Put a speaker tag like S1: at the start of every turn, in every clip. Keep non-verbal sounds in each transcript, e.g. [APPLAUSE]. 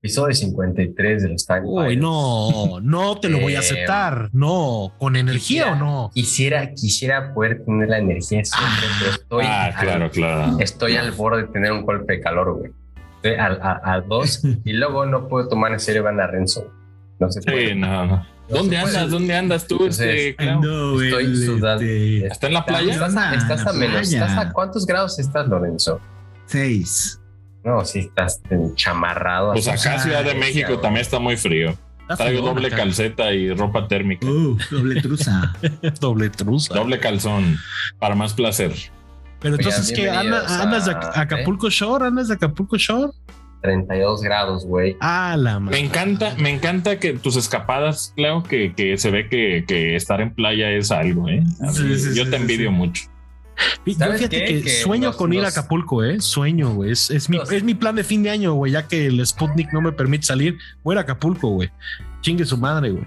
S1: Episodio 53 de los Time
S2: Uy, no, no te lo voy
S1: Eh,
S2: a aceptar. No, con energía o
S1: quisiera-
S2: no.
S1: Quisiera, quisiera poder tener la energía siempre, pero estoy,
S3: Ah, claro, claro.
S1: al, estoy al borde de tener un golpe de calor, güey. Estoy al- a, a
S3: [LAUGHS]
S1: dos y luego no puedo tomar en serio Van a Renzo. No se
S3: Sí,
S1: puede.
S3: no, no. ¿Dónde
S1: se puede. Pues
S3: andas? ¿Dónde andas tú?
S1: Entonces,
S3: este, Clau?
S2: No,
S1: Estoy
S2: el,
S1: sudando.
S2: este,
S3: ¿Está en la playa?
S1: ¿Estás, a, estás a
S4: Playa.
S1: menos. ¿Estás a cuántos grados estás, Lorenzo?
S4: Seis.
S1: No, si estás en- chamarrado.
S3: Pues
S1: así.
S3: acá Ciudad de
S1: Ay,
S3: México
S1: cabrón.
S3: también está muy frío.
S2: está
S3: Traigo
S2: frío
S3: doble
S2: acá.
S3: calceta y ropa térmica.
S4: Uh, doble
S1: [LAUGHS]
S4: truza.
S2: Doble truza.
S3: Doble calzón. Para más placer.
S2: Pero
S1: Oigan,
S2: entonces, ¿qué?
S1: bienvenidos
S2: ¿Anda- ¿Andas de
S1: a-
S2: Acapulco Shore? ¿Andas de Acapulco Shore?
S1: 32 grados, güey.
S2: Ah, la
S3: Me
S2: madre.
S3: encanta, me encanta que tus escapadas, Clau, que, que se ve que, que estar en playa es algo, ¿eh? A mí-
S2: Sí, sí,
S3: yo
S2: sí,
S3: te
S2: sí,
S3: envidio
S2: sí.
S3: mucho.
S2: Yo
S1: ¿Sabes
S2: fíjate
S1: qué?
S2: que,
S1: Que
S2: sueño
S1: nos-
S2: con ir a
S1: nos-
S2: Acapulco, ¿eh? Sueño, güey. Es, es mi,
S1: Nos-
S2: es mi plan de fin de año, güey, ya que el Sputnik no me permite salir. Voy a ir a Acapulco, güey. Chingue su madre, güey.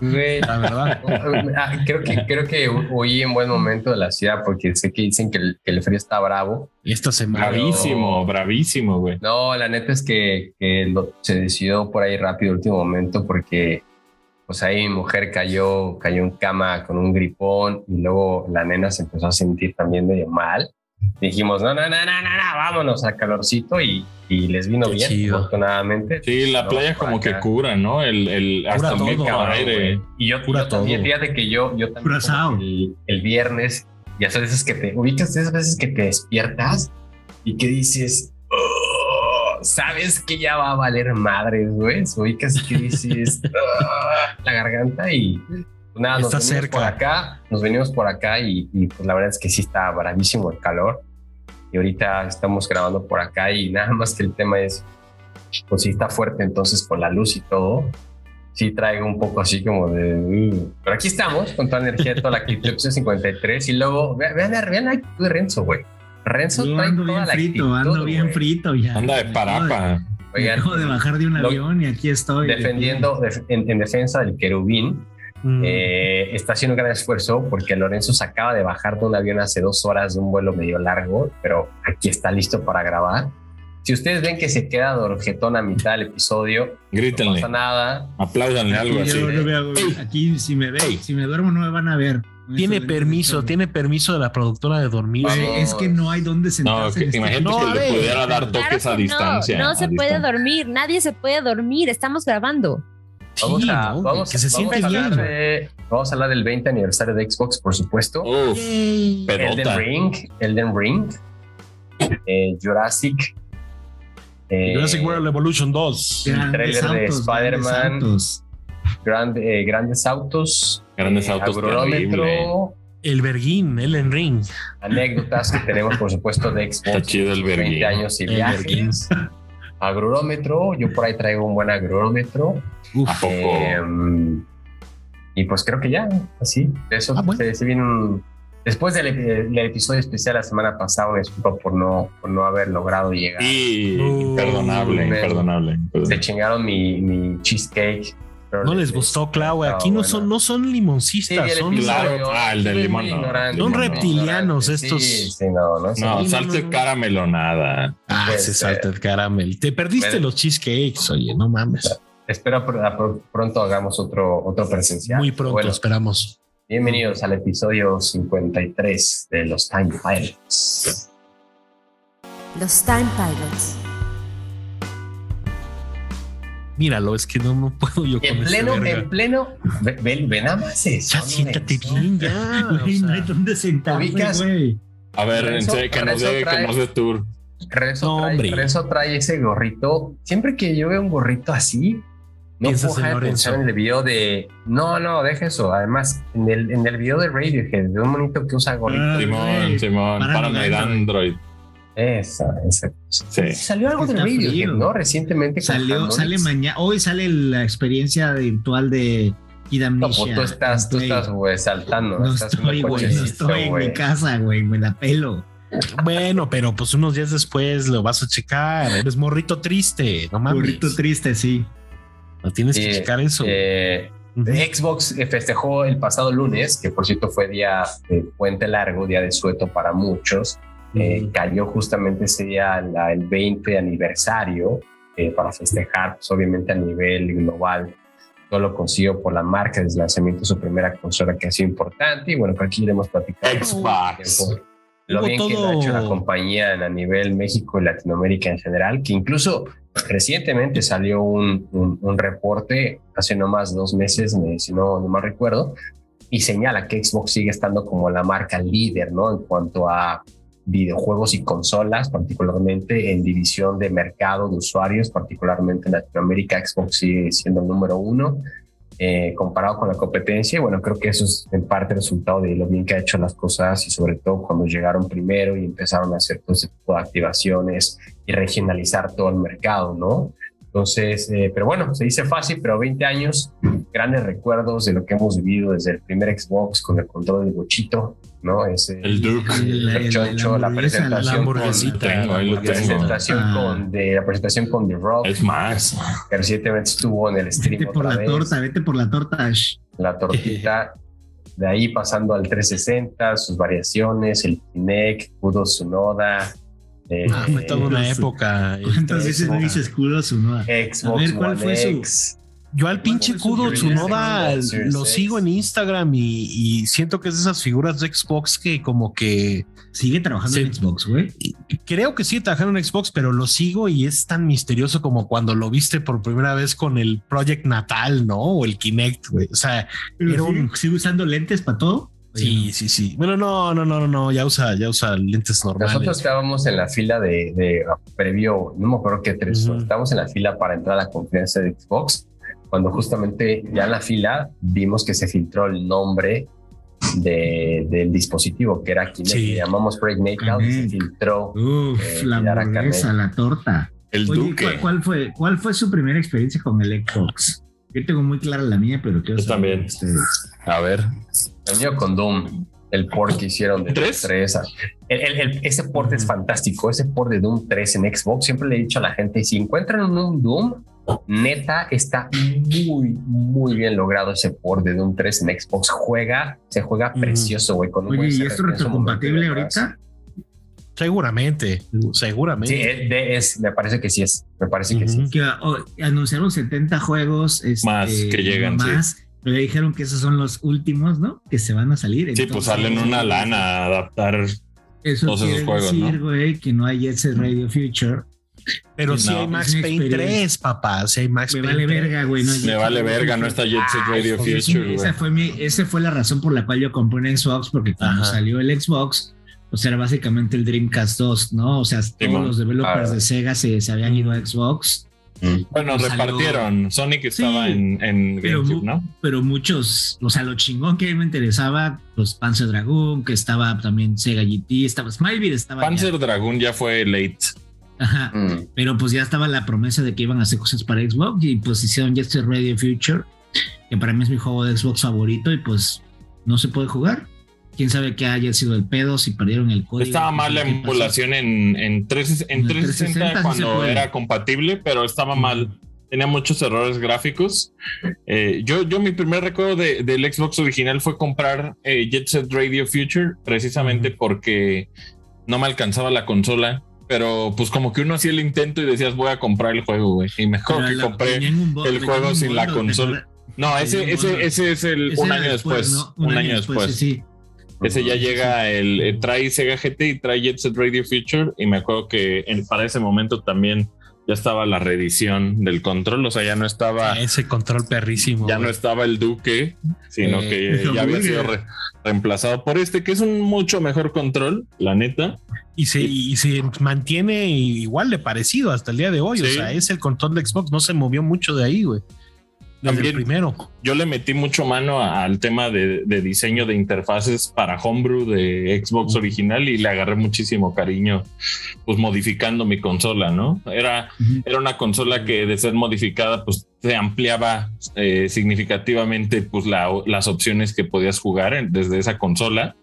S1: Güey.
S2: La verdad.
S1: [LAUGHS] Ah, creo que creo que hu- huí en buen momento de la ciudad porque sé que dicen que el, que el frío está bravo.
S2: Y esta semana.
S3: Bravísimo, bravísimo, güey.
S1: No, la neta es que, que lo- se decidió por ahí rápido el último momento porque pues ahí mi mujer cayó, cayó en cama con un gripón y luego la nena se empezó a sentir también medio mal. Dijimos, no, no, no, no, no, no, vámonos al calorcito y, y les vino
S2: Qué
S1: bien,
S2: chido.
S1: afortunadamente.
S3: Sí, la
S1: No,
S3: playa
S1: para
S3: como que
S1: acá.
S3: cura, ¿no? El, el hasta
S2: todo,
S3: medio
S1: cabrón,
S3: aire.
S1: güey. Y yo,
S2: Cura
S1: yo también,
S2: todo.
S1: fíjate que yo, yo también
S4: Curazao.
S1: como que el, el viernes, ya sabes, esas que te ubicas, esas veces que te despiertas y que dices, "Oh, sabes que ya va a valer madres, güey. Ubicas y que
S2: [LAUGHS]
S1: dices, "Ah", la garganta y pues nada, nos
S2: Está
S1: venimos
S2: cerca.
S1: por acá, nos venimos por acá y, y, pues la verdad es que sí está bravísimo el calor. Y ahorita estamos grabando por acá y nada más que el tema es, pues sí está fuerte entonces con la luz y todo, sí traigo un poco así como de... "Uh". Pero aquí estamos con toda la energía, toda la actitud, episodio 53 y luego, ve- vean, vean, la actitud de Renzo, güey. Renzo
S4: Yo
S1: trae
S4: ando
S1: toda
S4: bien
S1: la
S4: frito,
S1: actitud,
S4: ando bien
S1: güey.
S4: frito ya.
S3: Anda de
S4: Me acabo
S3: parapa.
S4: de- me [LAUGHS]
S1: Oigan,
S4: acabo de bajar de un
S1: lo-
S4: avión y aquí estoy.
S1: defendiendo, def- en, en defensa del querubín,
S2: Mm.
S1: eh, está haciendo un gran esfuerzo porque Lorenzo se acaba de bajar de un avión hace dos horas de un vuelo medio largo, pero aquí está listo para grabar. Si ustedes ven que se queda de orjetón a mitad del episodio, no
S3: Grítenle,
S1: pasa nada.
S3: apláudanle algo
S4: Aquí,
S3: así.
S4: yo no me hago- aquí si me ve, si me duermo no me van a ver.
S2: Tiene
S4: Eso es-
S2: permiso, tiene permiso de la productora de dormir.
S1: Vamos.
S2: güey.
S4: Güey, es que no hay dónde
S3: No,
S4: sentarse.
S3: que,
S4: en este-
S3: imagínate
S2: No, a
S3: que le
S2: ver.
S3: pudiera dar
S5: Claro
S3: toques a
S5: que
S3: distancia.
S5: No, no
S3: a
S5: se puede
S3: distancia.
S5: dormir, nadie se puede dormir, estamos grabando.
S2: Sí,
S1: Vamos a,
S2: ¿no?
S1: vamos,
S2: que se
S1: vamos
S2: siente
S1: a
S2: bien.
S1: hablar de- vamos a hablar del 20 aniversario de Xbox, por supuesto.
S3: Uf,
S2: Yay.
S3: pedota.
S1: Elden Ring, Elden Ring, eh, Jurassic, eh,
S2: Jurassic World Evolution 2.
S4: Grandes
S1: trailer de
S4: grandes
S1: Spider-Man.
S4: autos.
S1: Grand- eh, Grandes Autos,
S3: Grandes
S1: eh,
S3: autos,
S1: Agronómetro,
S3: terrible.
S2: El Berguín, Elden Ring.
S1: anécdotas que tenemos, por supuesto, de
S3: Está
S1: Xbox,
S3: chido el
S1: 20
S3: verguín.
S1: años y
S2: El Berguín.
S1: viajes, agrómetro, yo por ahí traigo un buen agrómetro,
S3: ¿A poco?
S1: em, y pues creo que ya, así, eso
S2: Ah, bueno.
S1: se, se viene un- Después del, ep- del episodio especial la semana pasada, me disculpo por no, por no haber logrado llegar.
S3: Y
S2: Uh,
S3: imperdonable,
S1: men.
S3: imperdonable.
S1: se chingaron mi, mi cheesecake. Pero
S2: No les gustó, Clau. güey. Aquí
S1: Ah,
S2: no
S1: bueno.
S2: son, no son
S1: Sí,
S2: limoncistas,
S1: el
S2: son
S3: Claro.
S1: episodio-
S3: Ah, el del
S1: Muy
S3: limón, no.
S1: ignorante,
S2: Son
S1: muy
S2: reptilianos
S1: ignorante.
S2: estos.
S1: Sí, sí, no, no,
S3: No,
S2: Sí, no,
S3: salsa
S2: no.
S3: caramelonada.
S2: Ah,
S1: Puede
S2: se
S1: ser.
S2: salta el caramel. Te perdiste
S1: Bueno.
S2: los cheesecakes, oye, no mames.
S1: Espero pr- a pr- pronto hagamos otro, otro presencial.
S2: Muy pronto,
S1: Bueno,
S2: esperamos.
S1: bienvenidos al episodio 53 de los Time Pilots.
S5: Los Time Pilots.
S2: Míralo, es que no, no puedo yo con
S1: En
S2: este
S1: pleno,
S2: verga.
S1: en pleno, ven, ven, ven nada más eso.
S2: Ya
S1: ¿no?
S2: siéntate
S1: Eso.
S2: bien,
S1: [LAUGHS]
S2: ya. o
S4: Güey, no hay
S2: sea.
S4: dónde sentarse,
S1: ubicas-
S4: güey.
S3: A ver, en
S1: Renzo-
S3: serio, que nos
S1: Renzo
S3: dé, que
S1: trae-
S3: nos dé tour.
S1: Renzo,
S2: No,
S1: trae,
S2: hombre.
S1: Renzo trae ese gorrito. Siempre que yo veo un gorrito así, no
S2: Piensas
S1: puedo
S2: en
S1: dejar de
S2: Lorenzo.
S1: pensar en el video de. No, no, deja eso. Además, en el, en el video de Radiohead, de un monito que usa gorrito.
S4: Ah,
S3: Simón,
S4: güey.
S3: Simón, Paranoid
S4: Paranoid
S3: Android.
S1: Esa, esa.
S3: Sí.
S1: Salió algo de
S4: Está
S1: Radiohead,
S4: frío.
S1: ¿no? Recientemente con
S4: Salió,
S1: Hanoi.
S4: sale mañana, hoy sale la experiencia virtual de Kid
S1: No,
S4: Amnesia.
S1: pues tú estás, tú
S4: Güey,
S1: estás, güey, saltando.
S4: No
S1: estás
S4: estoy,
S1: una
S4: güey, no
S1: cochecito,
S4: estoy en
S1: güey.
S4: mi casa, güey, me la pelo.
S2: Bueno, pero pues unos días después lo vas a checar. Eres morrito triste, no mames.
S4: Burrito triste, sí.
S2: No tienes
S1: Sí,
S2: que checar eso.
S1: Eh,
S2: Ujú.
S1: Xbox eh, festejó el pasado lunes, que por cierto fue día de puente largo, día de sueto para muchos. Eh,
S2: Ujú.
S1: cayó justamente ese día la- el 20 aniversario eh, para festejar, pues obviamente a nivel global. No lo consigo por la marca de lanzamiento de su primera consola que ha sido importante. Y bueno, por aquí iremos platicando.
S3: Xbox.
S1: Tiempo. Lo
S2: Hubo
S1: bien que lo ha
S2: todo-
S1: hecho la compañía en- a nivel México y Latinoamérica en general, que incluso pues, recientemente salió un, un- un reporte hace nomás dos meses, me- si no, no mal recuerdo, y señala que Xbox sigue estando como la marca líder, ¿no? En cuanto a videojuegos y consolas, particularmente en división de mercado de usuarios, particularmente en Latinoamérica, Xbox sigue siendo el número uno eh, comparado con la competencia. Y bueno, creo que eso es en parte resultado de lo bien que ha hecho las cosas y sobre todo cuando llegaron primero y empezaron a hacer todo ese tipo de activaciones y regionalizar todo el mercado, ¿no? Entonces, eh, pero bueno, se dice fácil, pero 20 años, grandes recuerdos de lo que hemos vivido desde el primer Xbox con el control del bochito, ¿no? Ese,
S3: El Duke.
S4: El- el-
S1: Chocho, la
S4: hamburguesa,
S2: La
S1: presentación con-
S3: Lo
S2: hamburguesita.
S3: tengo, ahí lo
S1: la
S3: tengo.
S1: presentación
S4: Ah.
S1: con de la presentación con The Rock
S3: Es más.
S1: que recientemente estuvo en el stream
S4: Vete por
S1: otra
S4: la
S1: vez,
S4: torta, vete por la torta. Ash. [LAUGHS]
S1: la tortita de ahí pasando al 360 sus variaciones el Kinect Kudo Tsunoda eh,
S2: Ah, fue toda una [LAUGHS]
S4: Entonces,
S2: época.
S4: ¿Cuántas veces no dices culo su
S1: Xbox
S4: A ver, ¿cuál
S1: One
S4: fue su-
S1: X.
S2: Yo al pinche
S4: Bueno,
S2: Kudo
S4: eso yo ya
S2: Tsunoda
S1: tengo Series
S2: lo
S1: X.
S2: sigo en Instagram y, y siento que es de esas figuras de Xbox que como que
S4: Sigue trabajando
S2: Sí.
S4: en Xbox, güey.
S2: creo que sí trabajaron en Xbox, pero lo sigo y es tan misterioso como cuando lo viste por primera vez con el Project Natal, ¿no? O el Kinect, güey. O sea, Era
S4: Pero
S2: un-
S4: sigue, sigue usando lentes para todo.
S2: sí, sí, sí. Bueno, no, no, no, no, no, ya usa, ya usa lentes normales.
S1: Nosotros estábamos en la fila de, de- previo, no me acuerdo qué tres,
S2: Ujú.
S1: estábamos en la fila para entrar a la conferencia de Xbox, cuando justamente ya en la fila vimos que se filtró el nombre de- del dispositivo, que era Kinect,
S2: Sí.
S1: le llamamos Break Makeout, y se
S4: Kinect.
S1: filtró.
S4: Uf,
S1: Eh,
S4: la
S1: ya era
S4: hamburguesa, la torta.
S3: El
S4: Oye,
S3: Duque.
S4: ¿cuál, cuál fue, ¿cuál fue su primera experiencia con el Xbox? Yo tengo muy clara la mía, pero quiero
S3: Yo
S4: saber
S3: también.
S4: de ustedes.
S3: A ver.
S1: El mío con Doom, el port que hicieron de
S3: ¿Tres?
S1: 3. El- el- el- ese port es fantástico, ese port de Doom 3 en Xbox. Siempre le he dicho a la gente, si encuentran un Doom, neta, está muy, muy bien logrado ese port de Doom 3 en Xbox. Juega, se juega
S2: Ujú.
S1: precioso, güey. con un
S4: Oye,
S1: buen
S4: ¿y
S1: CRT
S4: esto
S1: en su
S4: es
S1: momento
S4: retrocompatible
S1: y demás.
S4: ahorita?
S2: Seguramente,
S1: Sí,
S2: seguramente.
S1: es, de- es- me parece que sí es. Me parece que sí.
S2: Ujú.
S4: Que oh, anunciaron 70 juegos. este,
S3: Más que llegan, sí.
S4: Más, pero ya dijeron que esos son los últimos, ¿no? Que se van a salir.
S3: Sí, pues
S4: Entonces,
S3: salen una lana a adaptar.
S4: Eso
S3: todos esos
S4: quiere
S3: juegos,
S4: decir,
S3: ¿no?
S4: güey, que no hay ese Radio Future.
S2: Pero
S3: No,
S2: sí hay
S3: es
S2: Max
S4: una
S2: Payne
S4: experiencia.
S2: 3, papá. Sí hay Max
S4: Me
S2: Payne
S4: vale
S2: 3.
S4: verga, güey. no hay
S3: Me
S4: Jet
S3: vale
S4: Set
S3: verga,
S4: Radio
S3: no está Jet Set Radio
S4: Future.
S3: Future, güey.
S4: Esa fue, mi, esa fue la razón por la cual yo compré un Xbox, porque cuando
S2: Ajá.
S4: salió el Xbox, pues era básicamente el Dreamcast 2, ¿no? O sea, todos
S3: man.
S4: los developers
S1: Ah.
S4: de Sega se, se habían ido a Xbox,
S3: Bueno,
S4: Salió-
S3: repartieron. Sonic estaba
S4: Sí,
S3: en, en
S4: pero
S3: GameCube,
S4: mu-
S3: ¿no?
S4: pero muchos, o sea, lo chingón que a mí me interesaba, pues Panzer Dragoon, que estaba también Sega GT, estaba Smiley, estaba. ya.
S3: Panzer Dragoon ya fue late.
S4: Ajá.
S1: Mm.
S4: Pero pues ya estaba la promesa de que iban a hacer cosas para Xbox y pues hicieron Jet Set Radio Future, que para mí es mi juego de Xbox favorito y pues no se puede jugar. Quién sabe qué haya sido el pedo, si perdieron el código.
S3: Estaba
S4: quién
S3: mal la
S4: sabe qué pasó.
S3: emulación en, en, tres- en
S4: En
S3: 360
S4: el 360 sí se
S3: cuando
S4: puede.
S3: era compatible, pero estaba mal. Tenía muchos errores gráficos. Eh, yo, yo mi primer recuerdo de- del Xbox original fue comprar eh, Jet Set Radio Future precisamente porque no me alcanzaba la consola. Pero pues como que uno hacía el intento y decías voy a comprar el juego, güey. Y mejor
S4: Pero
S3: que
S4: la-
S3: compré
S4: tenían un bot-
S3: el
S4: tenían
S3: juego
S4: un
S3: sin la
S4: bot, ¿te
S3: consola.
S4: acuerdas?
S3: No, ese,
S4: Tenían
S3: ese,
S4: bot.
S3: ese es el
S4: Ese
S3: un
S4: era
S3: año después.
S4: ¿no?
S3: Un, año después.
S4: Sí,
S3: Ese ya llega el eh, trae Sega GT y trae Jet Set Radio Future y me acuerdo que en- para ese momento también ya estaba la reedición del control, o sea, ya no estaba
S2: Ah, Ese control perrísimo.
S3: ya no
S2: güey.
S3: estaba el Duque, sino
S2: Eh,
S3: que [LAUGHS] ya había
S4: Hamburger.
S3: sido re- reemplazado por este que es un mucho mejor control, la neta.
S2: Y se, y se mantiene igual de parecido hasta el día de hoy. O
S3: Sí.
S2: sea, es el control de Xbox. No se movió mucho de ahí, güey. Desde el
S3: También-
S2: primero.
S3: Yo le metí mucho mano a- al tema de, de diseño de interfaces para homebrew de Xbox original y le agarré muchísimo cariño, pues modificando mi consola, ¿no? Era
S4: Ujú.
S3: era una consola que de ser modificada pues se ampliaba eh, significativamente pues la- las opciones que podías jugar en- desde esa consola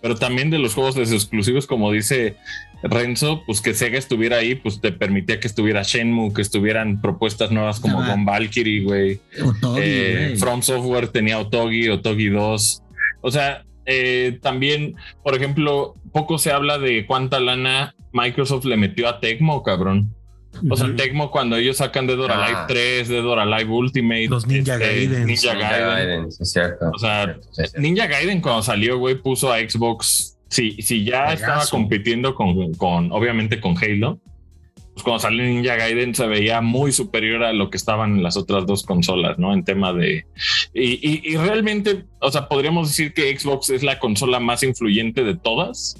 S3: pero también de los juegos de sus exclusivos como dice Renzo pues que Sega estuviera ahí pues te permitía que estuviera Shenmue que estuvieran propuestas nuevas como
S4: Estaba-
S3: Gon Valkyrie güey
S4: O todo,
S3: Eh,
S4: güey.
S3: From Software tenía Otogi Otogi 2 o sea eh, también por ejemplo poco se habla de cuánta lana Microsoft le metió a Tecmo cabrón O sea, Tecmo cuando ellos sacan Dead or
S1: Ah.
S3: Alive 3, Dead or Alive Ultimate,
S2: Los Ninja Gaiden.
S3: este, Ninja
S1: Ninja
S3: Gaiden.
S1: Gaiden, sí, es cierto.
S3: O sea,
S1: es cierto, sí, es cierto.
S3: Ninja Gaiden cuando salió, güey, puso a Xbox. Si, si ya
S2: Pegaso.
S3: estaba compitiendo con, con, obviamente, con Halo, pues cuando salió Ninja Gaiden se veía muy superior a lo que estaban en las otras dos consolas, ¿no? En tema de... Y, y- y realmente, o sea, podríamos decir que Xbox es la consola más influyente de todas,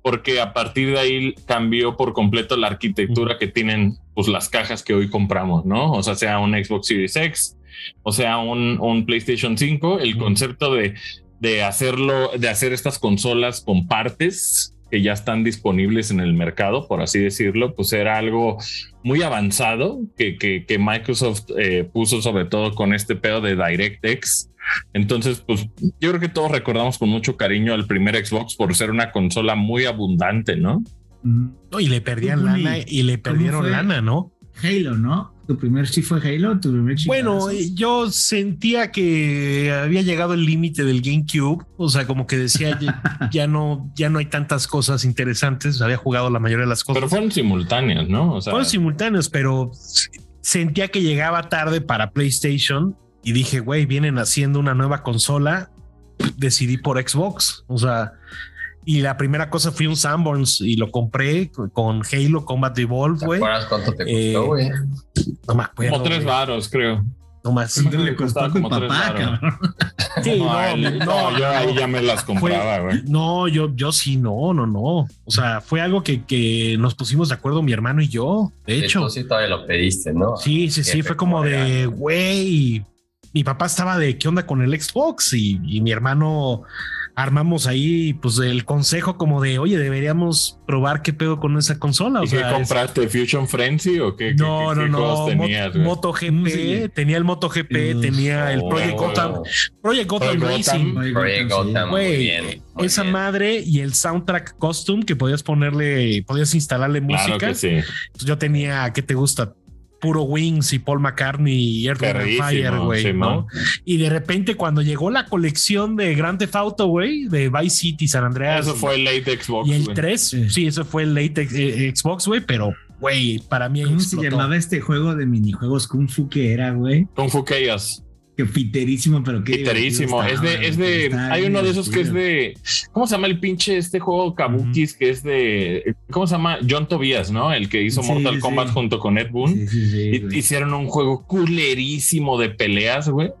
S3: porque a partir de ahí cambió por completo la arquitectura que tienen pues, las cajas que hoy compramos, ¿no? O sea, sea un Xbox Series X, o sea, un, un PlayStation 5, el
S2: Ujú.
S3: concepto de, de hacerlo, de hacer estas consolas con partes que ya están disponibles en el mercado, por así decirlo, pues era algo muy avanzado que, que, que Microsoft eh, puso sobre todo con este pedo de DirectX. Entonces, pues yo creo que todos recordamos con mucho cariño al primer Xbox por ser una consola muy abundante, ¿no?
S4: Mm,
S2: No, y le perdían
S4: Uy,
S2: lana y le perdieron
S4: fue?
S2: lana, ¿no?
S4: Halo, ¿no? Tu primer sí fue Halo, tu primer
S2: Bueno,
S4: chingadazo.
S2: eh, yo sentía que había llegado el límite del GameCube, o sea, como que decía ya, ya no, ya no hay tantas cosas interesantes. Había jugado la mayoría de las cosas.
S3: Pero fueron simultáneos, ¿no? O sea,
S2: Fueron simultáneos, pero s- sentía que llegaba tarde para PlayStation y dije, güey, vienen haciendo una nueva consola. Decidí por Xbox. O sea, y la primera cosa fue un Sanborns y lo compré co- con Halo Combat Evolved,
S1: ¿Te
S2: güey.
S1: acuerdas cuánto te
S2: Eh,
S1: costó, güey?
S2: No me acuerdo.
S3: como tres
S2: güey.
S3: varos, creo.
S2: No
S3: [LAUGHS]
S2: más.
S4: Sí,
S3: costaba
S4: le costó a tu
S3: como tres
S4: papá,
S3: varos.
S4: cabrón.
S2: Sí, no,
S3: [LAUGHS] no,
S2: no,
S3: el- no, yo ahí ya me las compraba, güey.
S2: No, yo, yo sí, no, no, no. O sea, fue algo que, que nos pusimos de acuerdo mi hermano y yo. De hecho,
S1: Tú sí todavía lo pediste, ¿no?
S2: sí, sí, sí,
S1: Jefe,
S2: fue como
S1: como
S2: de,
S1: regalo.
S2: güey, mi papá estaba de, ¿qué onda con el Xbox? Y, y mi hermano armamos ahí, pues el consejo como de, oye, deberíamos probar qué pedo con esa consola. O
S3: ¿Y qué
S2: sea, es-
S3: compraste? ¿Fusion Frenzy o qué? qué-
S2: no,
S3: qué-
S2: no,
S3: qué
S2: no,
S3: juegos
S2: Mo-
S3: tenías, güey?
S2: MotoGP,
S4: Sí.
S2: tenía el MotoGP,
S4: Mm.
S2: tenía el
S3: Oh.
S2: Project Gotham, Project Gotham
S3: Project Gotham.
S2: Racing.
S4: Oye,
S1: Mm, Project
S4: Gotham, sí.
S1: Gotham, muy
S2: Güey,
S1: bien, muy
S2: esa
S1: bien.
S2: madre y el soundtrack custom que podías ponerle, podías instalarle
S3: Claro
S2: música.
S3: que sí.
S2: Entonces, Yo tenía, ¿qué te gusta? Puro Wings y Paul McCartney y Earth, Wind and
S3: Perrísimo,
S2: Fire, güey,
S3: sí,
S2: ¿no?
S3: man.
S2: Y de repente cuando llegó la colección de Grand Theft Auto, güey, de Vice City, San Andreas.
S3: Eso
S2: y-
S3: fue el late Xbox.
S2: Y el
S3: güey.
S2: 3, sí.
S4: Sí.
S2: eso fue el late ex- eh, Xbox, güey, pero, güey, para mí
S4: ¿Cómo se
S2: explotó.
S4: llamaba este juego de minijuegos Kung Fu que era, güey?
S3: Kung Fu Chaos.
S4: Que piterísimo, pero qué
S3: Literísimo. Es
S4: divertido
S3: de, es
S4: estaba, güey.
S3: de.
S4: Estaba
S3: Hay
S4: bien
S3: uno de esos que es
S4: divertido.
S3: de. ¿Cómo se llama el pinche este juego Kabukis? Que es de. ¿Cómo se llama? John Tobias, ¿no? El que hizo
S4: Sí,
S3: Mortal
S4: sí.
S3: Kombat junto con Ed Boon.
S4: Sí, sí, sí,
S3: Y-
S4: güey.
S3: Hicieron un juego culerísimo de peleas, güey.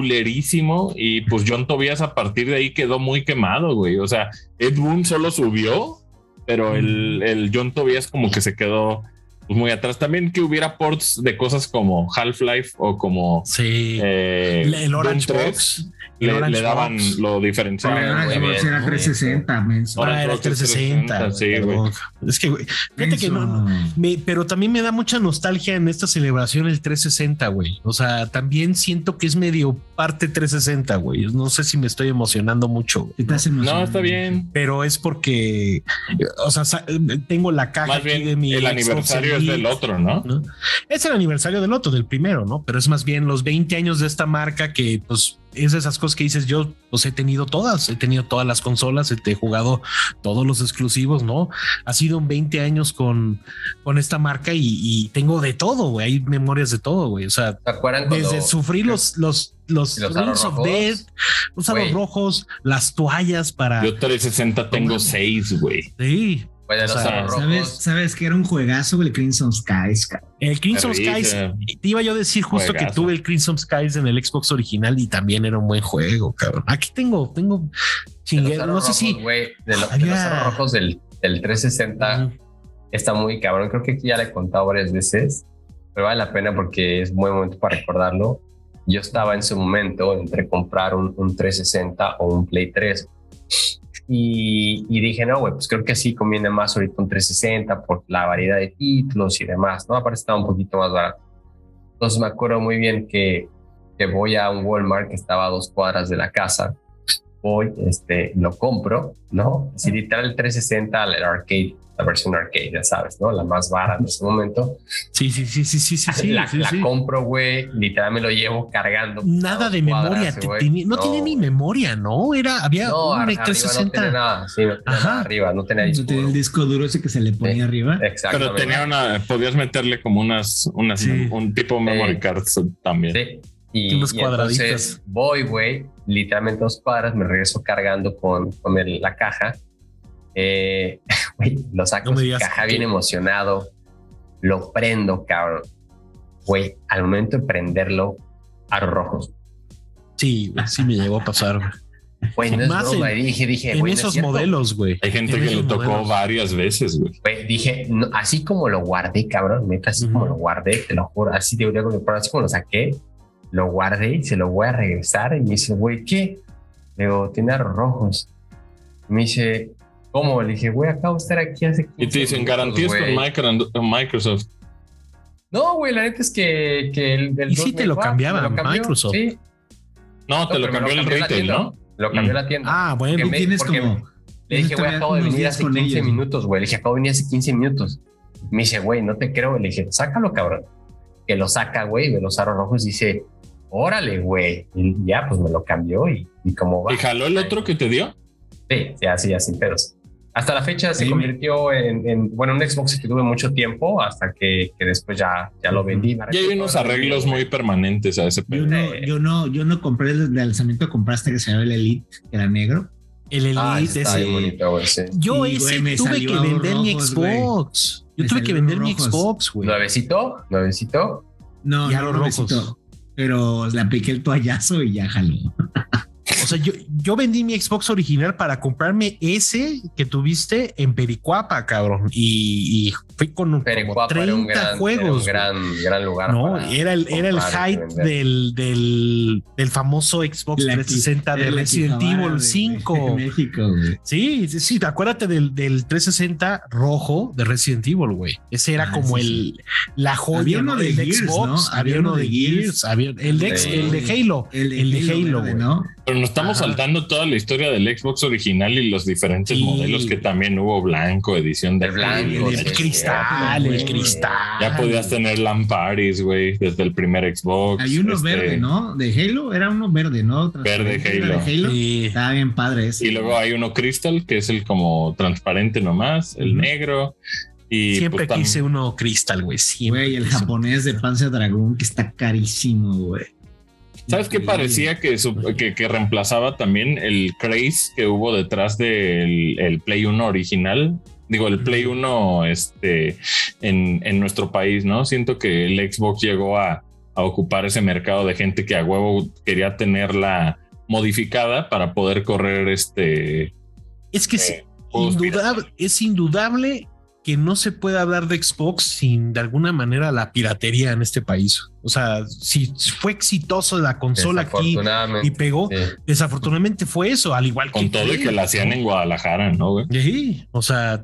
S3: Culerísimo. Y pues John Tobias a partir de ahí quedó muy quemado, güey. O sea, Ed Boon solo subió, pero el, el John Tobias como que se quedó pues, muy atrás. También que hubiera ports de cosas como Half-Life o como.
S2: Sí.
S3: eh,
S2: El- el
S3: Doom
S2: Orange
S3: 3.
S2: Box. el
S3: Le,
S2: Orange
S3: le daban,
S2: Box.
S3: lo
S4: Pero
S3: diferenciaban.
S4: era
S1: muy
S3: güey.
S1: bien,
S4: Xbox, era
S1: muy
S4: 360, menso.
S3: Ahora
S2: Ah, era
S3: creo que es
S2: 360.
S3: 360, sí, güey.
S4: Oh,
S2: perdón. Es que, güey, fíjate que no,
S4: Menso.
S2: Me- pero también me da mucha nostalgia en esta celebración el 360, güey. O sea, también siento que es medio parte 360, güey. No sé si me estoy emocionando mucho, güey,
S4: Sí, te hace
S3: No,
S4: emocionar.
S3: está bien.
S2: pero es porque, eh, o sea, sa- tengo la caja
S3: Más
S2: aquí
S3: bien,
S2: de mi
S3: el
S2: Xbox
S3: aniversario es
S2: Elite,
S3: del otro, ¿no?
S2: ¿no? Es el aniversario del otro, del primero, ¿no? Pero es más bien los 20 años de esta marca que, pues, es de esas cosas que dices, yo pues he tenido todas, he tenido todas las consolas, he jugado todos los exclusivos, ¿no? Ha sido un 20 años con, con esta marca y, y tengo de todo, güey, hay memorias de todo, güey, o sea,
S1: ¿Se acuerdan cuando
S2: desde sufrir los, los, los,
S1: los
S2: Rings
S1: aros
S2: of
S1: rojos?
S2: Death, los aros
S1: Güey.
S2: rojos, las toallas para...
S3: Yo 360 tengo
S2: mames.
S3: seis, güey.
S2: Sí.
S1: Bueno, los
S2: O sea,
S1: aros
S4: ¿Sabes,
S1: rojos,
S4: ¿Sabes que era un juegazo, güey, el Crimson Skies, cabrón?
S2: El Crimson
S3: Terrible.
S2: Skies, te iba yo a decir justo que
S3: Juegazo.
S2: tuve el Crimson Skies en el Xbox original y también era un buen juego, cabrón. Aquí tengo, tengo
S1: de los
S2: chingue,
S1: aros
S2: no sé
S1: rojos,
S2: si
S1: güey, de, lo- de los
S2: Había-
S1: aros rojos del, del 360 está muy cabrón. Creo que aquí ya le he contado varias veces, pero vale la pena porque es buen momento para recordarlo. Yo estaba en su momento entre comprar un, un 360 o un Play 3. Y, y dije, no, güey, pues creo que sí conviene más ahorita un 360 por la variedad de títulos y demás, ¿no? Aparte estaba un poquito más barato. Entonces me acuerdo muy bien que, que voy a un Walmart que estaba a dos cuadras de la casa. Voy, este, lo compro, ¿no? Si literal el 360 al arcade, la versión arcade, ya sabes, ¿no? La más barata en ese momento.
S2: Sí, sí, sí, sí, sí, sí. sí,
S1: la,
S2: sí,
S1: la
S2: sí.
S1: compro, güey, literal me lo llevo cargando.
S2: Nada de
S1: cuadras,
S2: memoria. te-
S1: güey.
S2: tenía- no, tiene ni
S1: güey.
S2: memoria, ¿no? Era, había
S1: No,
S2: un E
S1: ar-
S2: de
S1: arriba no
S2: 360.
S1: tenía nada, sí, no tenía
S2: Ajá.
S1: nada arriba, no tenía
S4: Entonces
S1: disco.
S4: tenía el disco duro ese que se le ponía
S1: Sí.
S4: arriba.
S1: Exactamente.
S3: Pero tenía una, podías meterle como unas, unas
S2: Sí.
S3: un tipo de memory
S1: Sí.
S3: cards también.
S1: Sí. Y,
S2: Unos
S1: y entonces
S2: cuadraditos.
S1: voy, güey, literalmente dos cuadras, me regreso cargando con, con el- la caja. Eh, [LAUGHS] güey, lo saco,
S2: No me
S1: de
S2: digas
S1: caja
S2: que-
S1: bien emocionado, lo prendo, cabrón. Güey, al momento de prenderlo, aros rojos.
S2: Sí, güey, sí me llegó a pasar. güey.
S1: Güey, no es
S2: Más en-
S1: broma. Y dije, dije,
S2: en
S1: güey, no es
S2: esos
S1: cierto.
S2: modelos, güey.
S3: Hay gente
S2: En
S3: que le
S2: esos
S3: tocó
S2: modelos.
S3: varias veces, güey.
S1: Güey, dije, no, así como lo guardé, cabrón, neta, así
S2: Ujú.
S1: como lo guardé, te lo juro, así te digo, pero así como lo saqué, lo guardé y se lo voy a regresar. Y me dice, güey, ¿qué? Le digo, tiene aros rojos. Y me dice, ¿cómo? Le dije, güey, acabo de estar aquí hace 15
S3: Y te dicen
S1: minutos,
S3: garantías con
S1: güey".
S3: micro- con Microsoft.
S1: No, güey, la neta es que, que el, el
S2: Y sí
S1: dos
S2: te
S1: me
S2: lo
S1: dijo, ah,
S2: cambiaba
S1: me lo cambió,
S2: Microsoft.
S1: Sí,
S3: No, te
S1: No, pero
S3: lo
S1: me
S3: cambió el
S1: la
S3: retail,
S1: tienda,
S3: ¿no?
S1: Lo cambió
S3: Mm.
S1: la tienda.
S2: Ah, bueno.
S1: me-
S4: Tienes
S1: porque
S4: como.
S1: Le dije, güey,
S4: Todavía
S1: acabo de
S4: unos
S1: venir
S4: días
S1: hace
S4: con
S1: 15
S4: ellos, güey.
S1: minutos, güey. Le dije, acabo de venir hace 15 minutos. Me dice, güey, no te creo. Le dije, sácalo, cabrón. Que lo saca, güey, de los aros rojos. Dice, órale, güey. Y ya, pues me lo cambió y, y como va.
S3: ¿Y jaló el otro que te dio?
S1: Sí, ya, sí, ya, sin pedos. Hasta la fecha se
S4: Ahí me-
S1: convirtió en, en, bueno, un Xbox que tuve mucho tiempo hasta que, que después ya, ya lo vendí.
S3: Y hay unos arreglos muy permanentes a ese
S4: Yo
S3: pedo.
S4: no, yo no, yo no compré el de lanzamiento, compraste que se llama el Elite, que era negro.
S2: El Elite
S1: Ah, ese está
S2: ese.
S1: bien bonito, güey, sí.
S2: Yo
S4: Sí, güey,
S2: ese
S4: me
S2: tuve
S4: salió
S2: que vender mi
S4: rojos,
S2: Xbox. Yo tuve
S4: Me
S2: que
S4: salieron
S2: vender mi
S4: rojos.
S2: Xbox, güey.
S1: Pues, Nuevecito, nuevecito.
S4: No,
S2: Y
S4: no
S2: a los
S4: lo
S2: rojos.
S4: necesito, Pero le apliqué el toallazo y ya jaló.
S2: O sea, yo, yo vendí mi Xbox original para comprarme ese que tuviste en Pericuapa, cabrón. Y, y fui con un-
S1: Pero
S2: como 30
S1: era un gran, era un
S2: juegos.
S1: gran, gran lugar.
S2: güey. no,
S1: para
S2: era el, era el
S1: comprar y
S2: hype
S1: vender.
S2: del, del, del famoso Xbox
S4: La
S2: 360 de
S4: Era la
S2: Resident
S4: Chicabara
S2: Evil
S4: de- [LAUGHS]
S2: 5.
S4: De México, güey.
S2: Sí, sí, sí, acuérdate del, del 360 rojo de Resident Evil, güey. Ese era
S4: Ah,
S2: como
S4: sí,
S2: el la joya
S4: Había uno
S2: ¿no?
S4: de
S2: del
S4: Gears, ¿no?
S2: Xbox, había uno de Gears, había el de,
S1: Sí.
S2: el de Halo, el de Halo,
S4: verde,
S2: güey.
S4: ¿no?
S3: Pero nos estamos
S2: Ajá.
S3: saltando toda la historia del Xbox original y los diferentes
S2: Sí.
S3: modelos que también hubo blanco, edición de
S1: El blanco,
S3: Halo,
S2: El,
S1: sí,
S3: de-
S1: ah,
S2: cristal,
S4: güey.
S2: el cristal.
S3: Ya podías tener Lamparis, güey, desde el primer Xbox.
S4: Hay uno
S3: este,
S4: verde, ¿no? De Halo, era uno verde, ¿no?
S3: Verde
S4: Transparente, era de Halo.
S2: Sí.
S4: Estaba bien padre ese.
S3: Y luego hay uno Crystal, que es el como transparente nomás, el
S2: Ujú.
S3: negro. Y
S2: Siempre
S3: pues, tam-
S2: quise uno cristal, güey. Siempre.
S4: Güey, el
S2: quise uno.
S4: japonés de Panzer Dragón que está carísimo, güey.
S3: ¿Sabes qué
S4: Increíble. pues,
S3: parecía que, su- que, que reemplazaba también el craze que hubo detrás del el Play 1 original? Digo, el Play 1 este, en, en nuestro país, ¿no? Siento que el Xbox llegó a, a ocupar ese mercado de gente que a huevo quería tenerla modificada para poder correr este...
S2: Es que sí,
S3: eh, juegos
S2: indudable- es indudable que no se puede hablar de Xbox sin de alguna manera la piratería en este país. O sea, si fue exitoso la consola aquí
S1: Desafortunadamente,
S2: y pegó,
S6: [LAUGHS]
S1: sí.
S2: desafortunadamente fue eso, al igual que
S3: Con todo y que la hacían en Guadalajara, ¿no? güey?
S2: Sí, o sea,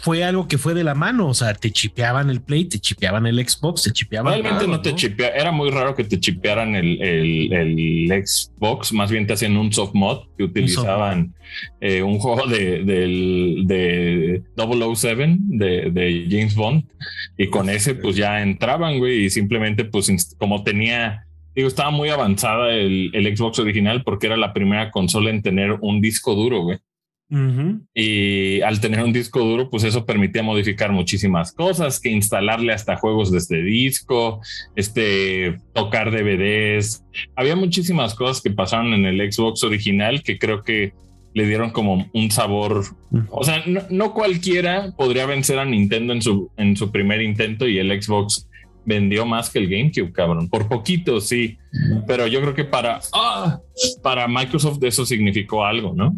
S2: fue algo que fue de la mano, o sea, te chipeaban el Play, te chipeaban el Xbox, te chipeaban
S3: Realmente
S2: todo,
S3: no te chipea, era muy raro que te chipearan el, el- el Xbox, más bien te hacían un soft mod que utilizaban eh, un juego de, del de 007 de, de James Bond y con ese pues ya entraban, güey, y simplemente pues inst- como tenía, digo, estaba muy avanzada el, el Xbox original porque era la primera consola en tener un disco duro, güey.
S2: Ujú.
S3: Y al tener un disco duro, pues eso permitía modificar muchísimas cosas, que instalarle hasta juegos desde disco, este, tocar DVDs. Había muchísimas cosas que pasaron en el Xbox original que creo que le dieron como un sabor. O sea, no, no cualquiera podría vencer a Nintendo en su, en su primer intento y el Xbox vendió más que el GameCube, cabrón. Por poquito, sí. Pero yo creo que para, ah, para Microsoft eso significó algo, ¿no?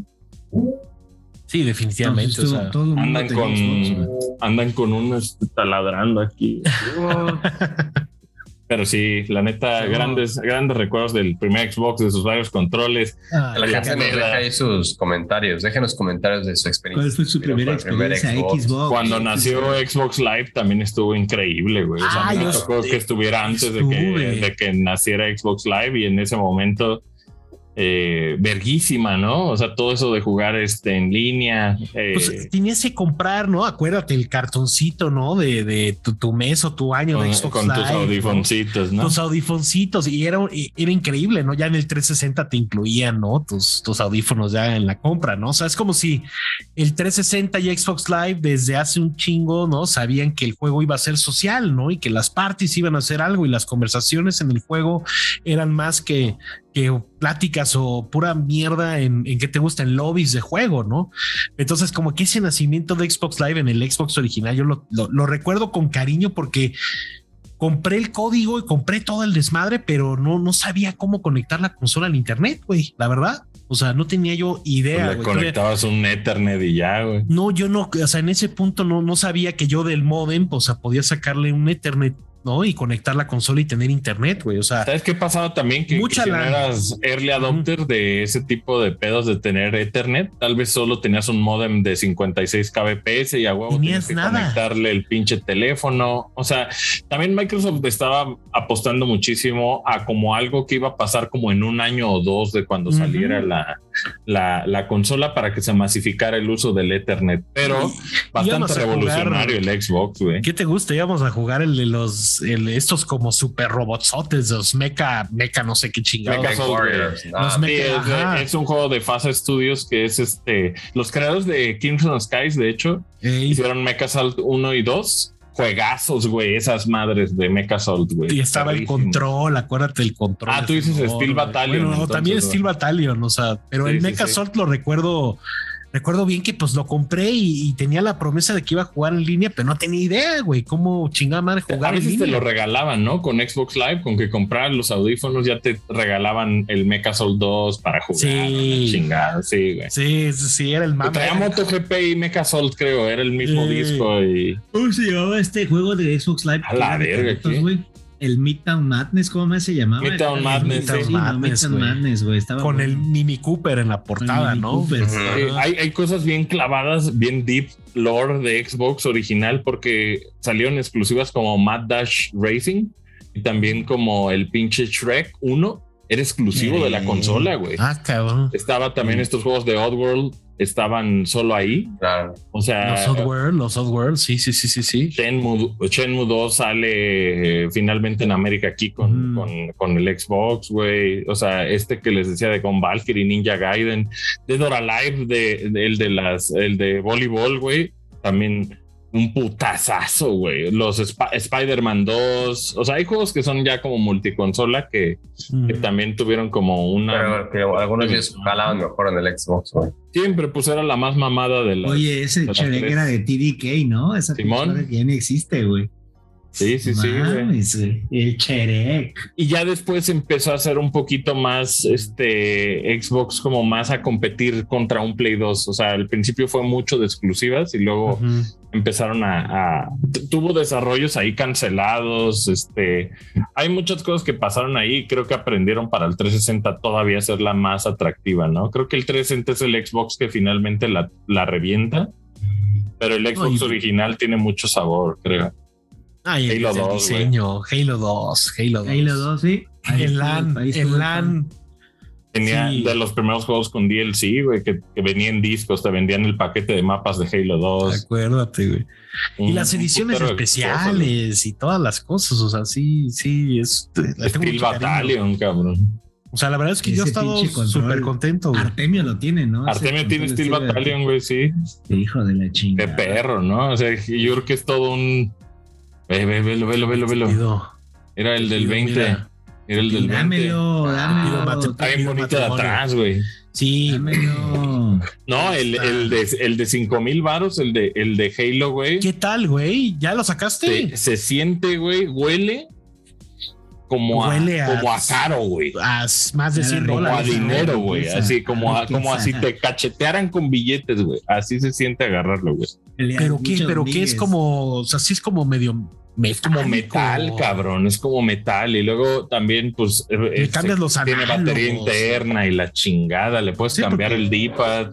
S2: Sí, definitivamente.
S4: Entonces,
S2: o sea.
S4: todo- todo el mundo
S3: andan
S4: tenía
S3: con
S4: Xbox, güey.
S3: andan con unos taladrando aquí. Pero sí, la neta,
S2: Seguro.
S3: grandes, grandes recuerdos del primer Xbox, de sus varios controles.
S2: Ah,
S1: La gente nos deja ahí sus comentarios. Déjenos comentarios de su experiencia.
S4: ¿Cuál fue su
S1: Pero
S4: primera
S1: fue el primer
S4: experiencia
S1: Xbox.
S4: Xbox?
S3: Cuando
S4: Sí,
S3: nació
S4: sí.
S3: Xbox Live también estuvo increíble, güey. O sea,
S2: Ah,
S3: me
S2: yo
S3: tocó que estuviera antes de que,
S2: estuve.
S3: de que naciera Xbox Live y en ese momento eh, verguísima, ¿no? O sea, todo eso de jugar este, en línea. eh,
S2: Pues tenías que comprar, ¿no? Acuérdate el cartoncito, ¿no? De, de tu, tu mes o tu año de
S3: con,
S2: Xbox
S3: con tus
S2: Live, ¿no? Pues,
S3: audifoncitos, ¿no?
S2: Tus audifoncitos. Y era, y era increíble, ¿no? Ya en el 360 te incluían, ¿no? Tus, tus audífonos ya en la compra, ¿no? O sea, es como si el 360 y Xbox Live desde hace un chingo, ¿no? Sabían que el juego iba a ser social, ¿no? Y que las parties iban a hacer algo y las conversaciones en el juego eran más que, que pláticas o pura mierda en, en que te gustan lobbies de juego, ¿no? Entonces, como que ese nacimiento de Xbox Live en el Xbox original, yo lo, lo- lo recuerdo con cariño porque compré el código y compré todo el desmadre, pero no, no sabía cómo conectar la consola al internet, güey, la verdad. O sea, no tenía yo idea.
S3: Pues, Le
S2: güey. Todavía-
S3: conectabas un Ethernet y ya, güey.
S2: no, yo no, o sea, en ese punto no, no sabía que yo del modem, o sea, podía sacarle un Ethernet, ¿no? Y conectar la consola y tener internet, güey. O sea,
S3: ¿Sabes qué pasaba también? Que,
S2: Mucha
S3: que si no
S2: lana.
S3: eras early adopter de ese tipo de pedos de tener Ethernet, tal vez solo tenías un modem de 56 kbps y a huevo
S2: Tenías
S3: tenías que
S2: nada.
S3: conectarle el pinche teléfono. O sea, también Microsoft estaba apostando muchísimo a como algo que iba a pasar como en un año o dos de cuando
S2: Ujú.
S3: saliera la, la, la consola para que se masificara el uso del Ethernet. Pero bastante
S2: a jugar-
S3: revolucionario el Xbox, güey.
S2: ¿Qué te gusta? Íbamos a jugar el de los, el- estos como super robotsotes, los meca, meca, no sé qué chingados.
S3: Mecha Soul
S1: Warriors,
S2: Warriors,
S1: ¿no?
S2: los
S3: Sí,
S2: meca,
S3: es,
S2: ajá.
S3: es un juego de Fasa Studios que es este. Los creadores de Crimson Skies, de hecho,
S2: Ey,
S3: hicieron Mecha Salt 1 y 2. Juegazos, güey, esas madres de Mecha Salt, güey.
S2: y estaba el
S3: Perrísimo.
S2: control, acuérdate el control.
S3: Ah, tú dices
S2: Por favor,
S3: Steel
S2: güey.
S3: Battalion,
S2: Bueno, no,
S3: entonces,
S2: también
S3: güey.
S2: Steel Battalion, o sea, pero
S3: Sí,
S2: el
S3: sí,
S2: Mecha
S3: sí.
S2: Salt lo recuerdo. Recuerdo bien que pues lo compré y, y tenía la promesa de que iba a jugar en línea, pero no tenía idea, güey, cómo chingada madre
S3: A
S2: jugar en
S3: veces te lo
S2: línea.
S3: regalaban, ¿no? Con Xbox Live, con que comprar los audífonos, ya te regalaban el Mecha Salt 2 para jugar.
S2: Sí.
S3: Sí. Chingada, sí, güey.
S2: Sí, sí, sí, era el mame.
S3: Traía MotoGP y Mecha Salt, creo, era el mismo
S2: Sí.
S3: disco y
S4: ¿Cómo se llamaba este juego de Xbox Live?
S3: A la
S4: Que era de
S3: verga,
S4: carritos,
S3: ¿qué?
S4: güey. El Midtown Madness, ¿cómo más se llamaba?
S3: Midtown
S4: Era de
S3: Madness,
S4: Midtown,
S3: sí.
S4: sí, no,
S2: Madness,
S4: Midtown
S2: güey.
S4: Madness, güey. Estaba
S2: Con el
S4: bueno.
S2: Mini Cooper en la portada,
S4: Mini
S2: ¿no?
S4: Cooper.
S1: Ujú.
S3: Sí,
S2: Ajá.
S3: Eh, hay, hay cosas bien clavadas, bien deep lore de Xbox original, porque salieron exclusivas como Mad Dash Racing y también como el pinche Shrek 1. Era exclusivo de la
S4: Eh.
S3: consola, güey.
S2: Ah, cabrón.
S3: Estaba también estos juegos de Oddworld, estaban solo ahí.
S1: Claro.
S3: O sea,
S2: Los Oddworld, los Oddworld, sí, sí, sí, sí, sí.
S3: Shenmue, Shenmue 2 sale eh, finalmente en América aquí con,
S2: Mm.
S3: con- con el Xbox, güey. O sea, este que les decía de con Valkyrie, Ninja Gaiden, Dead or Alive, de, de- el de las, el de voleibol, güey. También un putazazo, güey. Los Sp- Spider-Man 2. O sea, hay juegos que son ya como multiconsola que, que
S2: Mm.
S3: también tuvieron como una.
S1: Pero que algunos días jalaban mejor en el Xbox, güey.
S3: Siempre pues era la más mamada de las.
S4: Oye, ese
S3: las
S4: Shrek
S3: tres.
S4: era de TDK, ¿no? Esa
S3: Simón.
S4: persona que ya ni existe, güey.
S3: sí, sí, sí, güey.
S4: Mames, güey. El Shrek.
S3: y ya después empezó a ser un poquito más este Xbox como más a competir contra un Play 2. O sea, al principio fue mucho de exclusivas y luego
S2: Ujú.
S3: empezaron a, a- tu- tuvo desarrollos ahí cancelados. Este hay muchas cosas que pasaron ahí. y Creo que aprendieron para el 360 todavía ser la más atractiva, ¿no? Creo que el 360 es el Xbox que finalmente la, la revienta. Pero el Xbox
S2: Ay.
S3: original tiene mucho sabor, creo.
S2: Ay, el
S3: Halo
S2: del
S3: 2, güey.
S2: diseño, Halo 2, Halo 2.
S4: Halo 2, sí.
S2: El
S4: Ahí estuvo-
S2: LAN,
S4: ahí estuvo
S2: el LAN.
S3: Tenía
S2: Sí.
S3: de los primeros juegos con DLC, güey, que, que venían discos, te vendían el paquete de mapas de Halo 2.
S2: Acuérdate, güey. Y
S3: un-
S2: las
S3: un
S2: ediciones
S3: putero de cosas, güey.
S2: especiales y todas las cosas. O sea, sí, sí, es. le tengo mucho
S3: Steel
S2: cariño.
S3: Battalion, cabrón.
S2: O sea, la verdad es que yo he
S4: Ese
S2: estado
S4: pinche control.
S2: súper contento. güey.
S4: Artemio lo tiene, ¿no?
S2: Ah,
S4: Ese
S3: Artemio
S4: control
S3: tiene
S4: de
S3: Steel Battalion, güey, sí.
S4: Hijo de la
S3: De
S4: chingada.
S3: perro, ¿no? O sea, yo creo que es todo un. Ve, ve, velo, velo, velo, velo.
S2: Pido-
S3: Era el del
S2: pido,
S3: 20. Era
S2: mira.
S3: el del 20.
S4: Dámelo,
S2: Pido
S4: dámelo.
S2: mate-
S3: Está bien
S2: pido
S3: bonito de
S2: matrimonio.
S3: atrás, güey.
S2: Sí,
S1: [LAUGHS]
S4: Dámelo.
S3: No, el, el de, el de 5000 varos, el de, el de Halo, güey.
S2: ¿qué tal, güey? ¿Ya lo sacaste?
S3: Se, se siente, güey, huele como a,
S2: Huele a-
S3: como a caro, güey.
S2: A s- Ah, más de
S4: Ya
S2: 100
S4: la
S3: Como a
S2: dólares.
S4: riqueza,
S3: dinero, güey.
S4: riqueza,
S3: Así como, a-
S4: riqueza.
S3: como así te cachetearan con billetes, güey. Así se siente agarrarlo, güey.
S2: Pero qué,
S4: Mucho
S2: pero qué es
S4: Domínguez.
S2: como, o sea, sí es como medio metálico.
S3: Como metal, cabrón. Es como metal. Y luego también, pues, eh,
S2: Le
S3: eh,
S2: cambias los
S3: tiene batería
S2: análogos.
S3: interna y la chingada. Le puedes
S2: Sí,
S3: cambiar
S2: porque-
S3: el D-pad.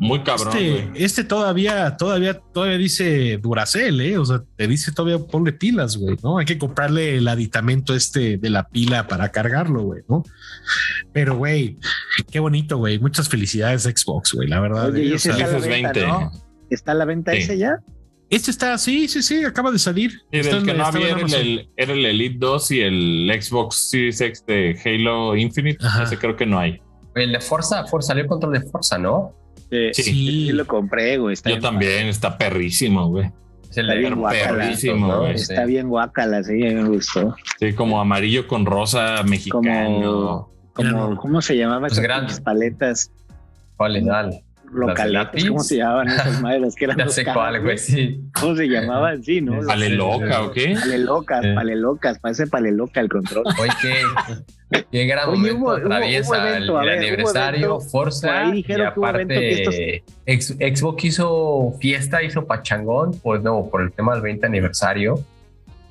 S3: Muy cabrón.
S2: Este,
S3: güey.
S2: este todavía, todavía, todavía dice Duracel, ¿eh? O sea, te dice todavía ponle pilas, güey, ¿no? Hay que comprarle el aditamento este de la pila para cargarlo, güey, ¿no? Pero, güey, qué bonito, güey. Muchas felicidades Xbox, güey, la verdad.
S6: Oye,
S2: eh,
S6: y
S2: o
S6: ese
S2: sea,
S6: está a la
S3: dices
S6: venta,
S3: 20.
S6: ¿no? ¿Está a la venta
S3: Sí.
S6: ese ya?
S2: este está, sí, sí, sí, acaba de salir.
S3: Sí,
S2: Está
S3: del
S2: en-
S3: que no
S2: estaba
S3: había
S2: en
S3: era
S2: Amazon.
S3: el, era el Elite 2 y el Xbox Series X de Halo Infinite.
S2: Ajá.
S3: Ese creo que no hay.
S1: El de Forza, Forza, salió el control de Forza, ¿no?
S6: Sí.
S3: Sí.
S6: Sí, lo compré, güey. está
S3: Yo
S6: bien
S3: también, está perrísimo, güey.
S1: Es el
S6: Está
S1: de
S6: bien
S1: Pero
S6: guacala.
S1: perrísimo, ¿no?
S3: güey.
S1: Sí.
S6: Está bien guacala, sí, a mí me gustó.
S3: Sí, como amarillo con rosa mexicano.
S6: Como,
S2: Claro.
S6: ¿Cómo se llamaban
S1: Pues
S6: esas
S1: grande.
S6: pinches paletas
S1: ¿Cuál es? Dale.
S6: localetas?
S1: lápiz?
S6: ¿Cómo se llamaban esas madres que eran
S1: [LAUGHS] Ya
S6: dos
S1: sé
S6: cajas,
S1: cuál, güey, sí.
S6: ¿Cómo se llamaban? Sí, ¿no?
S1: Sí.
S3: Ale loca, ¿o qué?
S6: Palelocas,
S3: Eh.
S6: palelocas, parece paleloca el control.
S1: Oye, qué, qué gran
S6: Oye,
S1: momento
S6: hubo- hubo-
S1: atraviesa
S6: hubo evento, a
S1: el, el
S6: ver, hubo
S1: aniversario,
S6: evento. Por
S1: Forza,
S6: ahí
S1: y
S6: dijeron que hubo evento que
S1: aparte ex- Xbox hizo fiesta, hizo pachangón, pues no, por el tema del 20 aniversario,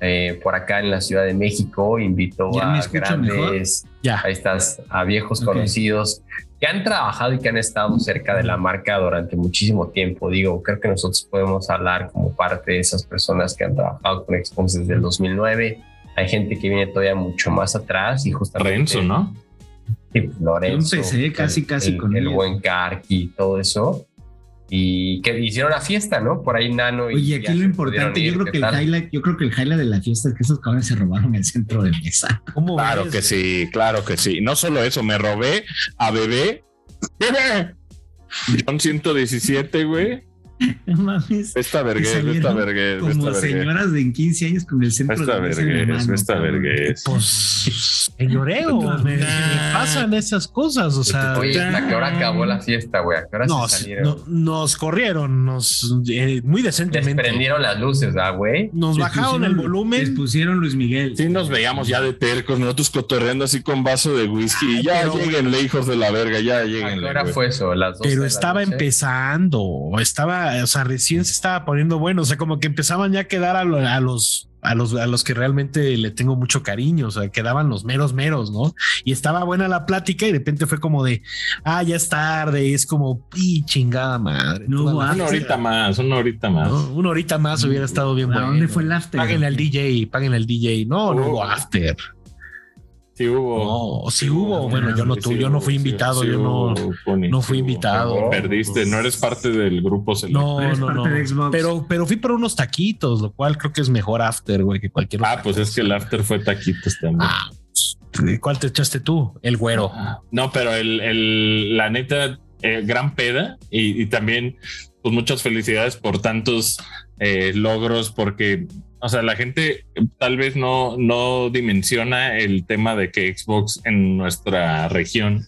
S1: eh, por acá en la Ciudad de México, invitó
S4: ¿Ya me
S1: a
S4: escucho
S1: grandes,
S2: Ya.
S1: ahí estás, a viejos
S4: Ok.
S1: conocidos que han trabajado y que han estado cerca de la marca durante muchísimo tiempo. Digo, creo que nosotros podemos hablar como parte de esas personas que han trabajado con Xbox desde el 2009. Hay gente que viene todavía mucho más atrás y justamente
S3: Renzo, ¿no?
S1: Sí, Lorenzo.
S4: Yo empecé casi, casi
S1: el,
S4: con
S1: el
S4: ellos.
S1: buen Karki y todo eso. Y que hicieron la fiesta, ¿no? Por ahí Nano y
S4: Oye,
S1: ya
S4: aquí lo importante,
S1: pudieron ir,
S4: yo creo
S1: ¿qué
S4: que el
S1: tal?
S4: highlight, yo creo que el highlight de la fiesta es que esos cabrones se robaron el centro de mesa. [LAUGHS]
S2: ¿Cómo
S3: Claro
S2: ves,
S3: que
S2: güey?
S3: sí, claro que sí. No solo eso, me robé a bebé. ¡Bebé! John 117, güey.
S4: No mames.
S3: Esta vergüenza, esta
S4: salieron
S3: vergüenza,
S4: Como
S3: esta vergüenza.
S4: señoras de 15 años con el centro
S3: Esta
S4: de mesa. en la
S3: vergüenza,
S4: mano,
S3: esta
S4: cabrón.
S3: vergüenza.
S2: Pues, señoreo, me, me pasan esas cosas, o sea.
S1: Oye, ¿a qué hora acabó la fiesta, güey? ¿A qué hora
S2: Nos,
S1: se salieron?
S2: no- nos corrieron, nos eh, muy
S1: Les
S2: decentemente.
S1: prendieron las luces, ¿ah, güey?
S2: Nos
S4: Les
S2: bajaron el
S4: pusieron- Les
S2: volumen.
S4: pusieron Luis Miguel.
S3: Sí, nos veíamos ya de tercos, nosotros cotorreando así con vaso de whisky. Y ya
S2: pero-
S3: lleguenle, hijos de la verga, ya
S1: ¿A qué
S3: lleguenle.
S1: hora
S3: güey.
S1: fue eso? ¿Las 12 de
S2: Pero
S1: la
S2: estaba
S1: noche?
S2: empezando, estaba, o sea, recién se estaba poniendo bueno, o sea, como que empezaban ya a quedar a, lo- a los a los a los que realmente le tengo mucho cariño, o sea, quedaban los meros meros, ¿no? Y estaba buena la plática y de repente fue como de, ah, ya es tarde, y es como, y chingada madre.
S4: No
S2: toda
S4: hubo
S2: la-
S3: Una horita más, una horita más.
S2: ¿no? Una horita más hubiera estado bien
S4: ¿A
S2: bueno.
S4: dónde fue el after?
S2: Páguenle al DJ, páguenle al DJ. No, no
S3: Oh.
S2: hubo after.
S3: Sí hubo. Ah,
S2: No, sí hubo. Bueno, yo no
S3: Sí
S2: tu- yo no fui
S3: hubo, sí,
S2: invitado,
S3: sí
S2: yo no,
S3: hubo, Pony,
S2: no
S3: sí
S2: fui
S3: hubo.
S2: invitado.
S3: Perdiste, no eres parte del grupo selecto.
S2: No,
S4: Eres
S2: no,
S4: parte de
S2: no.
S4: Xbox.
S2: Pero, pero fui por unos taquitos, lo cual creo que es mejor after, güey, que cualquier
S3: Ah, pues es que el after fue taquitos también.
S2: Ah, pues, ¿Cuál te echaste tú? El güero.
S3: No, pero el, el- la neta, eh, gran peda y, y también, pues muchas felicidades por tantos eh, logros, porque, o sea, la gente eh, tal vez no, no dimensiona el tema de que Xbox en nuestra región,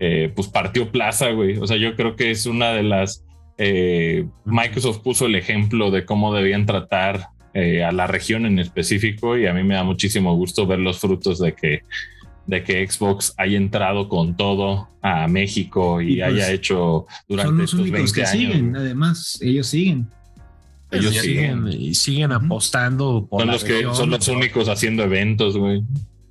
S3: eh, pues partió plaza, güey. O sea, yo creo que es una de las. eh, Microsoft puso el ejemplo de cómo debían tratar eh, a la región en específico y a mí me da muchísimo gusto ver los frutos de que de que Xbox haya entrado con todo a México y,
S4: Y pues,
S3: haya hecho
S4: Son
S3: durante
S4: los
S3: estos
S4: únicos
S3: 20
S4: que
S3: años.
S4: siguen, además, ellos siguen.
S3: Ellos
S2: Sí,
S3: siguen.
S2: siguen, y siguen apostando por
S3: Son
S2: la
S3: los que
S2: región.
S3: son los únicos haciendo eventos, güey.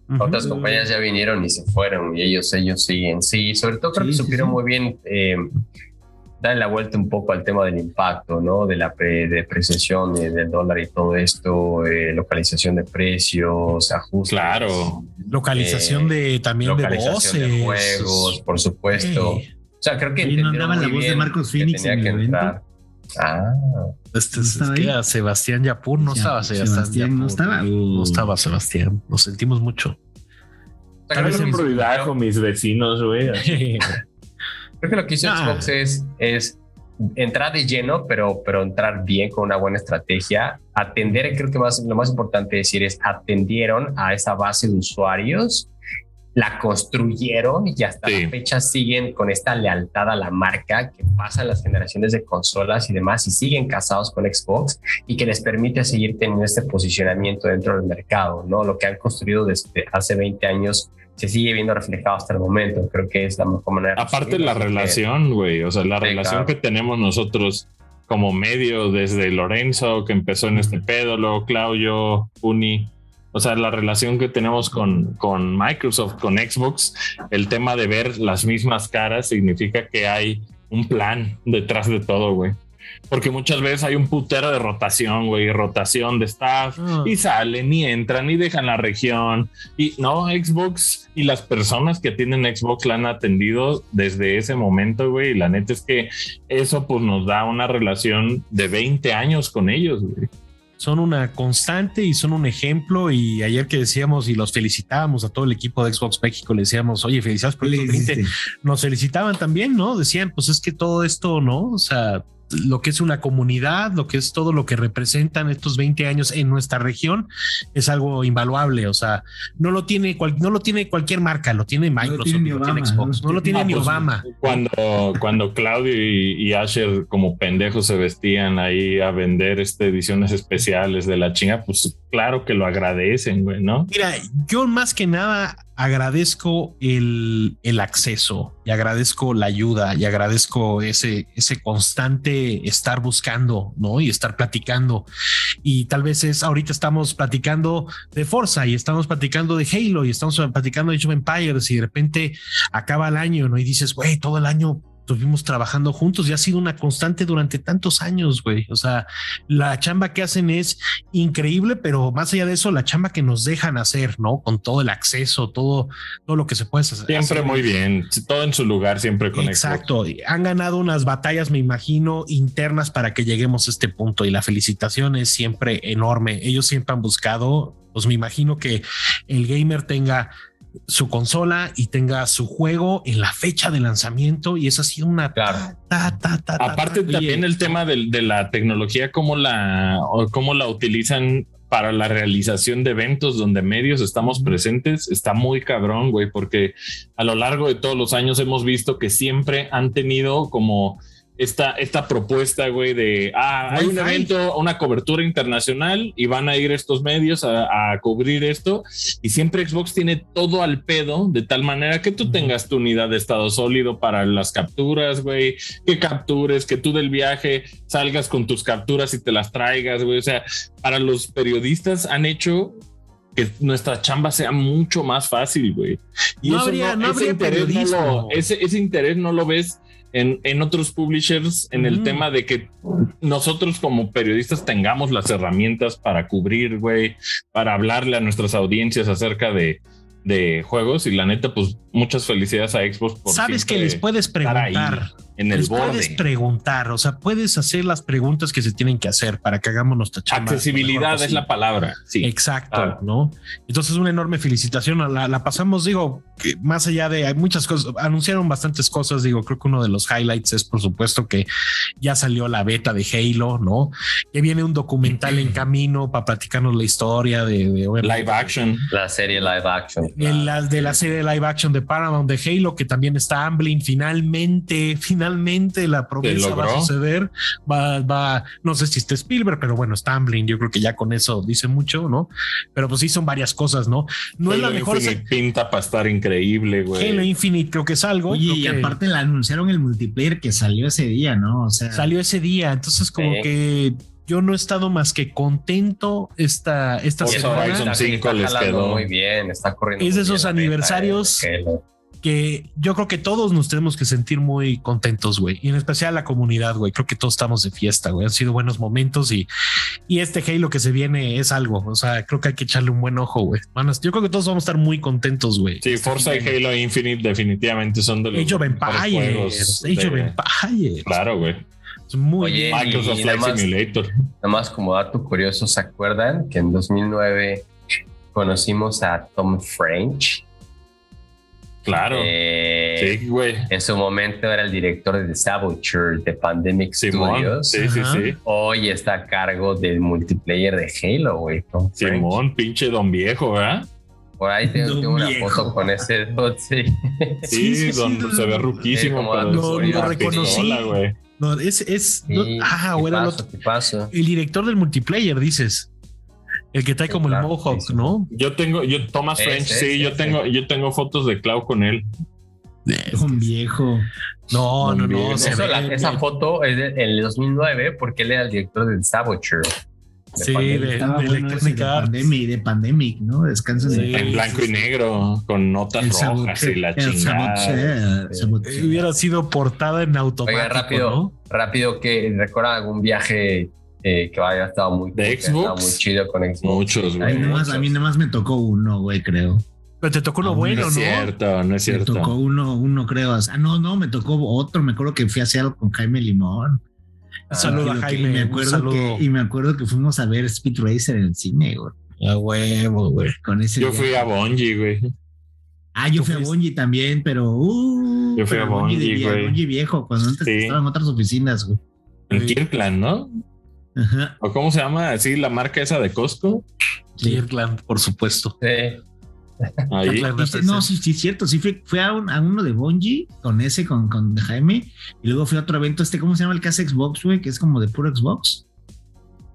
S2: Ujú.
S1: Otras compañías ya vinieron y se fueron y ellos, ellos siguen. Sí, sobre todo creo
S4: Sí,
S1: que
S4: sí,
S1: supieron
S4: sí.
S1: muy bien eh, darle la vuelta un poco al tema del impacto, ¿no? De la pre- depreciación eh, del dólar y todo esto, eh, localización de precios, ajustes.
S3: Claro.
S2: Localización
S1: Eh,
S2: de también de voces.
S1: Localización de juegos, por supuesto.
S2: Ey,
S1: O sea, creo que
S4: Oye, ¿no
S1: entendieron
S4: andaba la
S1: muy
S4: voz de
S1: bien
S4: Marcos
S1: que
S4: Phoenix
S1: tenía
S4: en el
S1: que
S4: evento?
S1: entrar. Ah,
S2: este,
S4: ¿No
S2: es-
S4: estaba
S2: es que
S4: ahí?
S2: a Sebastián Yapur no
S4: Ya,
S2: estaba Sebastián,
S4: Sebastián no
S2: Yapur.
S4: estaba. Uh.
S2: No estaba Sebastián. Nos sentimos mucho.
S1: O sea, creo que lo que hizo-
S3: mis vecinos, güey.
S1: [LAUGHS] Creo que lo que hizo
S2: Ah.
S1: Xbox es, es entrar de lleno, pero, pero entrar bien con una buena estrategia. Atender, creo que más, lo más importante decir es atendieron a esa base de usuarios, la construyeron y hasta
S3: Sí.
S1: la fecha siguen con esta lealtad a la marca que pasan las generaciones de consolas y demás y siguen casados con Xbox y que les permite seguir teniendo este posicionamiento dentro del mercado, ¿no? Lo que han construido desde hace 20 años se sigue viendo reflejado hasta el momento. Creo que es la mejor manera. de
S3: Aparte
S1: resumirlo,
S3: la
S1: así que-
S3: relación, güey. O sea, la
S1: Sí,
S3: relación
S1: claro.
S3: que tenemos nosotros como medio desde Lorenzo, que empezó en este pedo, luego Claudio, Uni. O sea, la relación que tenemos con, con Microsoft, con Xbox, el tema de ver las mismas caras significa que hay un plan detrás de todo, güey. Porque muchas veces hay un putero de rotación, güey, rotación de staff,
S2: Ah.
S3: y salen y entran y dejan la región. Y no, Xbox y las personas que tienen Xbox la han atendido desde ese momento, güey. Y la neta es que eso pues nos da una relación de 20 años con ellos, güey.
S2: son una constante y son un ejemplo. Y ayer que decíamos y los felicitábamos a todo el equipo de Xbox México, le decíamos, oye, felicidades por estos 20. Nos felicitaban también, ¿no? Decían, pues es que todo esto, ¿no? O sea, lo que es una comunidad, lo que es todo lo que representan estos 20 años en nuestra región es algo invaluable. O sea, no lo tiene, cual- no lo tiene cualquier marca, lo tiene Microsoft, lo
S4: tiene
S2: tiene,
S4: ni Obama,
S2: Xbox, no lo tiene
S3: Ah,
S2: ni
S3: pues,
S2: Obama.
S3: Cuando, cuando Claudio y, y Asher como pendejos se vestían ahí a vender este, ediciones especiales de la chinga, pues claro que lo agradecen, güey, ¿no?
S2: Mira, yo más que nada agradezco el, el acceso y agradezco la ayuda y agradezco ese, ese constante estar buscando, ¿no? Y estar platicando. Y tal vez es, ahorita estamos platicando de Forza y estamos platicando de Halo y estamos platicando de Age of Empires y de repente acaba el año, ¿no? Y dices, güey, todo el año estuvimos trabajando juntos y ha sido una constante durante tantos años, güey. O sea, la chamba que hacen es increíble, pero más allá de eso, la chamba que nos dejan hacer, ¿no? Con todo el acceso, todo, todo lo que se puede hacer.
S3: Siempre muy bien, todo en su lugar, siempre con Xbox.
S2: Exacto. Han ganado unas batallas, me imagino, internas para que lleguemos a este punto y la felicitación es siempre enorme. Ellos siempre han buscado, pues me imagino que el gamer tenga su consola y tenga su juego en la fecha de lanzamiento y es así una...
S1: Claro.
S2: ta, ta, ta, ta,
S3: Aparte
S2: ta.
S3: también
S2: Oye,
S3: el tema del- de, la tecnología, cómo la, o cómo la utilizan para la realización de eventos donde medios estamos presentes, está muy cabrón, güey, porque a lo largo de todos los años hemos visto que siempre han tenido como esta, esta propuesta, güey, de, ah, hay un
S2: Wi-Fi.
S3: evento, una cobertura internacional y van a ir estos medios a, a cubrir esto. Y siempre Xbox tiene todo al pedo, de tal manera que tú
S2: Ujú.
S3: tengas tu unidad de estado sólido para las capturas, güey, que captures, que tú del viaje salgas con tus capturas y te las traigas, güey. O sea, para los periodistas han hecho que nuestra chamba sea mucho más fácil, güey. Y
S2: No
S3: eso
S2: habría- no habría
S3: no lo-
S2: periodismo.
S3: ese, ese interés no lo ves en, en otros publishers, en el
S2: Ujú.
S3: tema de que nosotros como periodistas tengamos las herramientas para cubrir, güey, para hablarle a nuestras audiencias acerca de, de juegos. Y la neta, pues muchas felicidades a Xbox por
S2: Sabes que
S3: siempre
S2: les puedes
S3: estar ahí
S2: preguntar.
S3: en el
S2: les
S3: borde.
S2: puedes preguntar, o sea, puedes hacer las preguntas que se tienen que hacer para que hagamos nuestra chamba. lo
S3: Accesibilidad
S2: mejor
S3: es
S2: posible.
S3: la palabra. Sí.
S2: Exacto,
S3: claro.
S2: ¿no? Entonces, una enorme felicitación. La, la pasamos, digo, que más allá de hay muchas cosas, anunciaron bastantes cosas. Digo, creo que uno de los highlights es, por supuesto, que ya salió la beta de Halo, ¿no? Que viene un documental
S3: [CLEARS THROAT]
S2: en camino para platicarnos la historia de, de obviamente,
S3: Live action.
S1: La serie live action.
S2: de la, de la serie de live action de Paramount de Halo, que también está Amblin. Finalmente, finalmente la promesa va a
S3: logró.
S2: suceder. Va, va, no sé si está Spielberg, pero bueno, está Amblin. Yo creo que ya con eso dice mucho, ¿no? Pero pues sí son varias cosas, ¿no? No es la
S3: Halo
S2: mejor.
S3: Infinite pinta para estar increíble, güey.
S2: Halo Infinite, creo que es algo.
S4: Oye,
S2: creo
S4: y
S2: que
S4: aparte la anunciaron el multiplayer que salió ese día, ¿no? O sea,
S2: salió ese día. Entonces, como
S1: Sí.
S2: que yo no he estado más que contento esta, esta
S3: Forza
S2: semana.
S3: Horizon
S1: Está-
S3: 5 les
S1: jalando
S3: quedó.
S1: Muy bien, está corriendo.
S2: Es de
S1: muy bien
S2: esos
S1: la beta,
S2: aniversarios
S1: eh, Halo.
S2: que yo creo que todos nos tenemos que sentir muy contentos, güey. Y en especial la comunidad, güey. Creo que todos estamos de fiesta, güey. Han sido buenos momentos y, y este Halo que se viene es algo. O sea, creo que hay que echarle un buen ojo, güey. Manos, yo creo que todos vamos a estar muy contentos, güey.
S3: Sí, Forza y Halo Infinite definitivamente son de los
S2: Age of
S3: mejores
S2: Empires.
S3: juegos
S2: Age of
S3: de-
S2: Empires.
S3: Claro, güey.
S2: Es Muy
S1: Oye,
S2: bien.
S3: Microsoft
S1: y
S3: Flight
S1: nada más-
S3: Simulator.
S1: Nada más como dato curioso, ¿se acuerdan que en 2009 conocimos a Tom French?
S3: Claro.
S1: Eh,
S3: Oh, sí, güey.
S1: En su momento era el director de The Saboteur de Pandemic
S3: Simón.
S1: Studios.
S3: Sí, sí,
S2: Ajá.
S3: sí.
S1: Hoy está a cargo del multiplayer de Halo, güey. Tom French.
S3: Simón, pinche don viejo, ¿verdad?
S1: Por ahí tengo,
S4: Don
S1: tengo una
S4: viejo.
S1: foto con ese dude, sí.
S3: Sí,
S2: Sí, sí, sí,
S3: don,
S2: lo-
S3: se ve
S1: Sí,
S3: ruquísimo,
S1: como
S3: pero
S1: lo-
S3: es
S1: lo
S3: una
S2: reconocí.
S3: pistola, güey.
S2: No, es, es, [LAUGHS] no-
S1: Sí,
S2: ah, o era el
S1: tipazo,
S2: otro.
S1: tipazo.
S2: El director del multiplayer, dices. El que trae
S1: Sí,
S2: como
S1: claro,
S2: el Mohawk,
S1: sí, sí.
S2: ¿no?
S3: Yo tengo, yo Thomas
S1: Ese,
S3: French, sí,
S1: ese,
S3: yo
S1: ese.
S3: tengo, yo tengo fotos de Clau con él.
S4: un viejo.
S2: No, no, no.
S3: También.
S2: se
S1: Eso,
S2: ve
S1: la-
S2: bien.
S1: esa foto es del el 2009 porque él era el director de The Saboteur.
S2: sí, de, de
S4: Estaba bueno ese de
S2: Electronic Arts.
S4: Pandemic, de Pandemic, ¿no? Descanso
S2: Sí.
S4: de
S3: En blanco y negro, con notas
S4: El
S3: rojas
S4: sabote-
S3: y la
S4: el
S1: Ah,
S3: chingada.
S4: sabotea,
S2: Eh,
S4: sabotea.
S2: Hubiera sido portada en automático,
S1: Oiga, rápido.
S2: ¿no?
S1: Rápido que recuerda algún viaje eh, que había estado muy,
S3: ¿De
S1: que había estado
S3: Xbox?
S1: muy chido con Xbox.
S3: Muchos,
S1: Ay,
S4: A
S3: güey.
S4: mí, nomás, a mí nomás me tocó uno, güey, creo.
S2: Pero te tocó lo
S4: Ah,
S2: bueno,
S3: No
S2: ¿no?
S3: es cierto, no es
S4: Me tocó
S3: cierto.
S4: uno, uno creo. Ah, no, no, me tocó otro. Me acuerdo que fui a hacer algo con Jaime Limón.
S1: Ah,
S2: Saludo
S4: Y
S2: a
S4: lo que-
S2: Jaime.
S4: me
S2: un
S4: acuerdo
S2: saludo.
S4: que, y me acuerdo que fuimos a ver Speed Racer en el cine, güey.
S2: A huevo, güey.
S4: Con ese
S3: Yo
S4: viaje.
S3: fui a Bonji, güey.
S4: Ah, yo
S2: Tú
S4: fui a
S2: fuiste.
S4: Bonji también, pero. Uh,
S3: Yo fui
S4: pero
S3: a Bungie,
S4: de vie-
S3: güey.
S4: Bungie viejo, cuando antes
S3: Sí.
S4: estaban otras oficinas, güey.
S3: En
S2: Sí.
S3: Kirkland, ¿no?
S4: Ajá.
S3: ¿O cómo se llama? Así la marca esa de Costco.
S4: Sí.
S2: Kirkland, por supuesto.
S1: sí.
S3: Ahí.
S2: Kirkland
S4: Este, no,
S2: representa.
S4: sí, sí, cierto. Sí, fui, fui a, un- a uno de Bonji con ese, con, con Jaime. Y luego fui a otro evento, este, ¿cómo se llama el que hace Xbox, güey? Que es como de puro Xbox.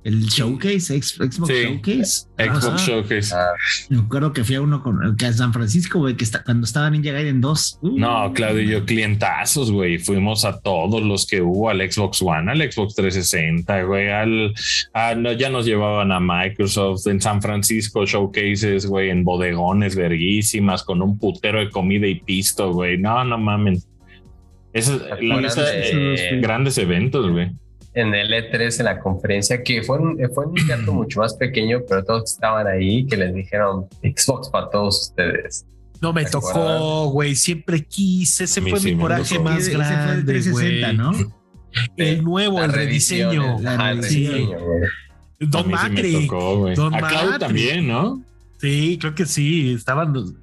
S4: El showcase, ex- Xbox
S3: Sí.
S4: Showcase.
S3: Xbox
S2: Ajá.
S3: Showcase.
S1: Ah,
S4: Me acuerdo que fui a uno con que a San Francisco, güey, que está, cuando estaba Ninja Gaiden 2. Uh,
S3: No, Claudio y yo, clientazos, güey. Fuimos a todos los que hubo, al Xbox One, al Xbox 360, güey, al... a- no, ya nos llevaban a Microsoft en San Francisco, showcases, güey, en bodegones verguísimas, con un putero de comida y pisto, güey. No, no mamen. Esa es la
S1: Fueron
S3: lista de
S1: de-
S3: grandes eventos, güey.
S1: en el E3, en la conferencia, que fue un, fue un
S2: [CLEARS THROAT]
S1: teatro mucho más pequeño, pero todos estaban ahí, que les dijeron Xbox para todos ustedes.
S2: No me
S1: ¿Te acuerdas?
S2: tocó, güey. Siempre quise. Ese
S3: A mí
S2: fue
S3: sí
S2: mi
S3: me
S2: coraje
S3: tocó.
S2: más
S4: Ese fue el
S2: grande,
S4: 360,
S2: güey.
S4: ¿no?
S2: Oh, El nuevo,
S1: La
S2: el
S1: revisión,
S2: rediseño.
S1: el-
S4: La
S1: ajá, el
S2: rediseño.
S1: rediseño, güey.
S3: A
S2: Don
S3: mí sí me
S2: Macri.
S3: tocó, güey.
S2: Don
S3: A Claudio
S2: Macri.
S3: también, ¿no?
S2: Sí, creo que sí. Estaban.
S1: Sí.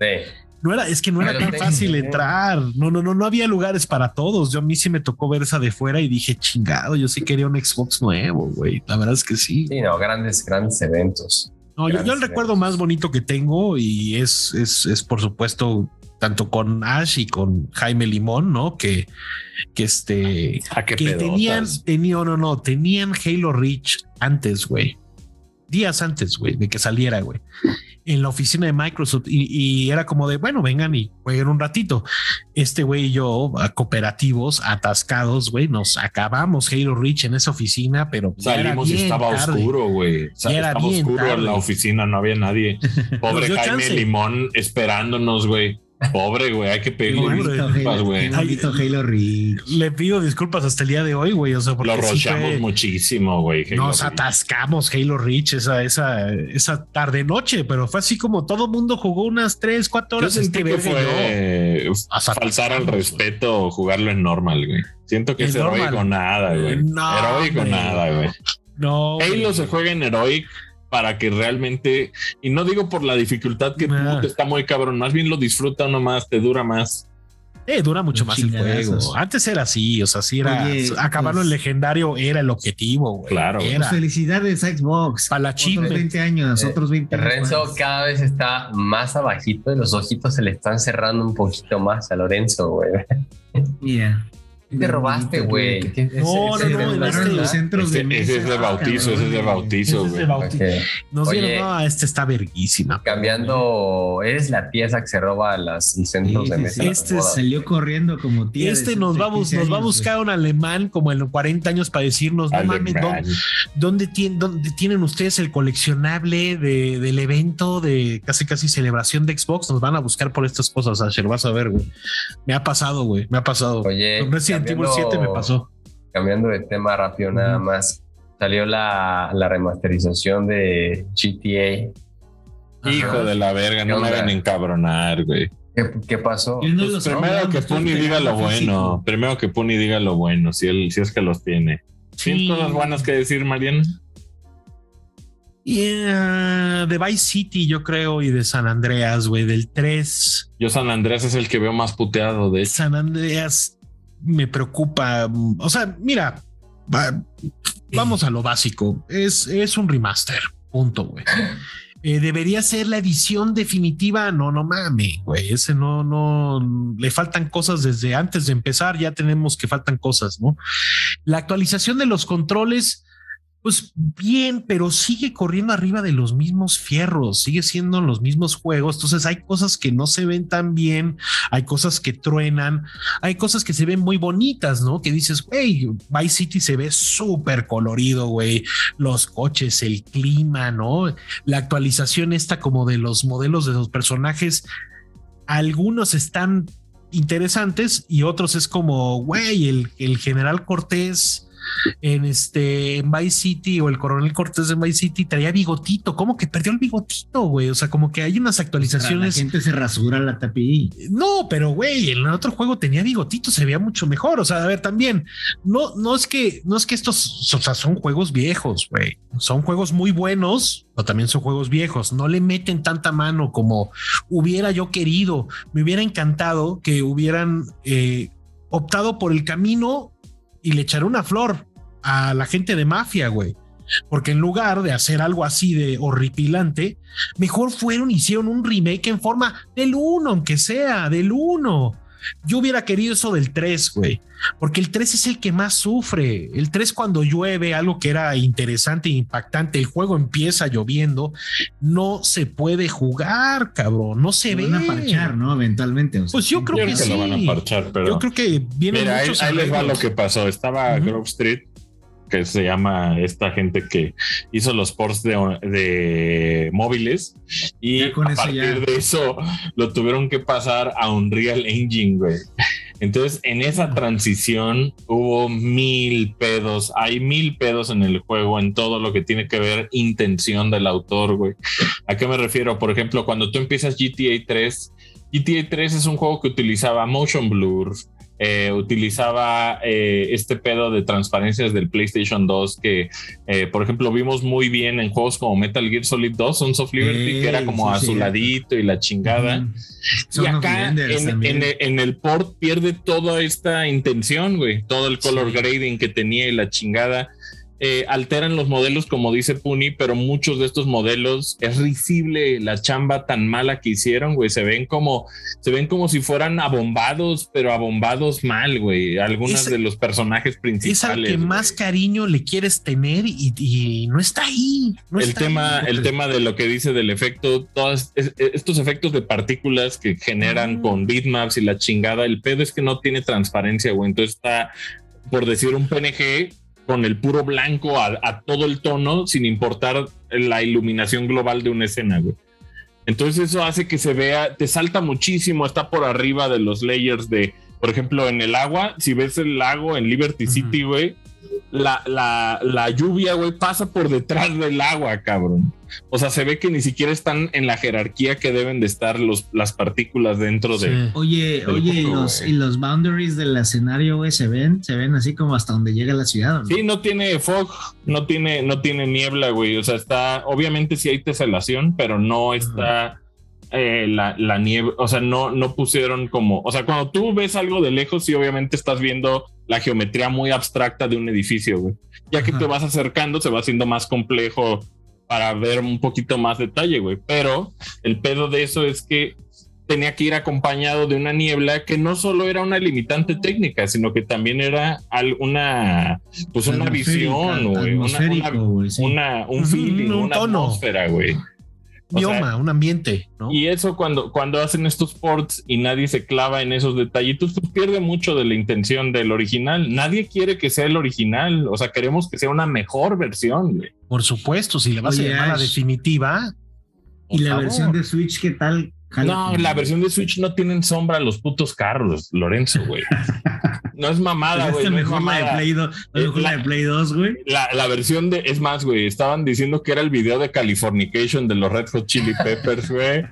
S2: No era, es que no era
S1: Pero
S2: tan
S1: sí,
S2: fácil
S1: sí.
S2: entrar. No, no, no, no había lugares para todos. Yo a mí sí me tocó ver esa de fuera y dije, chingado, yo sí quería un Xbox nuevo, güey. La verdad es que sí.
S1: Sí, no, grandes, grandes eventos.
S2: No, yo, yo el
S1: Grandes
S2: recuerdo
S1: eventos.
S2: más bonito que tengo y es, es, es por supuesto tanto con Ash y con Jaime Limón, ¿no? Que, que este,
S3: ¿A Ah, qué
S2: que tenían,
S3: pedotas?
S2: tenían, no, no, tenían Halo Reach antes, güey. Días antes, güey, de que saliera, güey. En la oficina de Microsoft y, y era como de, bueno, vengan y jueguen un ratito. Este güey y yo, a cooperativos, atascados, güey, nos acabamos Halo Reach en esa oficina, pero ya era
S3: Salimos y
S2: bien
S3: estaba
S2: tarde.
S3: oscuro, güey. O sea,
S2: Ya era
S3: estaba
S2: bien
S3: oscuro en la
S2: tarde.
S3: oficina, no había nadie.
S2: [LAUGHS]
S3: Pobre
S2: Nos dio
S3: Jaime
S2: chance.
S3: Limón esperándonos, güey. Pobre,
S2: [LAUGHS]
S3: güey, hay que
S4: Qué
S3: pedirle
S2: Pobre.
S4: bonito,
S3: disculpas,
S4: Halo,
S3: güey.
S4: qué bonito Halo Reach.
S2: Le pido disculpas hasta el día de hoy, güey. O sea, porque
S3: Lo
S2: sí fue-
S3: rochamos muchísimo, güey. Halo
S2: nos
S3: Reach.
S2: atascamos Halo Reach esa, esa, esa tarde noche, pero fue así como todo mundo jugó unas 3, 4
S3: Yo
S2: horas.
S3: sentí
S2: este
S3: que
S2: verga y
S3: fue eh,
S2: Hasta
S3: faltar al
S2: atascamos,
S3: respeto o jugarlo en normal, güey. Siento que
S2: En
S3: es heroico
S2: normal.
S3: nada, güey.
S2: No,
S3: heroico
S2: hombre.
S3: nada, güey.
S2: No,
S3: Halo
S2: güey.
S3: se juega en Heroic para que realmente, y no digo por la dificultad que
S2: Nah.
S3: puta, está muy cabrón, más bien lo disfruta uno más, te dura más.
S2: Eh, dura mucho más el
S4: Chingadazos.
S2: juego. Antes era así, o sea, sí era
S4: Oye,
S2: acabarlo
S4: pues-
S2: en legendario era el objetivo, güey.
S3: Claro, güey.
S4: Pues
S2: Era
S4: felicidades, Xbox.
S2: para la
S4: Otros
S2: achievement.
S4: 20 años,
S1: Eh,
S4: otros 20 años.
S1: Renzo
S4: más.
S1: cada vez está más abajito y los ojitos se le están cerrando un poquito más a Lorenzo, güey.
S4: Mira.
S1: Te robaste, güey.
S4: Ok.
S2: No,
S4: Se
S2: no, no,
S4: revelaron
S2: este-
S4: los centros
S3: Ese,
S4: de
S3: ese es de
S4: mesa,
S3: bautizo, ese es de
S4: cabrón.
S3: bautizo,
S2: Ah, Ese es de
S3: güey.
S2: bauti-
S1: Ok.
S2: Nos dieron,
S1: Oye.
S2: no, este está verguísima.
S1: Cambiando, eres la pieza que se roba las los centros
S4: Sí,
S1: de
S4: sí,
S1: mesa.
S4: sí.
S1: las
S2: Este
S1: bodas.
S4: Salió corriendo como tía.
S2: Este
S4: de
S2: nos
S4: 15
S2: va, a bus- nos va a
S4: años,
S2: buscar un alemán como en los 40 años para decirnos, no mames, ¿dónde-
S3: Alemán.
S2: ¿Dónde, tien- dónde tienen ustedes el coleccionable de- del evento de casi casi celebración de Xbox? Nos van a buscar por estas cosas, Asher. Vas a ver, güey. Me ha pasado, güey. Me ha pasado.
S1: Oye,
S2: Con Resident Evil
S1: cambiando-
S2: 7 me pasó.
S1: Cambiando de tema rápido nada
S2: Ujú.
S1: más. Salió la, la remasterización de GTA.
S3: Hijo de la verga,
S1: ¿Qué
S3: no me
S1: onda?
S3: hagan encabronar, güey.
S1: ¿Qué, qué pasó?
S4: Yo no
S3: Pues
S4: los
S3: primero
S4: compraba,
S3: que
S4: los
S3: Puni
S4: estoy
S3: diga lo
S4: esperando
S3: bueno,
S4: físico.
S3: primero que Puni diga lo bueno, si, él, si es que los tiene. ¿Tienes cosas buenas que decir, Mariana?
S2: Y, eh, de Vice City, yo creo, y de San Andreas, güey, del 3.
S3: Yo San Andrés es el que veo más puteado, de hecho.
S2: San Andreas me preocupa. O sea, mira, va- vamos a lo básico. Es, es un remaster, punto, güey. Eh, debería ser la edición definitiva. No, no mames, güey. Ese no, no le faltan cosas desde antes de empezar. Ya tenemos que faltan cosas, no? La actualización de los controles Pues bien, pero sigue corriendo arriba de los mismos fierros, sigue siendo los mismos juegos. Entonces hay cosas que no se ven tan bien, hay cosas que truenan, hay cosas que se ven muy bonitas, ¿no? Que dices, güey, Vice City se ve súper colorido, güey. Los coches, el clima, ¿no? La actualización esta como de los modelos de los personajes. Algunos están interesantes y otros es como, güey, el, el general Cortés en este en Vice City o el coronel Cortés de Vice City traía bigotito, como que perdió el bigotito, güey, o sea, como que hay unas actualizaciones.
S4: La gente se rasura la tapilla.
S2: No, pero güey, en el otro juego tenía bigotito, se veía mucho mejor, o sea, a ver, también no no es que no es que estos, o sea, son juegos viejos, güey. Son juegos muy buenos, pero también son juegos viejos, no le meten tanta mano como hubiera yo querido. Me hubiera encantado que hubieran eh, optado por el camino y le echaré una flor a la gente de mafia, güey. Porque en lugar de hacer algo así de horripilante, mejor fueron, hicieron un remake en forma del 1, aunque sea, del 1. Yo hubiera querido eso del 3, güey. Porque el 3 es el que más sufre. El 3 cuando llueve, algo que era interesante e impactante, el juego empieza lloviendo, no se puede jugar, cabrón. No se,
S4: Se
S2: ve.
S4: van a parchar, ¿no? Eventualmente. o sea,
S2: Pues yo creo que
S3: que
S2: sí.
S3: lo van a parchar, pero.
S2: Yo creo que vienen
S3: Mira, ahí,
S2: muchos
S3: ahí les va lo
S2: arreglos.
S3: que pasó. Estaba
S2: Ujú.
S3: Grove Street, que se llama esta gente que hizo los ports de, de móviles, y
S4: Ya con
S3: a
S4: eso
S3: partir
S4: ya.
S3: de eso lo tuvieron que pasar a Unreal Engine, güey. Entonces, en esa transición hubo mil pedos. Hay mil pedos en el juego, en todo lo que tiene que ver intención del autor, güey. ¿A qué me refiero? Por ejemplo, cuando tú empiezas GTA 3, GTA 3 es un juego que utilizaba motion blur, eh, utilizaba eh, este pedo de transparencias del PlayStation 2 que, eh, por ejemplo, vimos muy bien en juegos como Metal Gear Solid 2, Sons of Liberty,
S4: Eh,
S3: que era como
S4: sí, sí.
S3: azuladito y la chingada.
S4: Ujú.
S3: [LAUGHS] Y
S4: Son
S3: acá en,
S4: offenders también.
S3: en el- en el port pierde toda esta intención, güey. Todo el color grading que tenía y la chingada. Eh, alteran los modelos, como dice Puni, pero muchos de estos modelos es risible la chamba tan mala que hicieron, güey. Se ven como, se ven como si fueran abombados, pero abombados mal, güey. Algunos
S2: Es-
S3: de los personajes
S2: es al
S3: principales.
S2: que
S3: güey.
S2: más cariño le quieres tener y, y no está ahí. no
S3: el
S2: está
S3: tema,
S2: ahí.
S3: el tema de lo que dice del efecto, todos estos efectos de partículas que generan
S5: Ah.
S3: con bitmaps y la chingada, el pedo es que no tiene transparencia, güey. Entonces está, por decir un PNG, con el puro blanco a, a todo el tono, sin importar la iluminación global de una escena, güey. Entonces eso hace que se vea, te salta muchísimo, está por arriba de los layers de, por ejemplo, en el agua, si ves el lago en Liberty
S4: Ujú.
S3: City, güey, la, la, la lluvia, güey, pasa por detrás del agua, cabrón. O sea, se ve que ni siquiera están en la jerarquía que deben de estar los, las partículas dentro de...
S2: Sí.
S4: Oye,
S3: Del
S4: oye, y
S3: juego,
S4: los,
S3: güey.
S4: y los boundaries del escenario, güey, se ven, se ven así como hasta donde llega la ciudad. ¿o no?
S3: Sí, no tiene fog, no tiene, no tiene niebla, güey. O sea, está, obviamente sí hay teselación, pero no está eh, la, la nieve. O sea, no, no pusieron como, o sea, cuando tú ves algo de lejos, sí, obviamente estás viendo la geometría muy abstracta de un edificio, güey. Ya que
S4: Ajá.
S3: te vas acercando, se va haciendo más complejo para ver un poquito más detalle, güey. Pero el pedo de eso es que tenía que ir acompañado de una niebla que no solo era una limitante técnica, sino que también era al- una, pues una
S4: Atmosférica,
S3: visión, güey, una, una,
S4: atmosférico, güey, sí.
S3: una- un
S2: Ujú,
S3: feeling,
S2: un
S3: una
S2: tono.
S3: atmósfera, güey. O sea,
S2: bioma, un ambiente, ¿no?
S3: y eso cuando, cuando hacen estos ports y nadie se clava en esos detallitos, pues pierde mucho de la intención del original. Nadie quiere que sea el original, o sea, queremos que sea una mejor versión, güey.
S2: Por supuesto, si le vas
S4: Oye,
S2: a llamar la
S4: Ash.
S2: definitiva.
S4: Y
S2: por
S4: la
S2: favor.
S4: versión de Switch, ¿qué tal? Jala
S3: No,
S4: con-
S3: la versión de Switch no tienen sombra a los putos carros, Lorenzo, güey. No es
S4: Pues
S3: mamada,
S4: esta
S3: güey. no es
S4: mejor la de
S3: mamada.
S4: Play 2,
S3: Eh,
S4: mejor la
S3: la-
S4: de Play 2, güey.
S3: La, la versión de, es más, güey, estaban diciendo que era el video de Californication de los Red Hot Chili Peppers, [LAUGHS] güey.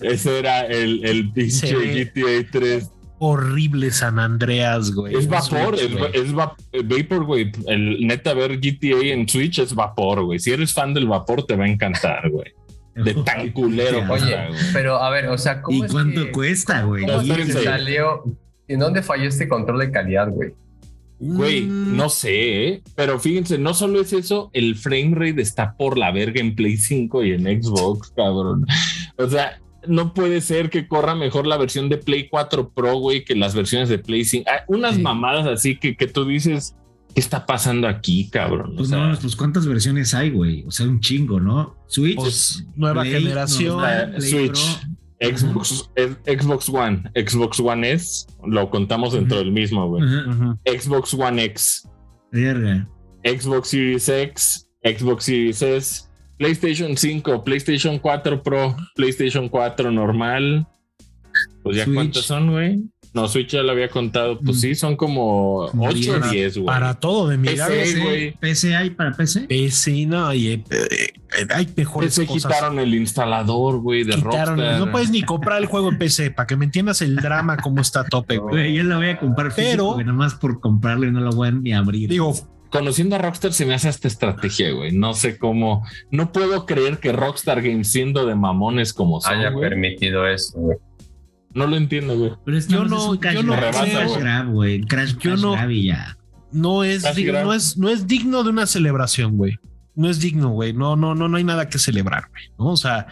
S3: Ese era el, el pinche
S2: Se ve.
S3: GTA 3.
S2: Horrible San Andreas, güey.
S3: Es
S2: en
S3: vapor,
S2: Switch,
S3: es,
S2: güey.
S3: es va- vapor, güey. El neta ver GTA en Switch es vapor, güey. Si eres fan del vapor, te va a encantar, güey. De tan culero,
S4: Ajá.
S3: que
S1: Oye,
S3: está, güey.
S1: Pero a ver, o sea, ¿cómo
S4: ¿Y
S1: es
S4: cuánto
S1: que-
S4: cuesta, güey?
S1: ¿Cómo
S3: No,
S1: es que
S3: espérense.
S1: salió? ¿En dónde falló este control de calidad, güey?
S3: Güey,
S2: Mm,
S3: no sé, ¿eh? pero fíjense, no solo es eso, el frame rate está por la verga en Play 5 y en Xbox, cabrón. O sea, no puede ser que corra mejor la versión de Play 4 Pro, güey, que las versiones de Play 5. Ah, unas
S4: Sí.
S3: mamadas así que, que tú dices, ¿Qué está pasando aquí, cabrón? O
S4: Pues
S3: sea,
S4: no, pues cuántas versiones hay, güey. O sea, un chingo, ¿no? Switch.
S2: Pues, nueva
S4: Play,
S2: generación.
S4: normal.
S3: eh,
S4: Play
S3: Switch, Xbox, eh, Xbox One, Xbox One S, lo contamos dentro
S4: Ujú.
S3: del mismo, güey.
S4: Ajá, Mm.
S2: Ujú.
S3: Xbox One X,
S4: verga.
S3: Xbox Series X, Xbox Series S, PlayStation 5, PlayStation 4 Pro, PlayStation 4 normal. Pues ya
S4: Switch.
S3: cuántas son, güey. No, Switch ya lo había contado. Pues
S4: Mm.
S3: sí, son como
S4: Como
S3: 8 o
S4: diez.
S3: 10, güey.
S2: Para todo de mirar.
S3: Ese-
S4: PC,
S3: güey.
S4: PC ¿eh? hay para PC.
S2: PC, no, y eh, eh, hay mejores
S3: Se
S2: cosas.
S3: quitaron el instalador, güey, de
S2: Quitaron-
S3: Rockstar.
S2: no puedes ni comprar el juego en PC para que me entiendas el drama cómo está a tope, güey.
S4: Güey, yo la voy a comprar físico,
S2: Pero-
S4: güey, nomás por comprarle no la voy a ni abrir.
S2: Digo,
S3: Conociendo a Rockstar se me hace esta estrategia, güey. No sé cómo. No puedo creer que Rockstar Games, siendo de mamones como son,
S1: haya
S3: güey,
S1: Ah, permitido eso. güey.
S3: no lo entiendo, güey. [LAUGHS]
S4: Pero es
S2: Yo
S4: nada más
S2: no-
S4: un cash
S2: yo no
S4: grab,
S3: creo-
S4: es un cash grab, güey. Crash,
S2: Yo
S4: cash
S2: no-
S4: grab y ya.
S2: no es,
S3: Casi
S2: dig-
S3: grave.
S2: no es, no es digno de una celebración, güey. No es digno, güey. No, no, no, no hay nada que celebrar, güey. ¿no? O sea,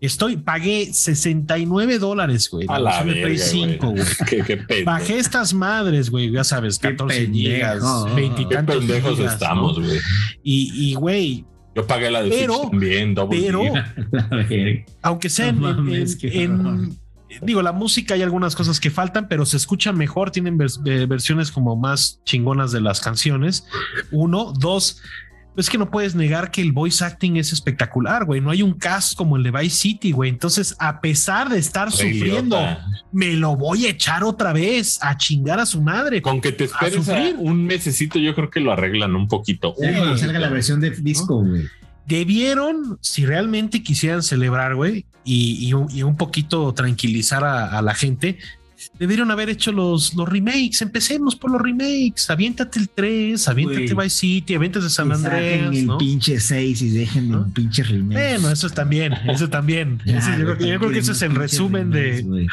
S2: estoy, pagué 69 dólares, güey.
S3: A
S2: de
S3: la
S2: versión de Play
S3: verga,
S2: 5, güey.
S3: Qué, qué pedo.
S2: Bajé estas madres, güey, ya sabes,
S4: Qué
S2: 14 gigas,
S4: pendejo.
S2: 20 y
S3: Qué
S2: tantos
S3: pendejos
S2: gigas,
S3: estamos,
S2: ¿no?
S3: güey.
S2: Y, y, güey,
S3: Yo pagué la de
S2: Pero-
S3: Switch también, doble.
S2: pero-
S3: D.
S4: La verga.
S2: aunque sea en,
S4: No mames,
S2: en-
S4: qué
S2: en-
S4: horror.
S2: digo, la música hay algunas cosas que faltan, pero se escuchan mejor, tienen vers- eh, versiones como más chingonas de las canciones. Uno, dos, es que no puedes negar que el voice acting es espectacular, güey. No hay un cast como el de Vice City, güey. Entonces, a pesar de estar
S3: Rey
S2: sufriendo,
S3: Liotta.
S2: me lo voy a echar otra vez a chingar a su madre.
S3: Con que te esperes a
S2: sufrir.
S3: un mesecito, yo creo que lo arreglan un poquito.
S4: Ya
S2: Sí,
S4: cuando
S2: güey.
S4: salga la versión de disco, güey.
S2: debieron, si realmente quisieran celebrar, güey, y, y un- y un poquito tranquilizar a, a la gente, debieron haber hecho los, los remakes. Empecemos por los remakes. Aviéntate el 3, aviéntate
S4: Güey.
S2: Vice City, aviéntate San
S4: Que saquen
S2: Andreas,
S4: el
S2: ¿no?
S4: pinche 6 y dejen
S2: ¿No?
S4: el pinche remake.
S2: Bueno, eso es también, eso también.
S4: Ya,
S2: Ese yo, creo,
S4: güey,
S2: que- yo creo que ese
S4: también
S2: es el
S4: pinche
S2: resumen
S4: remakes,
S2: de
S4: güey.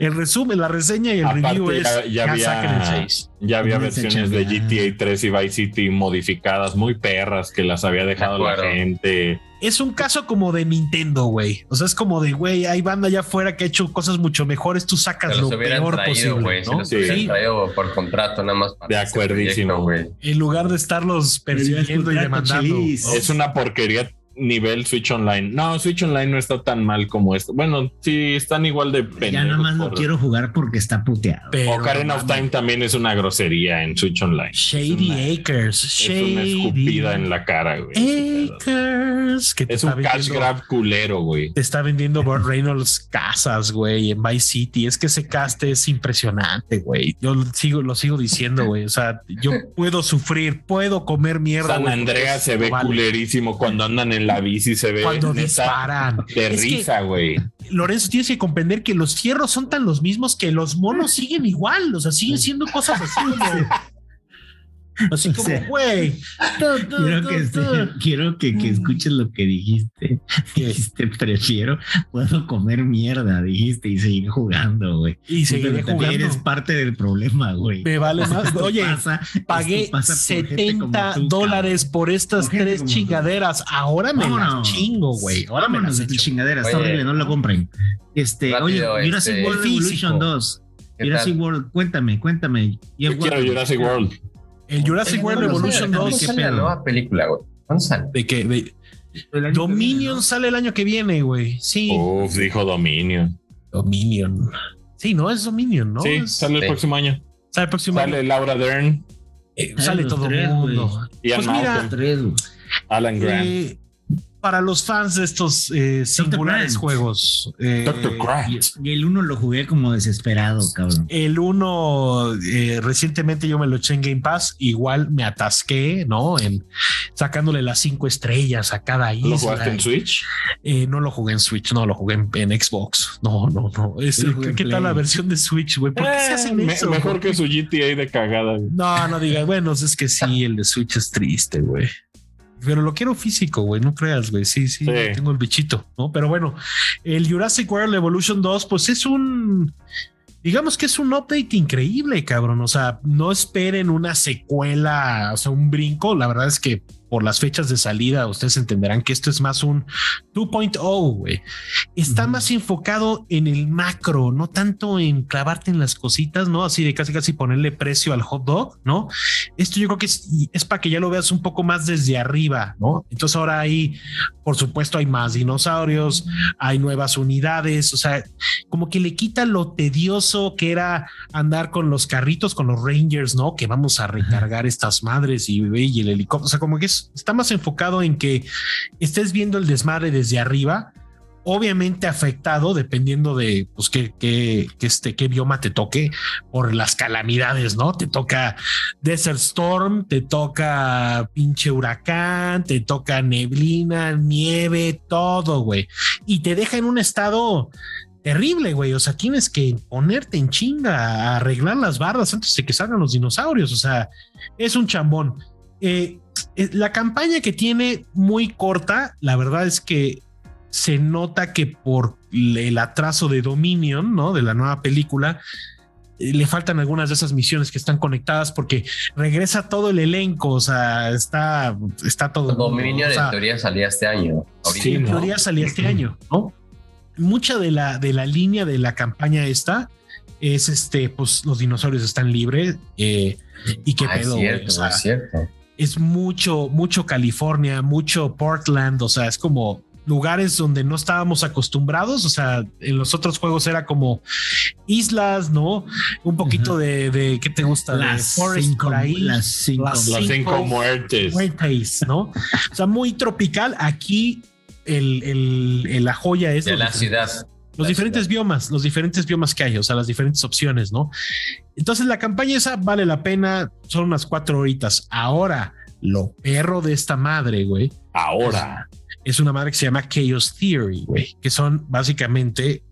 S2: el resumen, la reseña y el
S3: Aparte,
S2: review es
S3: ya- ya había-
S2: saquen el 6.
S3: Ya había
S4: No les
S3: versiones de
S4: echan ganas.
S3: GTA 3 y Vice City modificadas, muy perras, que las había dejado la
S1: acuerdo.
S3: gente.
S2: Es un caso como de Nintendo, güey. O sea, es como de, güey, hay banda allá afuera que ha hecho cosas mucho mejores, tú sacas
S1: Se
S2: lo
S1: los hubieran
S2: peor
S1: traído,
S2: posible,
S1: güey. Se
S2: ¿no?
S1: los
S3: Sí.
S1: hubieran traído por contrato, nada más.
S3: De
S1: para ese
S3: acuerdísimo,
S1: proyecto,
S2: en lugar de estarlos persiguiendo y
S4: Contrato,
S2: demandando. Oh,
S4: chilis.
S2: ¿no?
S3: Es una porquería nivel Switch Online. No, Switch Online no está tan mal como esto. Bueno, sí, están igual de
S4: Ya nada más lo
S3: por-
S4: quiero jugar porque está puteado.
S2: Pero-
S3: Ocarina of Time también es una grosería en Switch Online.
S2: Shady
S3: Es
S2: Acres.
S3: Es una
S2: Shady
S3: escupida en la cara, güey. ese pedo.
S2: Acres. Que te
S3: Es
S2: está
S3: un cash
S2: vendiendo-
S3: grab culero, güey.
S2: Te está vendiendo Burt Reynolds casas, güey, en Vice City. Es que ese cast es impresionante, güey. Yo lo sigo, lo sigo diciendo, güey. O sea, yo puedo sufrir, puedo comer mierda.
S3: San
S2: güey,
S3: Andreas
S2: porque
S3: se ve
S2: vale.
S3: culerísimo cuando andan en la bici, se ve
S2: Cuando
S3: neta,
S2: disparan.
S3: de
S2: Es que-
S3: risa, güey.
S2: Lorenzo, tienes que comprender que los fierros son tan los mismos que los monos siguen igual, o sea, siguen siendo cosas así como. Así
S4: O
S2: como,
S4: sea,
S2: güey. tu, tu,
S4: Quiero
S2: tu,
S4: que, este-
S2: tu.
S4: quiero que, que escuches lo
S2: [LAUGHS]
S4: que dijiste.
S2: ¿Qué?
S4: Dijiste, prefiero, puedo comer mierda, dijiste, y seguir jugando, güey.
S2: Y seguiré
S4: Pero también
S2: jugando.
S4: eres parte del problema, güey.
S2: Me vale más.
S4: Esto
S2: Oye,
S4: pasa- esto
S2: pagué
S4: pasa por gente como
S2: 70
S4: tú,
S2: dólares
S4: cabrón.
S2: por estas
S4: Por gente
S2: tres
S4: como tú.
S2: chingaderas. Ahora me las
S4: Vámonos.
S2: chingo, güey. Ahora me
S4: Vámonos
S2: las
S4: de tus
S2: echo.
S4: chingaderas, está
S1: Oye.
S4: horrible, no lo compren. Este,
S1: Rápido,
S4: oye, Jurassic
S1: este,
S4: World
S2: físico.
S4: Evolution 2.
S1: ¿Qué
S4: Jurassic
S1: tal?
S4: World, cuéntame, cuéntame. Y el
S3: Yo quiero
S4: World-
S3: Jurassic World.
S2: El
S1: Oye,
S2: Jurassic World
S1: no, no,
S2: Evolution
S1: no, no,
S2: 2.
S1: ¿Qué sale la
S4: pedo?
S1: nueva película, güey? ¿Dónde sale?
S2: ¿De qué? De- Dominion sale el año que viene, güey. Sí.
S4: Oh.
S3: Uf, dijo Dominio.
S2: Dominion. Sí, no es Dominion, ¿no?
S3: sí,
S2: Es-
S3: sale el
S1: Sí.
S3: próximo año.
S2: sale el próximo año.
S3: Sale Laura Dern,
S2: Eh,
S4: Salen
S2: sale
S4: los
S2: todo el
S4: tres,
S2: mundo.
S3: Ian
S2: Pues mira,
S3: Malcolm,
S4: Tres, güey.
S3: Alan Grant,
S2: Eh, para los fans de estos eh, singulares
S4: Grant.
S2: juegos, eh,
S3: Dr. Grant.
S4: Y el uno lo jugué como desesperado, cabrón.
S2: el uno eh, recientemente yo me lo eché en Game Pass, igual me atasqué, ¿no? En sacándole las cinco estrellas a cada isla.
S3: ¿Lo jugaste en Switch?
S2: Eh, no lo jugué en Switch, no lo jugué en, en Xbox. No, no, no. Es-
S4: Yo lo jugué en
S2: ¿Qué tal la
S4: Play.
S2: versión de Switch, güey? ¿Por qué se
S3: Eh,
S2: hacen
S3: me-
S2: eso?
S3: mejor que su GTA de cagada. güey.
S2: No, no digas, bueno, es que sí, el de Switch es triste, güey. Pero lo quiero físico, güey, no creas, güey. Sí, sí,
S3: Sí.
S2: tengo el bichito, ¿no? Pero bueno, el Jurassic World Evolution 2, pues es un. Digamos que es un update increíble, cabrón. O sea, no esperen una secuela, o sea, un brinco. La verdad es que por las fechas de salida, ustedes entenderán que esto es más un 2.0, güey. Está
S4: Ujú.
S2: más enfocado en el macro, no tanto en clavarte en las cositas, ¿no? Así de casi casi ponerle precio al hot dog, ¿no? Esto yo creo que es, y es para que ya lo veas un poco más desde arriba, ¿no? Entonces ahora hay, por supuesto, hay más dinosaurios, hay nuevas unidades, o sea, como que le quita lo tedioso que era andar con los carritos, con los Rangers, ¿no? Que vamos a recargar estas madres y, ve, y el helicóptero. O sea, como que es- está más enfocado en que estés viendo el desmadre desde arriba, obviamente afectado dependiendo de pues, qué, qué, qué, este, qué bioma te toque por las calamidades, ¿no? Te toca Desert Storm, te toca pinche huracán, te toca neblina, nieve, todo, güey. Y te deja en un estado terrible, güey. O sea, tienes que ponerte en chinga a arreglar las bardas antes de que salgan los dinosaurios. O sea, es un chambón. Eh, eh, la campaña que tiene muy corta, la verdad es que se nota que por el atraso de Dominion, ¿no? De la nueva película, eh, le faltan algunas de esas misiones que están conectadas porque regresa todo el elenco, o sea, está, está todo. el mundo,
S1: Dominion
S2: o sea,
S1: en teoría salía este año. ahorita.
S2: Sí, en
S3: ¿no?
S2: teoría salía este año, ¿no? Mucha de la, de la línea de la campaña esta es este, pues los dinosaurios están libres eh, y qué
S1: Ah, es
S2: pedo, güey,
S1: cierto,
S2: o sea,
S1: es cierto.
S2: es mucho, mucho California, mucho Portland, o sea, es como lugares donde no estábamos acostumbrados, o sea, en los otros juegos era como islas, ¿no? Un poquito
S4: Ajá.
S2: de, de, ¿qué te gusta? De
S4: Las
S2: forest
S4: cinco,
S2: por ahí.
S4: las cinco.
S2: Las-
S3: Las
S2: Cinco.
S3: cinco muertes.
S2: Muertes, ¿no? O sea, muy tropical. Aquí el, el- el- la joya es
S1: De
S2: los
S1: la
S2: diferentes-
S1: ciudad.
S2: los
S1: La
S2: diferentes biomas, los diferentes biomas que hay, o sea, las diferentes opciones, ¿no? Entonces la campaña esa vale la pena, son unas cuatro horitas. Ahora, lo perro de esta madre, güey,
S3: Ahora.
S2: es una madre que se llama Chaos Theory, güey, que son básicamente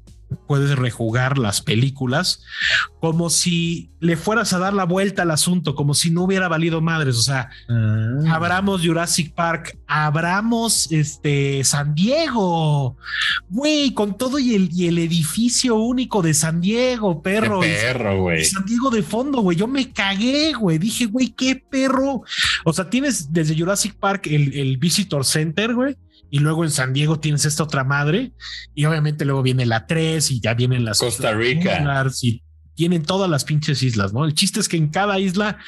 S2: puedes rejugar las películas como si le fueras a dar la vuelta al asunto, como si no hubiera valido madres, o sea,
S4: Ah.
S2: abramos Jurassic Park, abramos este San Diego, güey, con todo y el, y el edificio único de San Diego,
S3: Qué
S2: perro. y-
S3: perro, güey.
S2: San Diego de fondo, güey. Yo me cagué, güey. Dije, güey, qué perro. O sea, tienes desde Jurassic Park el, el Visitor Center, güey. Y luego en San Diego tienes esta otra madre. Y obviamente luego viene la 3 y ya vienen las
S3: Costa Rica.
S2: islas Y tienen todas las pinches islas, ¿no? El chiste es que en cada isla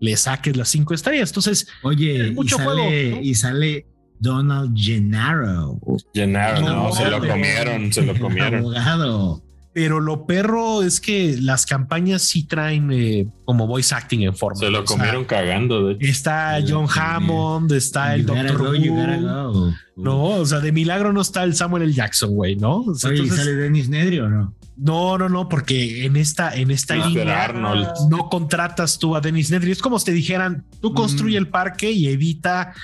S2: le saques las cinco estrellas. Entonces,
S4: Oye,
S2: Es mucho
S4: y, sale,
S2: juego, ¿no?
S4: y sale Donald Gennaro,
S3: Llenaron,
S2: No,
S3: no, se lo
S2: hombre.
S3: comieron, se
S2: [LAUGHS]
S3: lo comieron.
S4: abogado.
S2: pero lo perro es que las campañas sí traen eh, como voice acting en forma.
S3: Se lo
S2: O sea,
S3: comieron cagando, de hecho.
S2: Está
S4: Se lo
S2: John
S4: comieron.
S2: Hammond, está el
S4: You gotta
S2: Doctor
S4: go, you gotta
S2: Who.
S4: go.
S2: No, o sea, de milagro no está el Samuel L. Jackson, güey, ¿no? O sea,
S4: Oye, ¿y
S2: entonces,
S4: sale Dennis Nedry o no?
S2: No, no, no, porque en esta, en esta
S3: Mr.
S2: línea
S3: Arnold.
S2: no contratas tú a Dennis Nedry. Es como si te dijeran, tú construye
S4: Mm.
S2: el parque y evita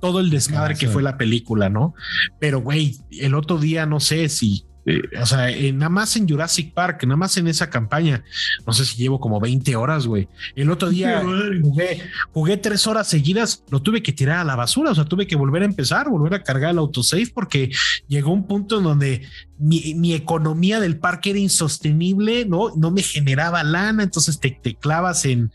S2: todo el desmadre
S4: Ah,
S2: que
S4: sí.
S2: fue la película, ¿no? Pero, güey, el otro día no sé si, eh, o sea, eh, nada más en Jurassic Park, nada más en esa campaña, no sé si llevo como 20 horas, güey. El otro día jugué, jugué tres horas seguidas, lo tuve que tirar a la basura, o sea, tuve que volver a empezar, volver a cargar el autosave porque llegó un punto en donde mi, mi economía del parque era insostenible, ¿no? No me generaba lana, entonces te, te clavas en,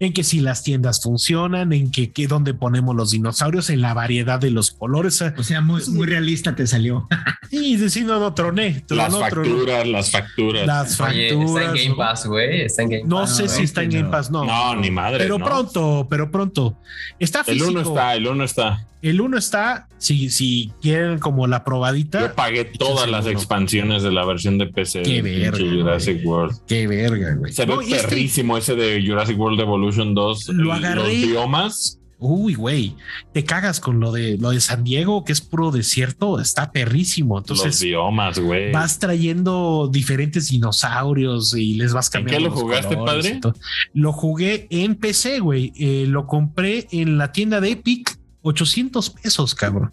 S2: en que si las tiendas funcionan, en que, que dónde ponemos los dinosaurios, en la variedad de los colores. o sea,
S4: O sea,
S2: Pues,
S4: muy, muy realista te salió.
S2: Y decir, no, no, troné,
S3: Las
S2: tronó, tronó.
S3: facturas, las facturas.
S2: Las
S1: Oye,
S2: facturas.
S1: está en Game
S2: ¿no?
S1: Pass, Ah, güey. Está en Game
S2: No
S1: Pass.
S2: sé
S1: güey.
S2: si está en Game Pass, no.
S3: no, ni madre.
S2: pero
S3: ¿no?
S2: pronto, pero pronto. Está
S3: El
S2: físico.
S3: uno está, el uno está.
S2: El uno está, si, si quieren como la probadita.
S3: Yo pagué todas
S2: el
S3: las
S2: uno.
S3: expansiones de la versión de PC
S2: Qué
S3: de
S2: verga,
S3: pinche Jurassic World.
S2: Qué verga, güey.
S3: Se ve
S2: No, y este-
S3: perrísimo ese de Jurassic World Evolution 2.
S2: Lo
S3: el-
S2: agarré.
S3: Los biomas.
S2: Uy, güey, te cagas con lo de lo de San Diego, que es puro desierto, está perrísimo.
S3: los
S2: Entonces
S3: biomas, güey.
S2: vas trayendo diferentes dinosaurios y les vas
S3: ¿En qué
S2: cambiando.
S3: lo
S2: los
S3: jugaste,
S2: colores
S3: padre?
S2: y todo. Lo jugué en PC, güey. Eh, lo compré en la tienda de Epic, 800 pesos, cabrón.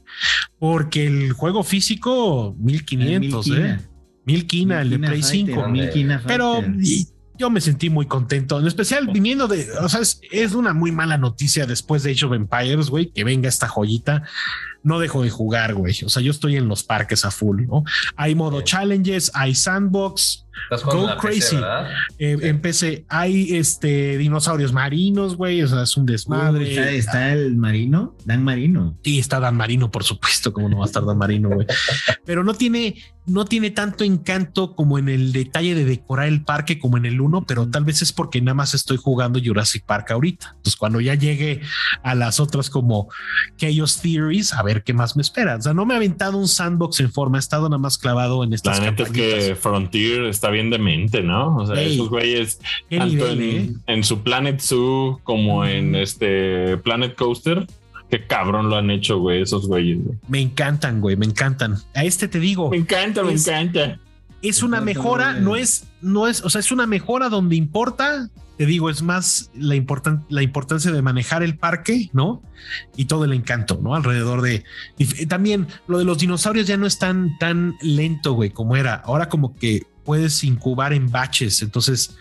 S2: Porque el juego físico, 1500, ¿eh? 1000 quina, el de Play 5. Pero y- yo me sentí muy contento, en especial viniendo de, o sea, es, es una muy mala noticia después de Age of Empires, güey, que venga esta joyita. no dejo de jugar, güey. O sea, yo estoy en los parques a full, ¿no? Hay modo
S1: Sí.
S2: challenges, hay sandbox,
S1: Estás jugando
S2: Go
S1: en la PC,
S2: crazy.
S1: ¿verdad?
S2: eh,
S1: Sí.
S2: en PC hay este dinosaurios marinos, güey. O sea, es un
S4: Uy, está,
S2: desmadre.
S4: está el marino, Dan Marino.
S2: Y está Dan Marino, por supuesto, como no va a estar Dan Marino, güey. Pero no tiene, no tiene tanto encanto como en el detalle de decorar el parque como en el uno, pero tal vez es porque nada más estoy jugando Jurassic Park ahorita. Entonces, cuando ya llegue a las otras como Chaos Theories, a ver qué más me espera. O sea, no me ha aventado un sandbox en forma, he estado nada más clavado en estas
S3: La neta es
S2: campañitas.
S3: que Frontier está bien demente, ¿no? O sea,
S2: Ey.
S3: esos güeyes,
S2: Qué
S3: tanto
S2: nivel, eh? Mm.
S3: en, en su Planet Zoo como en este Planet Coaster, qué cabrón lo han hecho, güey, esos güeyes. güey.
S2: Me encantan, güey, me encantan. A este te digo,
S3: Me encanta, me
S2: Es-
S3: encanta.
S2: es una
S4: Entonces,
S2: mejora,
S4: güey.
S2: no es, no es, o sea, es una mejora donde importa. Te digo, es más la, importan la importancia de manejar el parque, ¿no? Y todo el encanto, ¿no? Alrededor de... y f- también lo de los dinosaurios ya no es tan, tan lento, güey, como era. Ahora como que puedes incubar en baches, entonces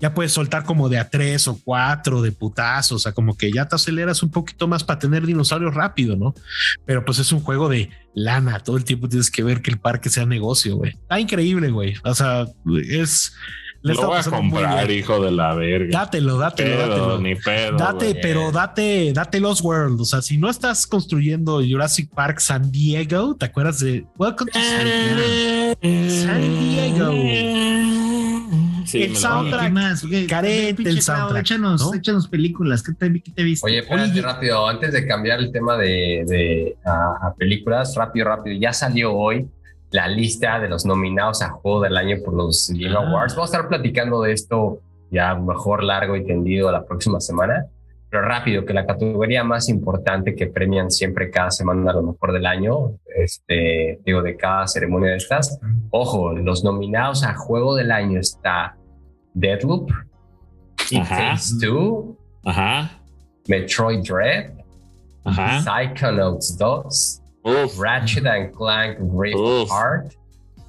S2: ya puedes soltar como de a tres o cuatro de putazos, o sea, como que ya te aceleras un poquito más para tener dinosaurios rápido, ¿no? Pero pues es un juego de lana. Todo el tiempo tienes que ver que el parque sea negocio, güey. Está increíble, güey. O sea, es. le
S3: Lo
S2: está
S3: voy a
S2: pasando muy
S3: comprar,
S2: bien.
S3: hijo de la verga.
S2: Dátelo, dátelo,
S3: Pedo,
S2: dátelo.
S3: ni pedo.
S2: Date,
S3: güey.
S2: pero date, date Lost World. O sea, si no estás construyendo Jurassic Park San Diego, ¿te acuerdas de Welcome to San Diego? San Diego.
S3: Sí,
S2: El
S3: me lo-
S2: soundtrack.
S4: ¿Qué más? Güey,
S2: Carente
S4: pinche
S2: el
S4: Clau,
S2: soundtrack,
S4: Échanos,
S2: ¿no?
S4: échanos películas. ¿Qué te, qué te viste?
S1: Oye, espérate
S4: Oye,
S1: rápido, antes de cambiar el tema de, de- a, a películas, rápido, rápido, ya salió hoy la lista de los nominados a Juego del Año por los Game
S4: Ah.
S1: Awards. Vamos a estar platicando de esto ya mejor largo y tendido la próxima semana, pero rápido, que la categoría más importante que premian siempre cada semana a lo mejor del año, este, digo, de cada ceremonia de estas, ojo, los nominados a Juego del Año está Deadloop, It
S3: Ajá.
S1: Takes Two,
S3: Ajá,
S1: Metroid Dread,
S3: ajá.
S1: Psychonauts 2,
S3: Uf,
S1: Ratchet and Clank Rift
S3: Uf.
S1: Apart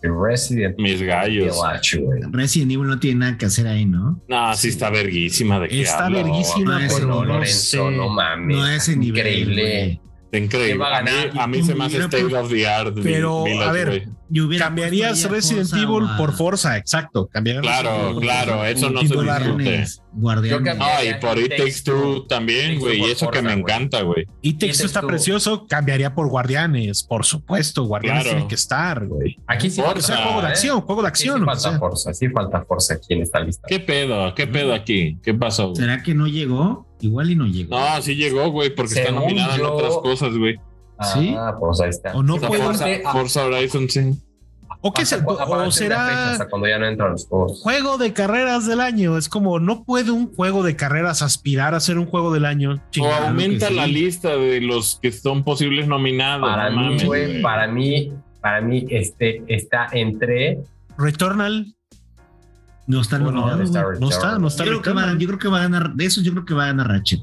S1: y Resident
S3: mis gallos.
S1: Village, güey.
S4: Resident Evil no tiene nada que hacer ahí, ¿no?
S3: No, sí está verguísima de que
S2: Está verguísima.
S1: No,
S4: pero
S1: no,
S4: no
S1: Lorenzo,
S2: sé.
S1: no mames.
S4: No a ese nivel.
S1: Increíble.
S4: güey.
S1: ¿Quién
S3: Increíble.
S1: va a
S3: A mí,
S1: ganar?
S3: a mí se me hace
S4: Mira,
S3: State of the Art. vi-
S2: Pero,
S3: Village,
S2: a ver,
S3: güey.
S4: Yo hubiera
S2: Cambiarías
S4: puesto ahí a
S2: Resident
S4: Forza
S2: Evil
S4: o a-
S2: por Forza, exacto. Cambiarías
S3: Claro,
S2: Resident Evil.
S3: claro, eso no se
S2: Titulares.
S3: discute.
S4: Guardianes, Guardianes.
S1: Yo cambié.
S3: No, y por It Takes Two también,
S1: Takes Two
S3: güey.
S1: por
S3: Y eso que
S1: Forza,
S3: me
S1: güey.
S3: encanta, güey.
S2: Y texto
S1: Dices
S2: está
S1: tú.
S2: precioso, cambiaría por Guardianes, por supuesto. Guardianes
S3: Claro.
S2: tiene que estar, güey.
S1: Aquí sí
S3: Forza,
S2: O
S1: falta,
S2: sea, juego de
S1: ¿eh?
S2: acción, juego de
S1: Aquí sí
S2: acción. o
S1: falta
S2: sea.
S1: Forza, sí falta Forza aquí en esta lista.
S3: ¿Qué pedo? ¿Qué pedo aquí? ¿Qué pasó? güey?
S4: ¿Será que no llegó? Igual y no llegó.
S3: No, sí llegó, güey, porque está
S1: Según
S3: nominada en
S1: yo-
S3: otras cosas, güey.
S4: ¿Sí?
S1: Ah, pues ahí está.
S2: O no
S1: Sí,
S3: Está
S2: puedo-
S1: aparte-
S3: Forza, Forza Horizon, sí.
S2: O, qué
S1: aparte-
S2: se,
S1: aparte
S2: o
S1: de la fecha,
S2: será
S1: hasta cuando ya no entran los juegos.
S2: juego de carreras del año. Es como no puede un juego de carreras aspirar a ser un juego del año.
S3: o
S2: Chingada.
S4: claro
S3: aumenta
S4: que
S3: la
S4: sí.
S3: lista de los que son posibles nominados.
S1: Para
S3: no
S1: mí,
S3: mames,
S1: güey, para mí, para mí, este está entre.
S2: Returnal
S4: No está
S1: No,
S4: nominado.
S1: no está
S4: güey.
S2: no está, no
S4: yo,
S2: está
S4: creo que va,
S2: Returnal.
S4: yo creo que va a ganar. De esos, yo creo que va a ganar Ratchet.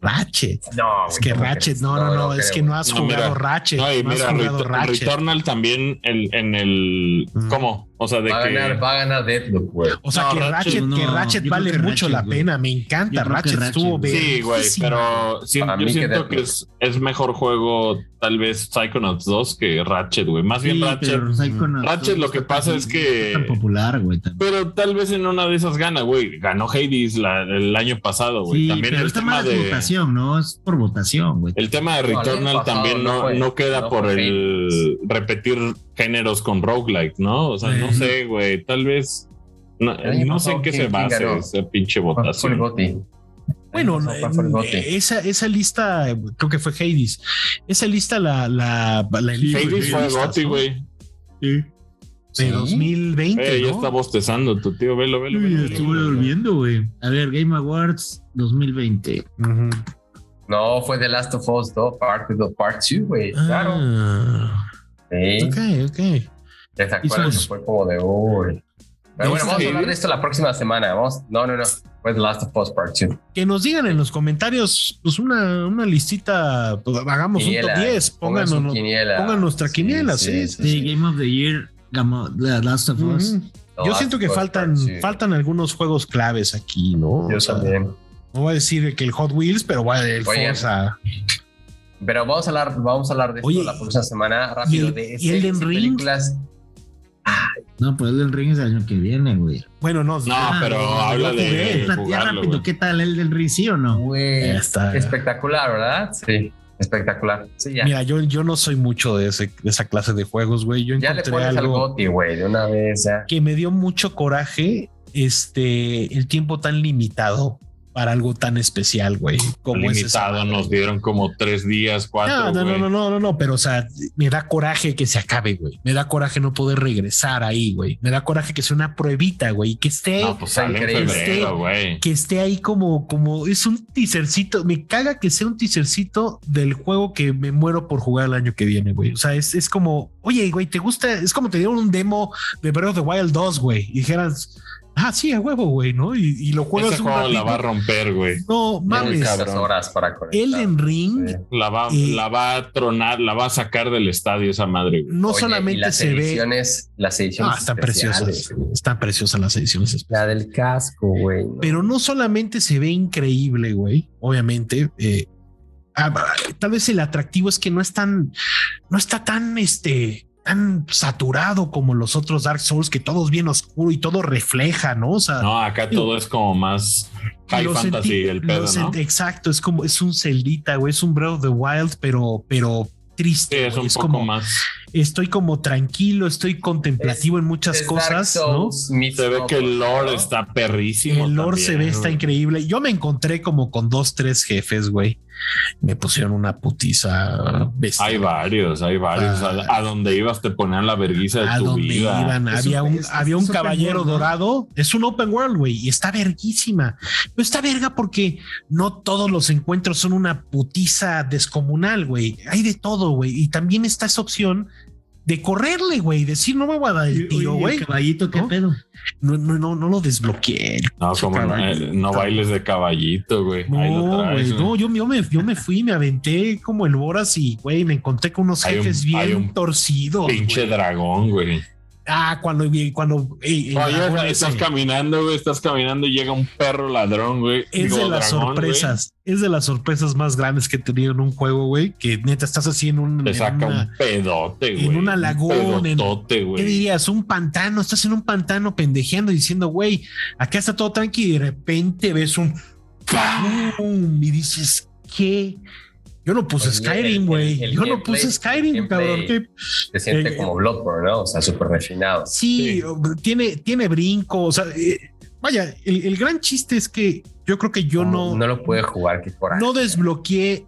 S2: Ratchet.
S1: No,
S2: Es
S1: güey,
S2: que
S1: ¿cómo
S2: Ratchet,
S1: crees?
S2: no, no, no, es
S1: creo,
S2: que
S1: güey.
S2: no has
S3: No,
S2: jugado
S3: mira.
S2: Ratchet.
S3: No, y
S2: no has
S3: mira,
S2: jugado
S3: Retur-
S2: Ratchet.
S3: Returnal también el- en el.
S2: Mm.
S3: ¿Cómo? O sea, de
S1: Va a
S3: que.
S1: ganar, va a ganar Deathloop, güey.
S2: O sea,
S3: No,
S2: que Ratchet,
S4: Ratchet, no,
S2: que
S4: yo
S2: Ratchet
S4: creo
S2: vale
S4: que
S2: mucho
S4: Ratchet,
S2: la
S4: güey.
S2: pena. Me
S4: Yo
S2: encanta.
S4: creo que
S2: Ratchet
S4: Ratchet,
S2: estuvo
S4: güey.
S3: Sí, güey,
S2: verguísima.
S3: pero sí,
S1: Para
S3: yo
S1: mí que
S3: siento
S1: Deathloop.
S3: que es, es mejor juego tal vez Psychonauts 2 que Ratchet, güey. Más bien
S4: Sí,
S3: Ratchet.
S4: pero Psychonauts
S3: Ratchet lo
S4: no
S3: que
S4: está
S3: pasa
S4: tan-
S3: es
S4: no
S3: que-
S4: está tan popular, güey. también.
S3: Pero tal vez en una de esas gana, güey. Ganó Hades la- el año pasado, güey.
S4: Sí,
S3: también
S4: pero
S3: el
S4: está
S3: tema
S4: más de
S3: de.
S4: votación, ¿no? Es por votación, güey.
S3: El tema de
S1: No, el año
S3: Returnal
S1: pasado
S3: también
S1: no
S3: no,
S1: fue-
S3: no queda
S1: no
S3: por
S1: fue
S3: el repetir géneros con roguelike, ¿no? O sea, no
S4: Bueno.
S3: sé, güey. Tal vez. No,
S1: El año
S3: no sé
S1: pasado,
S3: en qué se
S1: ¿quién- quién
S3: basa
S1: ganó?
S3: esa pinche
S1: ¿Cuál fue el
S3: votación.
S1: goti?
S2: Bueno,
S1: ¿Cuál fue el goti?
S2: eh, esa, esa lista, eh, creo que fue Hades. Esa lista la, la, la elijo yo
S3: Hades
S2: de
S3: fue
S2: listas,
S3: Gotti,
S2: ¿no?
S3: güey.
S2: De
S1: ¿Sí?
S2: 2020.
S3: Eh, ya
S2: ¿no?
S3: está bostezando tu tío. Velo, velo,
S4: Uy,
S3: velo.
S4: estuve durmiendo, güey. A ver, Game Awards 2020.
S2: Ujú.
S1: No, fue The Last of Us 2, Part 2, Part 2, güey. Claro.
S2: Ah,
S1: Sí.
S2: ok, ok.
S1: ¿Te acuerdas?
S4: Hizo-
S1: Fue como de uy. Pero bueno,
S2: ¿Hizo
S1: vamos a hablar
S3: Hades?
S1: de esto la próxima semana. Vamos. No, no, no. Fue The Last of Us Part 2.
S2: Que nos digan en los comentarios, pues una, una listita, pues, hagamos un top 10,
S1: pongan su
S2: pónganos,
S1: quiniela.
S2: pongan nuestra quiniela, sí,
S4: Sí, Game of the Year, Gamo- The Last of Us.
S2: Ujú.
S1: The
S2: Yo
S1: Last
S2: siento que
S1: of Us
S2: faltan,
S1: Part Two.
S2: faltan algunos juegos claves aquí, ¿no?
S1: Yo
S2: O sea,
S1: también.
S2: no voy a decir que el Hot Wheels, pero voy a el
S1: Oigan.
S2: Forza.
S1: Pero vamos a hablar, vamos a hablar de esto
S2: Oye,
S1: la próxima semana rápido.
S2: ¿y el-
S1: de
S2: y Elden
S1: series y
S2: Ring?
S1: películas.
S4: No, pues Elden Ring es el año que viene, güey.
S2: Bueno, no,
S3: No, pero habla
S4: ya jugué,
S3: de
S4: platea
S3: jugarlo,
S4: rápido,
S3: güey.
S4: ¿qué tal Elden Ring, sí o no?
S1: Güey,
S2: Ya está.
S1: espectacular, ¿verdad? Sí, espectacular. Sí, ya.
S2: Mira, yo, yo no soy mucho de, ese, de esa clase de juegos, güey. Yo
S1: ya le
S2: encontré
S1: pones al
S2: algo
S1: goti, güey, de una vez. Ya.
S2: que me dio mucho coraje, este, el tiempo tan limitado para algo tan especial, güey. Como es esa
S3: Limitado,
S2: madre.
S3: nos dieron como tres días, cuatro.
S2: No, no, no,
S3: güey.
S2: no, no, no, no, pero o sea, me da coraje que se acabe, güey. Me da coraje no poder regresar ahí, güey. Me da coraje que sea una pruebita, güey, y que esté,
S3: No, pues
S1: Está
S3: sale en
S1: increíble.
S3: febrero, güey.
S2: que esté ahí como, como es un teasercito. Me caga que sea un teasercito del juego que me muero por jugar el año que viene, güey. O sea, es, es como, oye, güey, te gusta, es como te dieron un demo de Breath of the Wild 2, güey, y dijeras, ah, sí, a huevo, güey, ¿no? Y, y lo juegas
S3: Ese
S2: un
S3: juego la va a
S2: ratito.
S3: romper, güey.
S2: No mames,
S1: Muchas
S3: cabrón.
S1: horas para conectar.
S2: Elden Ring.
S1: Sí.
S3: La va,
S2: Y-
S3: la va a tronar, la va a sacar del estadio esa madre, güey.
S2: No
S1: Oye, y
S2: solamente
S1: las
S2: se ve
S1: ediciones, Las ediciones.
S2: Ah, están
S1: especiales,
S2: preciosas.
S1: güey.
S2: Están preciosas las ediciones
S1: La
S2: especiales.
S1: del casco, güey. ¿no?
S2: Pero no solamente se ve increíble, güey. Obviamente. eh, ah, tal vez el atractivo es que no es tan. No está tan este. Tan saturado como los otros Dark Souls, que todo es bien oscuro y todo refleja, ¿no? O sea,
S3: No, acá todo es como más high
S2: Ah, lo
S3: fantasy,
S2: sentí-
S3: el
S2: lo
S3: pedo, ¿no?
S2: sentí- Exacto, es como es un celdita, güey, es un Breath of the Wild, pero, pero
S3: Sí,
S2: triste.
S3: es
S2: güey.
S3: un
S2: es
S3: poco
S2: como
S3: más.
S2: estoy como tranquilo, estoy contemplativo en muchas
S1: Es Dark
S2: cosas, ¿no?
S1: Souls meets
S3: Se ve que el
S1: Souls,
S3: lore
S1: ¿no?
S3: está perrísimo.
S2: El lore
S3: también,
S2: se ve, está
S3: güey.
S2: increíble. Yo me encontré como con dos, tres jefes, güey. Me pusieron una putiza bestia.
S3: Hay varios, hay varios.
S2: Ah.
S3: A, a donde ibas te ponían la vergüenza de
S2: a
S3: tu
S2: donde
S3: vida.
S2: iban.
S4: Es
S2: había
S4: un-
S2: un,
S4: es-
S2: había
S4: es
S2: un
S4: open
S2: caballero
S4: world, ¿no?
S2: dorado. Es un open world, güey. Y está verguísima. Pero está verga porque no todos los encuentros son una putiza descomunal, güey. Hay de todo, güey. Y también está esa opción de correrle, güey. Decir, no me voy a dar el tiro,
S4: Oye,
S2: güey.
S4: el caballito, qué
S2: ¿No?
S4: pedo.
S2: No, no, no, no lo desbloqueé.
S3: No, como no,
S2: Caballo.
S3: eh, no bailes de caballito, güey. Ahí lo
S2: No,
S3: traes,
S2: güey, no,
S3: güey.
S2: yo, yo, me, yo me fui, me aventé como el Boras y, güey, me encontré con unos
S3: Hay un-
S2: jefes
S3: hay
S2: bien
S3: un
S2: torcidos.
S3: Pinche
S2: güey.
S3: dragón, güey.
S2: Ah, cuando, cuando eh, el
S3: No, ya
S2: dragón
S3: estás
S2: ese.
S3: caminando, güey, estás caminando y llega un perro ladrón, güey.
S2: es
S3: Digo,
S2: de las
S3: dragón, güey.
S2: sorpresas, es de las sorpresas más grandes que he tenido en un juego, güey, que neta estás así en un...
S3: Te
S2: en
S3: saca
S2: una-
S3: un pedote,
S2: en
S3: güey.
S2: una
S3: un
S2: laguna, en-
S3: pedotote,
S2: ¿Qué
S3: güey.
S2: dirías? Un pantano, estás en un pantano pendejeando y diciendo, güey, acá está todo tranqui y de repente ves un ¡pum! y dices, ¿qué? Yo no puse
S1: Oye, el-
S2: Skyrim,
S1: el-
S2: güey.
S1: el
S2: Yo no
S1: gameplay-
S2: puse Skyrim,
S1: el
S2: cabrón.
S1: gameplay-
S2: ¿Qué
S1: Se siente
S2: Eh,
S1: como Bloodborne, ¿no? O sea, súper refinado.
S2: Sí,
S3: Sí.
S2: tiene, tiene brinco. O sea, eh, vaya, el, el gran chiste es que yo creo que yo no,
S1: No lo pude jugar, qué coraje.
S2: no desbloqueé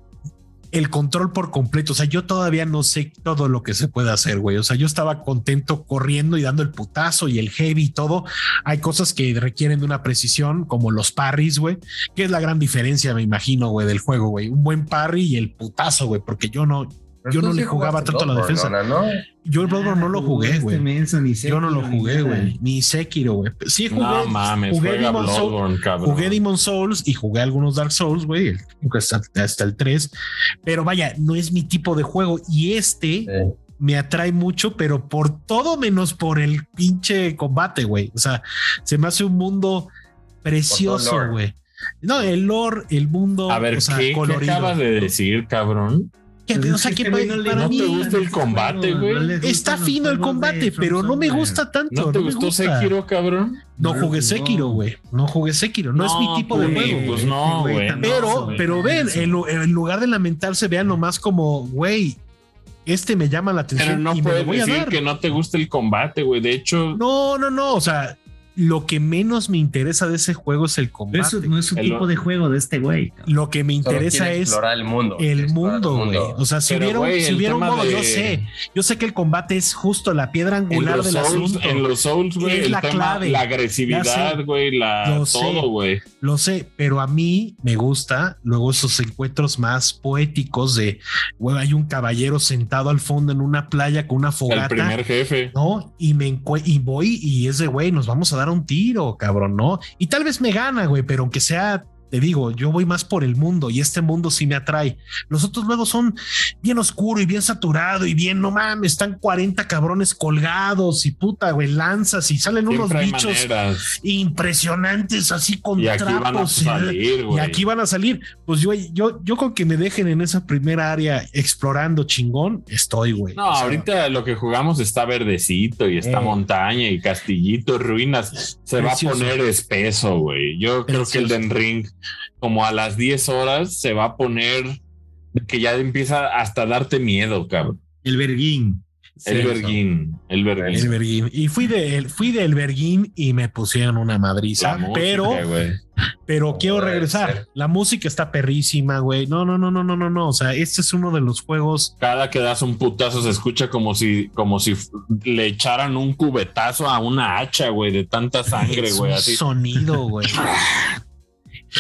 S2: el control por completo. O sea, yo todavía no sé todo lo que se puede hacer, güey. O sea, yo estaba contento corriendo y dando el putazo y el heavy y todo. Hay cosas que requieren de una precisión, como los parries, güey, que es la gran diferencia, me imagino, güey, del juego, güey. Un buen parry y el putazo, güey, porque yo no,
S1: Pero
S2: yo
S1: tú
S2: no
S1: sí
S2: le jugaba
S1: jugaste
S2: tanto a la
S1: Bloodborne,
S2: defensa.
S1: ¿no? ¿no?
S2: yo el Bloodborne no lo jugué,
S4: Jugaste
S2: güey.
S4: Ah, este menso, ni
S2: Yo no lo
S4: Sekiro, ni
S2: jugué,
S4: nada.
S2: güey. Ni Sekiro, güey. Sí jugué.
S3: No mames,
S2: jugué
S3: juega
S2: Demon's Souls-
S3: Bloodborne, cabrón.
S2: Jugué Demon Souls y jugué algunos Dark Souls, güey, el- hasta, hasta el 3. Pero vaya, no es mi tipo de juego. Y este
S1: Sí.
S2: me atrae mucho, pero por todo menos por el pinche combate, güey. O sea, se me hace un mundo
S1: Por todo
S2: precioso,
S1: el lore.
S2: güey. No, el lore, el mundo,
S3: A ver,
S2: o sea,
S3: ¿qué, qué
S2: colorido.
S3: acabas de decir, cabrón?
S2: Que-
S4: Pues
S2: o
S4: es
S2: sea,
S4: que
S2: que
S4: este
S2: pa-
S4: güey no le-
S2: para
S3: ¿No te
S2: mí
S3: gusta el combate, güey?
S4: No le gustan
S2: está
S4: los
S2: fino el
S4: juegos de
S2: combate,
S4: From
S2: pero no me
S4: Software.
S2: gusta tanto.
S3: ¿No te
S2: me
S3: gustó
S2: gusta.
S3: Sekiro, cabrón?
S2: No
S4: No,
S2: jugué
S4: no.
S2: Sekiro, güey. No jugué Sekiro. No, es mi tipo de
S3: pues,
S2: juego.
S3: Pues
S2: güey.
S3: no,
S4: Este
S3: güey.
S4: también.
S2: pero,
S4: güey.
S2: pero ven,
S4: Eso.
S2: en, lu- en lugar de lamentarse, vean nomás como, güey, este me llama la atención
S3: Pero no
S2: y me lo
S3: puedes
S2: voy a
S3: decir
S2: dar.
S3: que no te gusta el combate, güey. De hecho,
S2: No, no, no. O sea, lo que menos me interesa de ese juego es el combate.
S4: Eso no es su
S3: El-
S4: tipo de juego de este güey. cabrón.
S2: Lo que me
S1: Solo
S2: interesa
S1: quiere
S2: es
S1: explorar el mundo. quiere
S2: el
S1: explorar
S2: mundo, güey. O sea, si
S3: Pero,
S2: hubiera, un-
S3: güey,
S2: si
S3: el
S2: hubiera un
S3: tema
S2: modo, yo
S3: de-
S2: sé, yo sé que el combate es justo la piedra
S3: en
S2: angular
S3: los,
S2: del
S3: Souls,
S2: asunto.
S3: en los Souls, güey,
S2: Es
S3: el
S2: la
S3: tema,
S2: clave.
S3: la
S2: Ya sé.
S3: agresividad, güey, la
S2: Lo sé.
S3: todo, güey.
S2: Lo sé, pero a mí me gusta luego esos encuentros más poéticos de, güey, hay un caballero sentado al fondo en una playa con una
S3: El
S2: fogata.
S3: primer jefe.
S2: ¿no? Y me encue- y voy y es de, güey, nos vamos a dar un tiro, cabrón, ¿no? Y tal vez me gana, güey, pero aunque sea Te digo, yo voy más por el mundo y este mundo sí me atrae. Los otros luego son bien oscuro y bien saturado y bien, no mames, están 40 cabrones colgados y puta, güey, lanzas y salen unos
S3: Siempre hay
S2: bichos
S3: maneras.
S2: impresionantes así con
S3: Y aquí van a
S2: trapos. y-
S3: salir,
S2: y
S3: güey.
S2: aquí van a salir. Pues yo, yo, yo con que me dejen en esa primera área explorando chingón, estoy, güey.
S3: No,
S2: O sea,
S3: ahorita lo que jugamos está verdecito y está
S2: Eh.
S3: montaña y castillito, ruinas. Se
S2: Precioso.
S3: va a poner espeso, güey. Yo creo que el
S2: Precioso.
S3: Den Ring, como a las 10 horas, se va a poner que ya empieza hasta a darte miedo, cabrón.
S4: El verguín.
S3: El
S1: Sí,
S3: Berguín, el
S2: El
S3: Berguín.
S2: Berguín. Y fui de el- fui del Berguín y me pusieron una
S3: La
S2: madriza.
S3: música,
S2: Ah, Pero,
S3: güey.
S2: pero quiero
S1: Puede
S2: regresar.
S1: ser.
S2: La música está perrísima, güey. No, no, no, no, no, no, no. O sea, este es uno de los juegos.
S3: cada que das un putazo se escucha como si, como si f- le echaran un cubetazo a una hacha, güey, de tanta sangre,
S2: es
S3: güey.
S2: un
S3: Así.
S2: sonido,
S3: [LAUGHS]
S2: güey.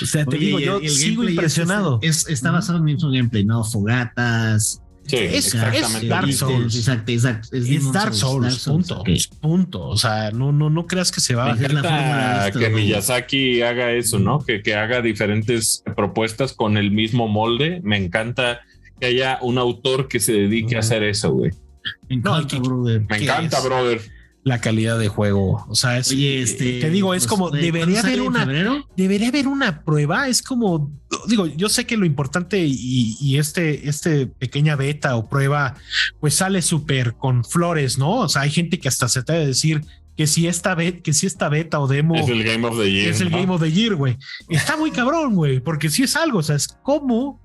S2: O sea, te
S4: Oye,
S2: digo,
S4: y el-
S2: yo
S4: y el
S2: sigo
S4: gameplay es- este,
S2: impresionado.
S4: es- es- está basado en el mismo gameplay, ¿no? Fogatas. eh,
S3: Sí,
S2: es-
S3: exactamente.
S2: es Dark
S3: Y-
S2: Souls.
S4: Exacto, exacto.
S2: Es
S4: Demon
S2: Dark Souls, punto. Punto. O sea, no, no, no creas que se va a
S4: Ajá.
S3: Me
S4: es la
S3: encanta
S4: fórmula de esto,
S3: Ah, que
S4: güey.
S3: Miyazaki haga eso, ¿no? Que, que haga diferentes propuestas con el mismo molde. Me encanta que haya un autor que se dedique a hacer eso, güey.
S4: Me
S2: No,
S4: encanta,
S2: y-
S4: brother.
S3: Me
S2: ¿Qué
S3: encanta,
S2: es?
S3: brother.
S2: la calidad de juego. O sea, es,
S4: Oye, este.
S2: eh, te digo, es
S4: pues,
S2: como
S4: güey,
S2: debería
S4: ¿cuándo
S2: haber
S4: sale? ¿En
S2: una,
S4: febrero? Ah,
S2: debería haber una prueba. Es como, digo, yo sé que lo importante y, y este, este pequeña beta o prueba, pues sale súper con flores, ¿no? O sea, hay gente que hasta se te de decir que si esta beta, que si esta beta o demo
S3: Es el Game of the Year.
S2: es el
S3: ¿no?
S2: Game of the Year, güey. Está muy cabrón, güey, porque si es algo, o sea, es como,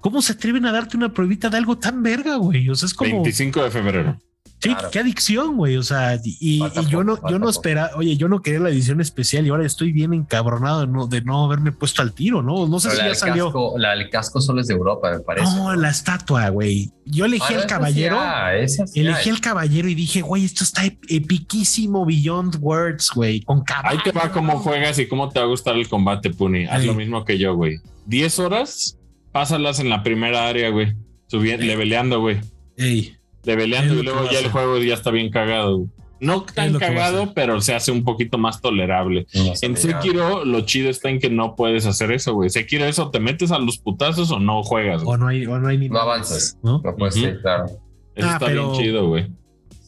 S2: ¿cómo se atreven a darte una pruebita de algo tan verga, güey? O sea, es como...
S3: 25 de febrero.
S2: Sí,
S1: Claro.
S2: qué adicción, güey. O sea, y- y,
S1: Falta
S2: y yo
S1: poco,
S2: no,
S1: falta
S2: yo no
S1: poco.
S2: esperaba, oye, yo no quería la edición especial y ahora estoy bien encabronado de no, de no haberme puesto al tiro, ¿no? No sé
S1: Pero
S2: si
S1: la,
S2: ya
S1: del
S2: salió.
S1: casco, la del casco solo es de Europa, me parece.
S2: No, la estatua, güey. Yo elegí
S1: Ah, no,
S2: al
S1: esa
S2: caballero.
S1: sí hay, esa sí ah,
S2: Elegí
S1: hay.
S2: al caballero y dije, güey, esto está ep- epiquísimo Beyond Words, güey, con caballo.
S3: Ahí te va cómo juegas y cómo te va a gustar el combate, Puni. Haz
S2: Sí.
S3: lo mismo que yo, güey. 10 horas, pásalas en la primera área, güey. Subiendo,
S2: Sí.
S3: leveleando, güey.
S2: Ey,
S3: Leveleando
S2: Eh. Es lo
S3: y luego
S2: que
S3: ya
S2: vas
S3: el
S2: a-
S3: juego ya está bien cagado. güey. No tan
S2: lo que vas a
S3: cagado,
S2: hacer.
S3: pero se hace un poquito más tolerable.
S1: No sé,
S3: En
S1: ya.
S3: Sekiro, lo chido está en que no puedes hacer eso, güey. Sekiro, eso te metes a los putazos o no juegas.
S2: o
S3: güey.
S2: no hay, o no hay ni
S1: No avanzas.
S2: ¿no?
S1: No puede
S3: Ujú.
S1: ser, claro.
S3: Eso
S2: Ah,
S3: está
S2: pero-
S3: bien chido, güey.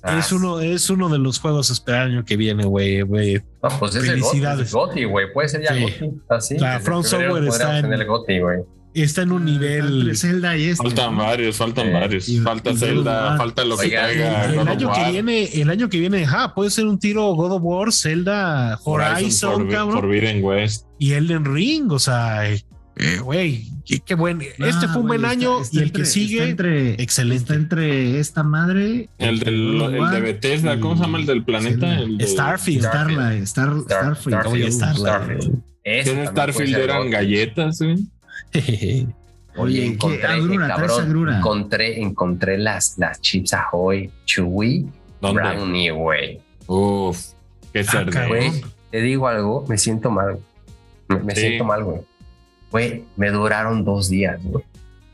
S1: Ah,
S2: Es uno, es uno de los juegos a esperar el año que viene, güey, güey.
S1: No, pues es el Goti,
S2: Felicidades.
S1: es Goti, güey. Puede ser ya
S2: Sí.
S1: Goti. Así.
S2: La
S1: desde
S2: From
S1: febrero
S2: Software está
S1: podríamos
S2: en-
S1: tener el Goti, güey.
S2: Está
S4: Ah,
S2: en un nivel.
S4: Entre Zelda y este.
S3: Faltan
S4: ¿no?
S3: varios, faltan
S1: Eh,
S3: varios.
S4: y-
S3: falta
S4: y-
S3: Zelda,
S4: ah,
S3: falta lo que
S1: oiga,
S3: traiga.
S1: y-
S2: El
S3: God of
S2: año que
S3: War,
S2: viene, el año que viene, ja, puede ser un tiro God of War, Zelda, Horizon,
S3: Forbi-
S2: cabrón,
S3: Forbidden West.
S2: y Elden Ring, o sea, eh, eh, güey, qué, qué buen. este
S4: Ah,
S2: fue un
S4: güey,
S2: buen
S4: está-
S2: año
S4: está
S2: y el
S4: entre-
S2: que sigue,
S4: Está entre, está
S2: excelente.
S4: entre esta madre.
S3: El, del,
S4: God of
S3: el
S4: War
S3: de Bethesda, ¿cómo
S4: y-
S3: se llama el del planeta?
S4: Zelda.
S3: El de-
S2: Starfield,
S1: Star-
S4: Starlight, Star,
S1: Star-
S4: Starfield.
S1: Starfield,
S4: Oye,
S2: Starfield.
S1: Starfield. Ese
S3: ¿Quién en
S1: también
S3: Starfield
S1: puede ser
S3: eran
S1: Goti.
S3: galletas, güey.
S4: Oye, ¿qué? Agrura, traes agrura.
S1: eh, encontré, encontré las, las chips Ahoy, Chewy,
S3: ¿Dónde?
S1: Brownie, güey.
S3: Uf, qué cerdo.
S2: cabrón.
S1: Güey, te digo algo, me siento mal. güey. Me, me
S3: Sí.
S1: siento mal, güey. Güey, me duraron dos días, güey.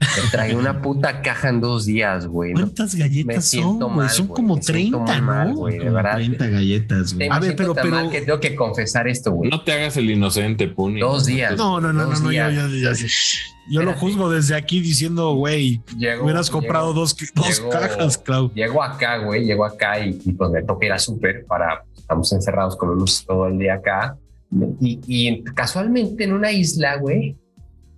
S1: Me traí una puta caja en dos días, güey. ¿no?
S2: ¿Cuántas
S1: Me
S2: galletas son,
S1: siento
S2: güey?
S1: mal,
S2: Son
S1: güey.
S2: como
S1: Me siento
S2: 30,
S1: muy mal,
S2: ¿no?
S1: güey, de
S4: como
S1: verdad.
S4: 30 galletas, güey.
S1: A ver, pero,
S2: pero- pero-
S1: que tengo que confesar esto, güey.
S3: No te hagas el inocente, Puni.
S1: Dos días.
S2: No, no, no, no,
S1: Dos
S2: no, yo,
S1: días.
S2: yo- yo- yo- yo lo
S1: Espérate.
S2: juzgo desde aquí diciendo, güey,
S1: Llegó-
S2: hubieras comprado
S1: llegó-
S2: dos, dos
S1: llegó-
S2: cajas, Clau.
S1: Llego acá, güey, llego acá y, y, pues me toca ir a súper para, pues, estamos encerrados con luz todo el día acá. Y, y casualmente en una isla, güey,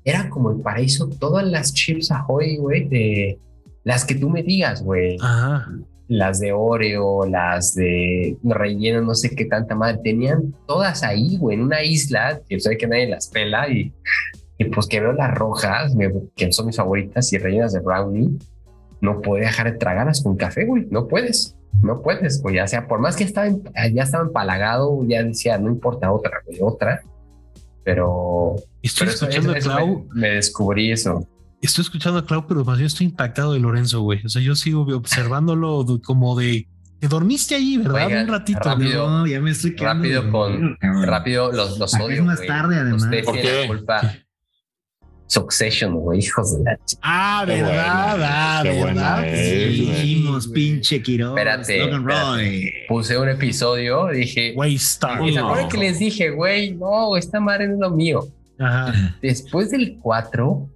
S1: era como el paraíso, todas las chips Ahoy, güey, de las que tú me digas, güey,
S2: Ajá.
S1: las de Oreo, las de relleno, no sé qué tanta madre, tenían todas ahí, güey, en una isla, que sé que nadie las pela y, y pues que veo las rojas, me- que son mis favoritas y rellenas de brownie, no puedo dejar de tragarlas con café, güey, no puedes, no puedes, güey, o sea, por más que estaba, en- ya estaba empalagado, ya decía, no importa otra, güey, otra, pero...
S2: Estoy
S1: pero eso-
S2: escuchando
S1: eso-
S2: a
S1: eso
S2: Clau.
S1: me, me descubrí eso.
S2: Estoy escuchando a Clau, pero más bien estoy impactado de Lorenzo, güey. O sea, yo sigo observándolo de- como de. Te dormiste ahí, ¿verdad?
S1: Oigan,
S2: Un ratito.
S1: rápido.
S4: No, ya me estoy quedando.
S1: Rápido
S4: dormido, cabrón.
S1: Rápido, los, los
S4: Acá
S1: odio.
S4: es más
S1: güey.
S4: tarde, además.
S1: Ustedes
S3: ¿Por
S1: tienen
S3: qué?
S1: la culpa. Succession, güey, hijos de la ch-
S2: Ah,
S3: Qué
S2: ¿verdad?
S3: buena,
S2: ah,
S3: qué
S2: ¿verdad?
S3: buena es,
S2: Sí,
S3: güey.
S4: Dijimos,
S2: güey.
S4: pinche Quiroz.
S1: Espérate,
S4: Oh, Logan Roy.
S1: Puse un episodio, dije.
S2: Güey, Star.
S1: ¿Y se
S3: no.
S1: acuerdan que les dije, güey? No, esta madre no es lo mío.
S2: Ajá.
S1: Después del 4,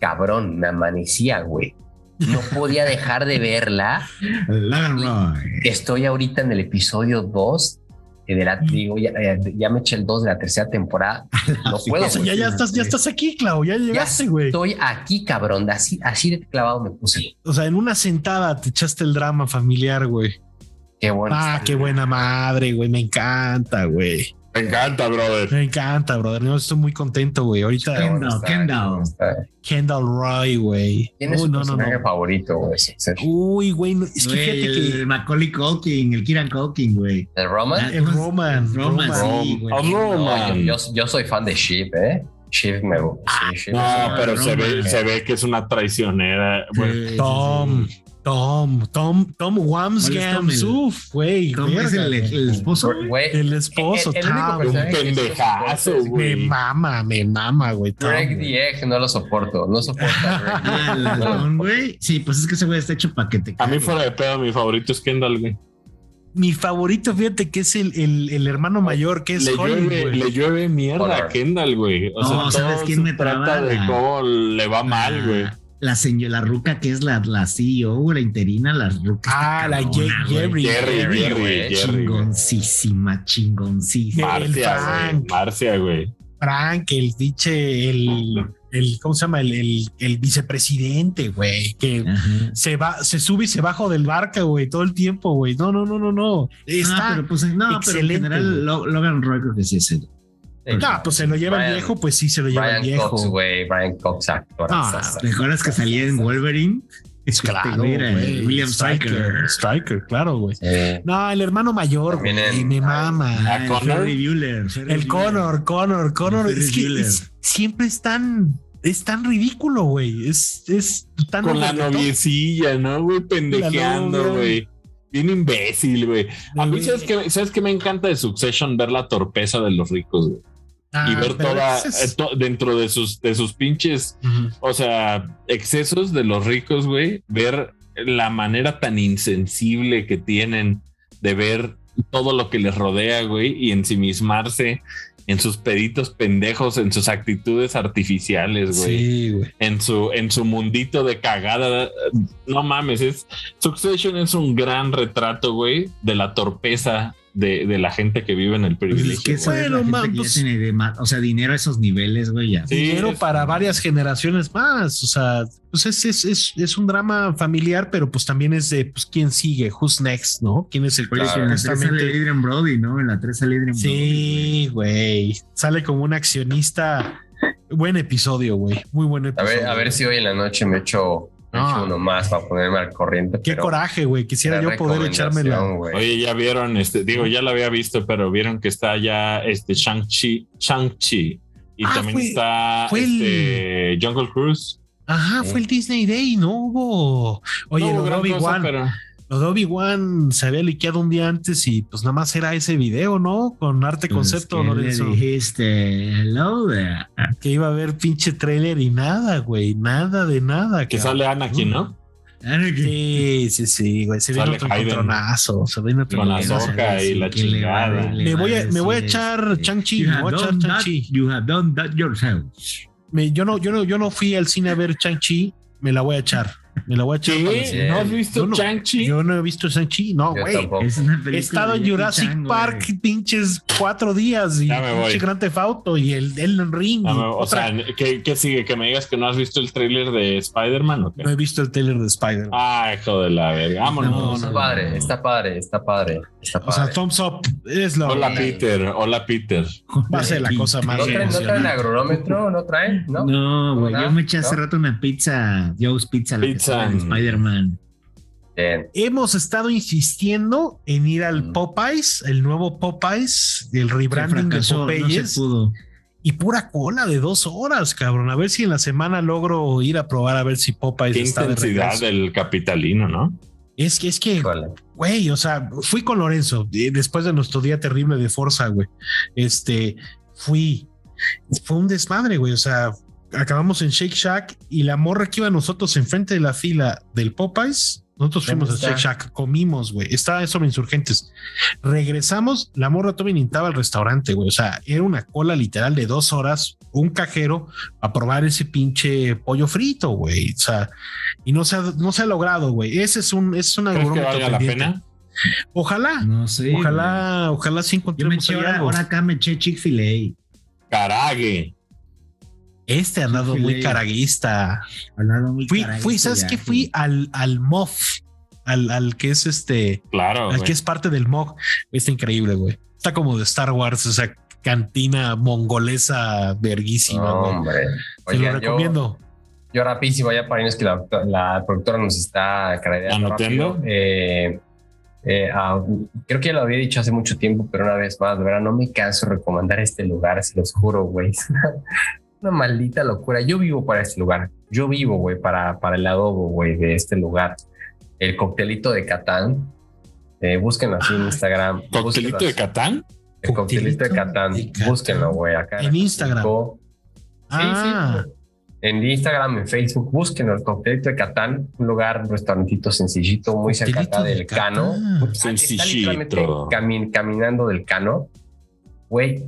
S1: cabrón, me amanecía, güey. No podía dejar de verla.
S4: Lagan
S1: Estoy ahorita en el episodio 2. De la, digo, ya, ya me eché el 2 de la tercera
S4: [LAUGHS]
S1: temporada. No puedo.
S2: O sea,
S1: güey.
S2: ya, ya estás, ya estás aquí, Clau, ya
S1: Ya
S2: llegaste, güey.
S1: estoy aquí, cabrón. Así, así de clavado me puse.
S2: O sea, en una sentada te echaste el drama familiar, güey.
S1: Qué bueno.
S2: Ah,
S1: está.
S2: qué buena madre, güey. Me encanta, güey.
S3: Me encanta, brother.
S2: Me encanta, brother. No, estoy muy contento, güey.
S1: Qué
S2: Ahorita
S1: bueno
S4: Kendall,
S1: está,
S4: Kendall.
S1: qué bueno está.
S2: Kendall Roy, güey.
S1: ¿Quién es
S2: Uy,
S1: su
S2: Uh, no, no, no.
S1: personaje favorito, güey? Sergio?
S2: Uy, güey. no, es que fíjate
S4: el
S2: que
S4: Macaulay Culkin, el Kieran Culkin, güey.
S1: ¿El Roman?
S2: el Roman,
S4: Roman,
S2: Roman.
S4: sí, güey.
S3: Roman.
S1: No,
S3: Roman.
S1: yo, yo- yo soy fan de Sheep, ¿eh? Sheep me gusta.
S2: Ah,
S1: sí, Sheep
S3: No,
S1: es una-
S3: pero se, ve,
S1: mames.
S3: se ve que es una traicionera. Bueno,
S4: Sí, sí, sí.
S2: Tom, Tom, Tom, Tom Wamsgam.
S4: Tom, el-
S2: Uf, güey.
S4: Tom es
S2: verga,
S4: el, el esposo. güey.
S1: Güey,
S2: el esposo,
S1: Eh, el único
S2: Tom.
S1: personaje que-
S3: un pendejazo,
S2: Me
S3: güey.
S2: mama, me mama, güey. Tom,
S1: Greg
S2: güey.
S1: the Egg no lo soporto. No soporto a Greg the Egg.
S4: Ah, el Tom, güey. Sí, pues es que ese güey está hecho para que te
S3: A mí
S4: cague.
S3: fuera de pedo, mi favorito es Kendall, güey.
S2: Mi favorito, fíjate que es el, el, el hermano mayor, que es
S3: Le
S2: Holly,
S3: llueve,
S2: güey.
S3: le llueve mierda
S1: Hola.
S3: a Kendall, güey. O
S4: No,
S3: sea,
S4: ¿sabes
S3: todo
S4: quién
S3: se
S4: me
S3: trata
S4: traba?
S3: de cómo le va mal, güey.
S4: Ah, La señora, la ruca que es la, la CEO, la interina, la ruca.
S2: Ah, la Jake
S4: Cabrona, güey.
S2: Jerry.
S3: [LAUGHS] Jerry,
S1: Jerry,
S3: Jerry,
S1: güey,
S3: Jerry. güey.
S4: Chingoncísima, chingoncísima.
S2: el
S3: Marcia, güey.
S2: Frank.
S3: Marcia, güey.
S2: Frank, el diche, el, el ¿cómo se llama? El, el, el vicepresidente, güey, que
S4: Ajá.
S2: se va, se sube y se bajo del barco, güey, todo el tiempo, güey. No, no, no, no, no.
S4: Ah,
S2: Está.
S4: pero pues, no, pero en
S2: excelente,
S4: general
S2: güey.
S4: Lo- Logan Roy creo que sí es él.
S2: no, pues se lo lleva
S1: Brian-
S2: el viejo, pues sí se lo lleva
S1: Brian
S2: el viejo.
S1: Cox, güey. Brian Cox, actor.
S2: Ah,
S4: Mejoras que salía en Wolverine.
S2: es claro,
S4: Este güey era
S2: güey.
S4: William
S2: Striker.
S4: Striker.
S2: Striker, claro, güey.
S1: Sí.
S2: No, el hermano mayor, güey,
S1: También el-
S2: me mama.
S3: ¿A
S4: Ah, el
S3: Connor?
S4: Ferry Bueller, Ferry
S2: El
S4: Bueller.
S2: Connor, Connor, Connor.
S4: Ferris
S2: Es que
S4: Bueller.
S2: es- siempre es tan, es tan ridículo, güey. Es, es tan
S3: Con la
S2: overtop.
S3: noviecilla, ¿no, güey?
S2: pues, novia.
S3: Pendejeando, güey. Bien imbécil, güey. A mí,
S2: Eh,
S3: ¿sabes qué, ¿sabes qué me encanta de Succession? Ver la torpeza de los ricos, güey.
S2: ah,
S3: y ver
S2: pero
S3: toda,
S2: ese es-
S3: eh, to- dentro de sus, de sus pinches
S2: Ujú.
S3: O sea, excesos de los ricos, güey, ver la manera tan insensible que tienen de ver todo lo que les rodea, güey, y ensimismarse en sus peditos pendejos, en sus actitudes artificiales, güey,
S2: Sí, güey.
S3: en su en su mundito de cagada. No mames, es Succession es un gran retrato, güey, de la torpeza de, de la gente que vive en el
S4: Pues
S3: privilegio.
S4: es que esa
S3: güey.
S4: es la
S2: Bueno,
S4: gente
S2: man,
S4: que ya
S2: pues-
S4: tiene de más- o sea, dinero a esos niveles, güey, ya.
S3: Sí,
S2: dinero
S3: es-
S2: para varias generaciones más. O sea, pues es, es, es, es un drama familiar, pero pues también es de pues quién sigue, who's next, ¿no? ¿Quién es el
S4: Oye,
S1: Claro.
S4: que en la 3
S2: Justamente.
S4: sale Adrian Brody, ¿no? En la 3 sale Adrian Brody.
S2: Sí, güey. Sale como un accionista. Buen episodio, güey. Muy buen
S1: A
S2: episodio.
S1: ver, a ver si hoy en la noche me echo, me
S2: Ah.
S1: echo uno más para ponerme al corriente.
S2: Qué
S1: pero
S2: coraje, güey. Quisiera
S1: la
S2: yo poder
S1: recomendación,
S2: echármela.
S1: güey.
S3: Oye, ya vieron, este, digo, ya la había visto, pero vieron que está ya este Shang-Chi, Shang-Chi. Y
S2: Ah,
S3: también
S2: fue-
S3: está
S2: fue el-
S3: este, Jungle Cruise.
S2: Ajá,
S1: Sí.
S2: fue el Disney Day, no hubo. Oye,
S3: No hubo
S2: lo de
S3: gran cosa,
S2: Obi-Wan,
S3: pero-
S2: lo de Obi-Wan se había liqueado un día antes y pues nada más era ese video, ¿no? Con
S3: este
S1: Mm,
S2: arte
S4: Pues,
S2: concepto,
S4: ¿qué le
S2: Lorenzo.
S4: dijiste, hello there.
S2: Que iba a haber pinche trailer y nada, güey. Nada de nada.
S3: Que
S2: cabrón.
S3: sale Anakin, ¿no?
S4: Anakin.
S2: Sí, sí, sí, güey. Se viene
S3: Sale
S2: otro
S3: Hayden.
S2: encontronazo. Se viene otro
S3: Con la
S2: encontronazo.
S3: soca y la
S4: ¿Quién le va a
S3: chingada.
S4: dar- le
S2: Me
S4: va
S2: voy a-
S4: decir,
S2: me voy a
S4: este,
S2: echar Shang-Chi,
S4: You
S2: me
S4: have
S2: voy a echar
S4: done that-
S2: Shang-Chi.
S4: You have done that yourself.
S2: Me- yo, no, yo, no, yo no fui al cine a ver Chang-Chi. Me la voy a echar. Me la voy a echar.
S3: ¿Qué?
S2: para el cine.
S3: ¿No has visto
S2: Yo no-
S3: Shang-Chi?
S2: Yo no he visto Shang-Chi. No,
S1: Yo
S2: güey.
S1: tampoco.
S4: Es una película
S2: He estado
S4: de
S2: en
S4: Jackie
S2: Jurassic
S4: Chan, güey.
S2: Park pinches cuatro días y
S3: Ya me voy.
S2: pinche Grand Theft Auto y el Elden Ring. y
S3: Ah, no, o
S2: otra.
S3: sea, ¿qué, qué sigue? ¿Que me digas que no has visto el tráiler de Spider-Man o qué?
S2: no he visto el trailer de Spider. man
S3: Ah, hijo de la verga.
S2: No,
S3: Vámonos.
S1: Está
S2: no,
S1: padre, está padre, está padre. Está
S2: o sea,
S1: padre.
S2: thumbs up es lo
S3: Ah, Hola,
S1: no.
S3: Peter. Hola, Peter.
S2: va a ser la cosa más
S1: ¿No traen, ¿No traen
S2: emocionante.
S1: agrurómetro? ¿No traen? ¿No?
S4: No, güey,
S1: ¿Verdad?
S4: yo me eché hace
S1: ¿No?
S4: rato una pizza, Joe's Pizza, la que
S3: Pizza.
S4: sale en Spider-Man.
S1: Bien.
S2: Hemos estado insistiendo en ir al
S1: Mm.
S2: Popeyes, el nuevo Popeyes, el
S4: Se
S2: rebranding de
S4: fracasó, No
S2: Popeyes
S4: se pudo.
S2: y pura cola de dos horas, cabrón. A ver si en la semana logro ir a probar a ver si Popeyes
S3: Qué
S2: está de
S3: intensidad eh.
S2: regreso.
S3: del capitalino, ¿no?
S2: Es que es que
S1: Híjole.
S2: Güey, o sea, fui con Lorenzo eh, después de nuestro día terrible de Forza, güey. Este, fui. Fue un desmadre, güey. O sea, acabamos en Shake Shack y la morra que iba a nosotros enfrente de la fila del Popeyes Nosotros fuimos a
S1: ¿Dónde
S2: Shake
S1: está?
S2: Shack, comimos, güey. Estaba sobre insurgentes. Regresamos, la morra todavía ni estaba al restaurante, güey. O sea, era una cola literal de dos horas, un cajero a probar ese pinche pollo frito, güey. O sea, y no se ha, no se ha logrado, güey. Ese es un, es una
S3: ¿Crees que
S2: grómetro
S3: valga la
S2: pendiente.
S3: pena?
S2: Ojalá,
S4: No sé.
S2: ojalá, ojalá sí
S4: güey. Yo me
S2: encontremos
S4: eché
S2: ahí
S4: ahora,
S2: algo.
S4: ahora acá, me eché Chick-fil-A.
S3: Carague.
S2: Este ha dado muy
S4: Chick-fil-A.
S2: caraguista.
S4: Hablaron muy
S2: Fui,
S4: carajo
S2: fui, ¿sabes
S4: ya,
S2: qué?
S4: güey.
S2: Fui al, al MOF, al, al que es este,
S3: Claro.
S2: al
S3: Oh, güey.
S2: que es parte del MOG. Está increíble, güey. Está como de Star Wars, esa cantina mongolesa verguísima,
S3: Oh,
S1: No,
S2: güey.
S1: hombre.
S2: Te
S1: Oigan,
S2: lo
S1: yo-
S2: recomiendo.
S1: Yo rapidísimo, ya para irnos que la, la productora nos está caradeando
S3: ¿Anotando?
S1: rápido. Eh, eh, ah, creo que ya lo había dicho hace mucho tiempo, pero una vez más, de verdad, no me canso de recomendar este lugar, se los juro, güey. [LAUGHS] Es una, una maldita locura. Yo vivo para este lugar. Yo vivo, güey, para, para el adobo, güey, de este lugar. El coctelito de Catán. Eh, búsquenlo así en Instagram.
S3: ¿Coctelito
S1: búsquenlo
S3: de
S1: así.
S3: Catán?
S1: El coctelito de Catán.
S2: de Catán.
S1: Búsquenlo, güey, acá.
S2: En Instagram.
S1: Acapulco. Sí,
S2: Ah,
S1: sí. En Instagram, en Facebook, busquen el coctelito de Catán, un lugar, un restaurantito sencillito, muy cerca
S2: Coctelito
S1: acá
S2: de
S1: del Cano. Ah,
S2: Catán.
S1: Está literalmente
S3: Sencillito.
S1: camin- caminando del Cano. Güey,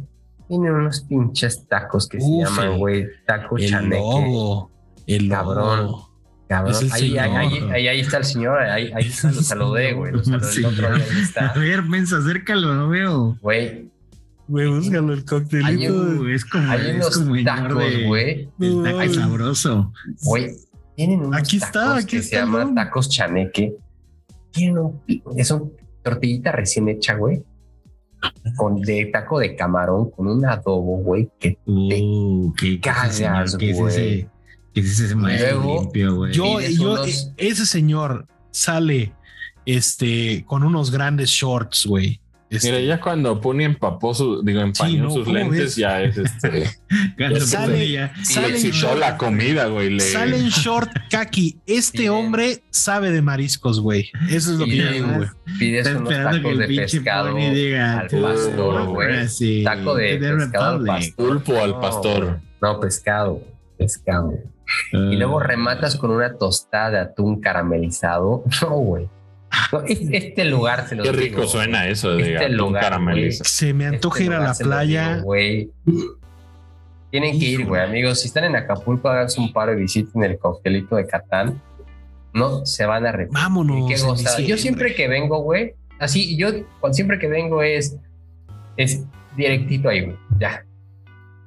S1: tienen unos pinches tacos que
S2: Uf,
S1: se llaman,
S2: el-
S1: güey, taco
S2: el
S1: chaneque.
S2: lobo. El
S1: Cabrón.
S2: lobo.
S1: Cabrón.
S2: es el
S1: ahí, ahí,
S2: señor.
S1: ahí, ahí, ahí está el señor, ahí, ahí
S2: [LAUGHS]
S1: está, lo saludé, güey. Lo saludé el otro día, ahí
S4: A
S1: está.
S4: ver, mensa, acércalo, no veo.
S1: Güey,
S2: Güey, búscalo el
S1: Hay
S2: coctelito.
S1: un-
S2: de-
S4: Uy, es como,
S1: hay
S4: es
S1: unos
S4: como el
S1: tacos,
S4: de-
S1: güey.
S4: del
S2: No,
S4: taco
S2: ay.
S4: sabroso.
S1: Güey, tienen unos
S2: Aquí está,
S1: tacos
S2: aquí
S1: que
S2: está
S1: se
S2: el
S1: llaman
S2: don.
S1: tacos chaneque. Tienen un, es una tortillita recién hecha, güey. Con de taco de camarón, con un adobo, güey, que
S4: Uh, qué
S1: cagas,
S4: que es
S1: güey.
S4: ese, que es ese maestro
S1: Luego,
S4: limpio, güey.
S2: Yo,
S1: Tienes
S2: yo,
S1: unos-
S2: e- ese señor sale este con unos grandes shorts, güey. Este,
S3: Mira, ya cuando pone empapó su, digo, empañó
S2: Sí, no,
S3: sus
S2: ¿cómo
S3: lentes,
S2: ves?
S3: ya
S2: [LAUGHS]
S3: es este.
S4: Cuando
S3: Yo
S4: pone
S2: sale-
S4: ya-
S3: le
S2: sale, en
S3: excitó
S2: short,
S3: la comida, güey. Le...
S2: sale en short kaki. Este
S1: Miren.
S2: hombre sabe de mariscos, güey. Eso es lo que yo
S1: Miren,
S2: digo, güey.
S1: pides
S4: Está
S1: unos
S4: esperando que
S1: tacos
S4: el
S1: de
S4: pinche
S1: pescado
S4: pony diga.
S1: al
S4: "Tú,
S1: pastor,
S4: no,
S1: güey.
S4: sí,
S1: Taco de
S4: Federal
S1: pescado al
S4: Republic".
S1: pastor.
S3: Pulpo al
S1: No,
S3: pastor.
S1: No, pescado, pescado. Y
S2: Ah.
S4: Mm.
S1: luego rematas con una tostada de atún caramelizado. [LAUGHS] No, güey. No, es- este lugar se lo
S3: Qué rico suena eso de
S1: Este
S3: atún
S1: lugar,
S3: caramelizado.
S2: Se me
S1: Este
S2: antoja ir a la playa.
S1: güey. Tienen que ir, güey, amigos. Si están en Acapulco, háganse un paro y visiten el coctelito de Catán. No se van a arrepentir.
S2: Vámonos.
S1: Qué
S2: en
S1: gozada. Yo
S2: diciembre.
S1: siempre que vengo, güey, así, yo cuando siempre que vengo es, es directito ahí, güey. Ya.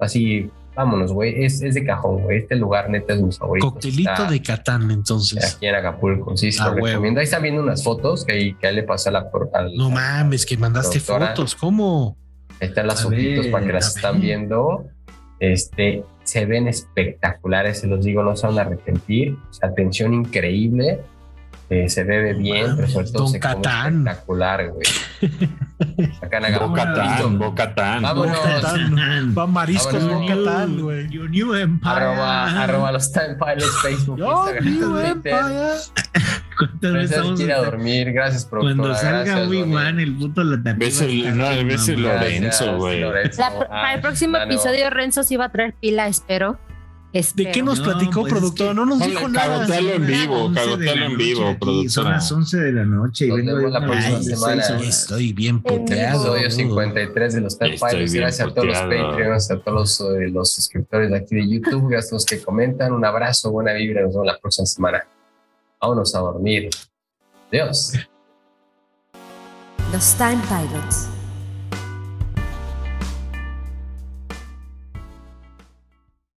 S1: Así, vámonos, güey. Es, es de cajón, güey. Este lugar neta es mi favorito.
S2: Coctelito de Catán, entonces.
S1: Aquí en Acapulco, sí, se
S2: A
S1: lo
S2: huevo.
S1: recomiendo. Ahí están viendo unas fotos que ahí, que ahí le pasé a la. por- al-
S2: No mames, que mandaste
S1: Doctora.
S2: fotos. ¿Cómo?
S1: Ahí están las
S4: A
S1: fotitos
S4: ver,
S1: para que
S4: a
S1: las están
S4: ver.
S1: viendo. Este, se ven espectaculares, se los digo, no se van a arrepentir. O sea, atención increíble. eh, se bebe bien, pero sobre todo
S2: Don
S1: se come
S2: Catán.
S1: espectacular, güey. Acá en Acapulco.
S3: Bocatán, Bocatán.
S1: Vamos. vámonos.
S2: Catán. Va mariscos
S1: Vámonos.
S2: de Catán, güey.
S4: Your new empire.
S1: Arroba, arroba los Time Pilots, Facebook,
S2: Yo vivo
S1: Instagram,
S2: en
S1: Twitter.
S2: playa.
S4: ¿Cuántas veces
S1: Gracias,
S4: vamos a
S1: ir a
S4: estar-
S1: dormir. Gracias, productora.
S4: Cuando salga
S1: Gracias,
S4: Obi-Wan,
S1: Doni.
S4: el puto la tapa.
S3: Ves el- no, ves el
S4: Mamá.
S3: Lorenzo,
S1: Gracias,
S3: güey.
S1: Lorenzo. Ah,
S5: La pr- para el
S1: Oh, Ay,
S5: próximo
S1: mano.
S5: episodio, Renzo sí va a traer pila, espero.
S2: ¿De
S5: espero.
S2: qué nos
S4: No,
S2: platicó,
S4: pues,
S2: productor?
S4: es que-
S2: No nos
S3: Ponle
S2: dijo
S3: cagotazo.
S2: nada.
S3: Cagotelo en vivo,
S4: Son las 11 de
S3: cagotelo
S4: la
S3: en
S4: noche
S3: vivo,
S4: aquí, Son
S3: productora.
S4: las 11 de la noche y
S1: Nos
S4: vengo de
S1: vemos la
S4: una
S1: próxima
S4: vez de
S1: semana.
S4: seis horas.
S2: Pues, Estoy bien puteado.
S1: Episodio 53 de los Tech
S3: Estoy
S1: Pilots.
S3: bien
S1: Gracias a todos los
S3: puteado.
S1: Patreons, a todos los, eh, los suscriptores de aquí de YouTube, gracias a los que comentan. Un abrazo, buena vibra. Nos vemos la próxima semana. Vámonos a dormir. Adiós.
S5: Los Time Pilots.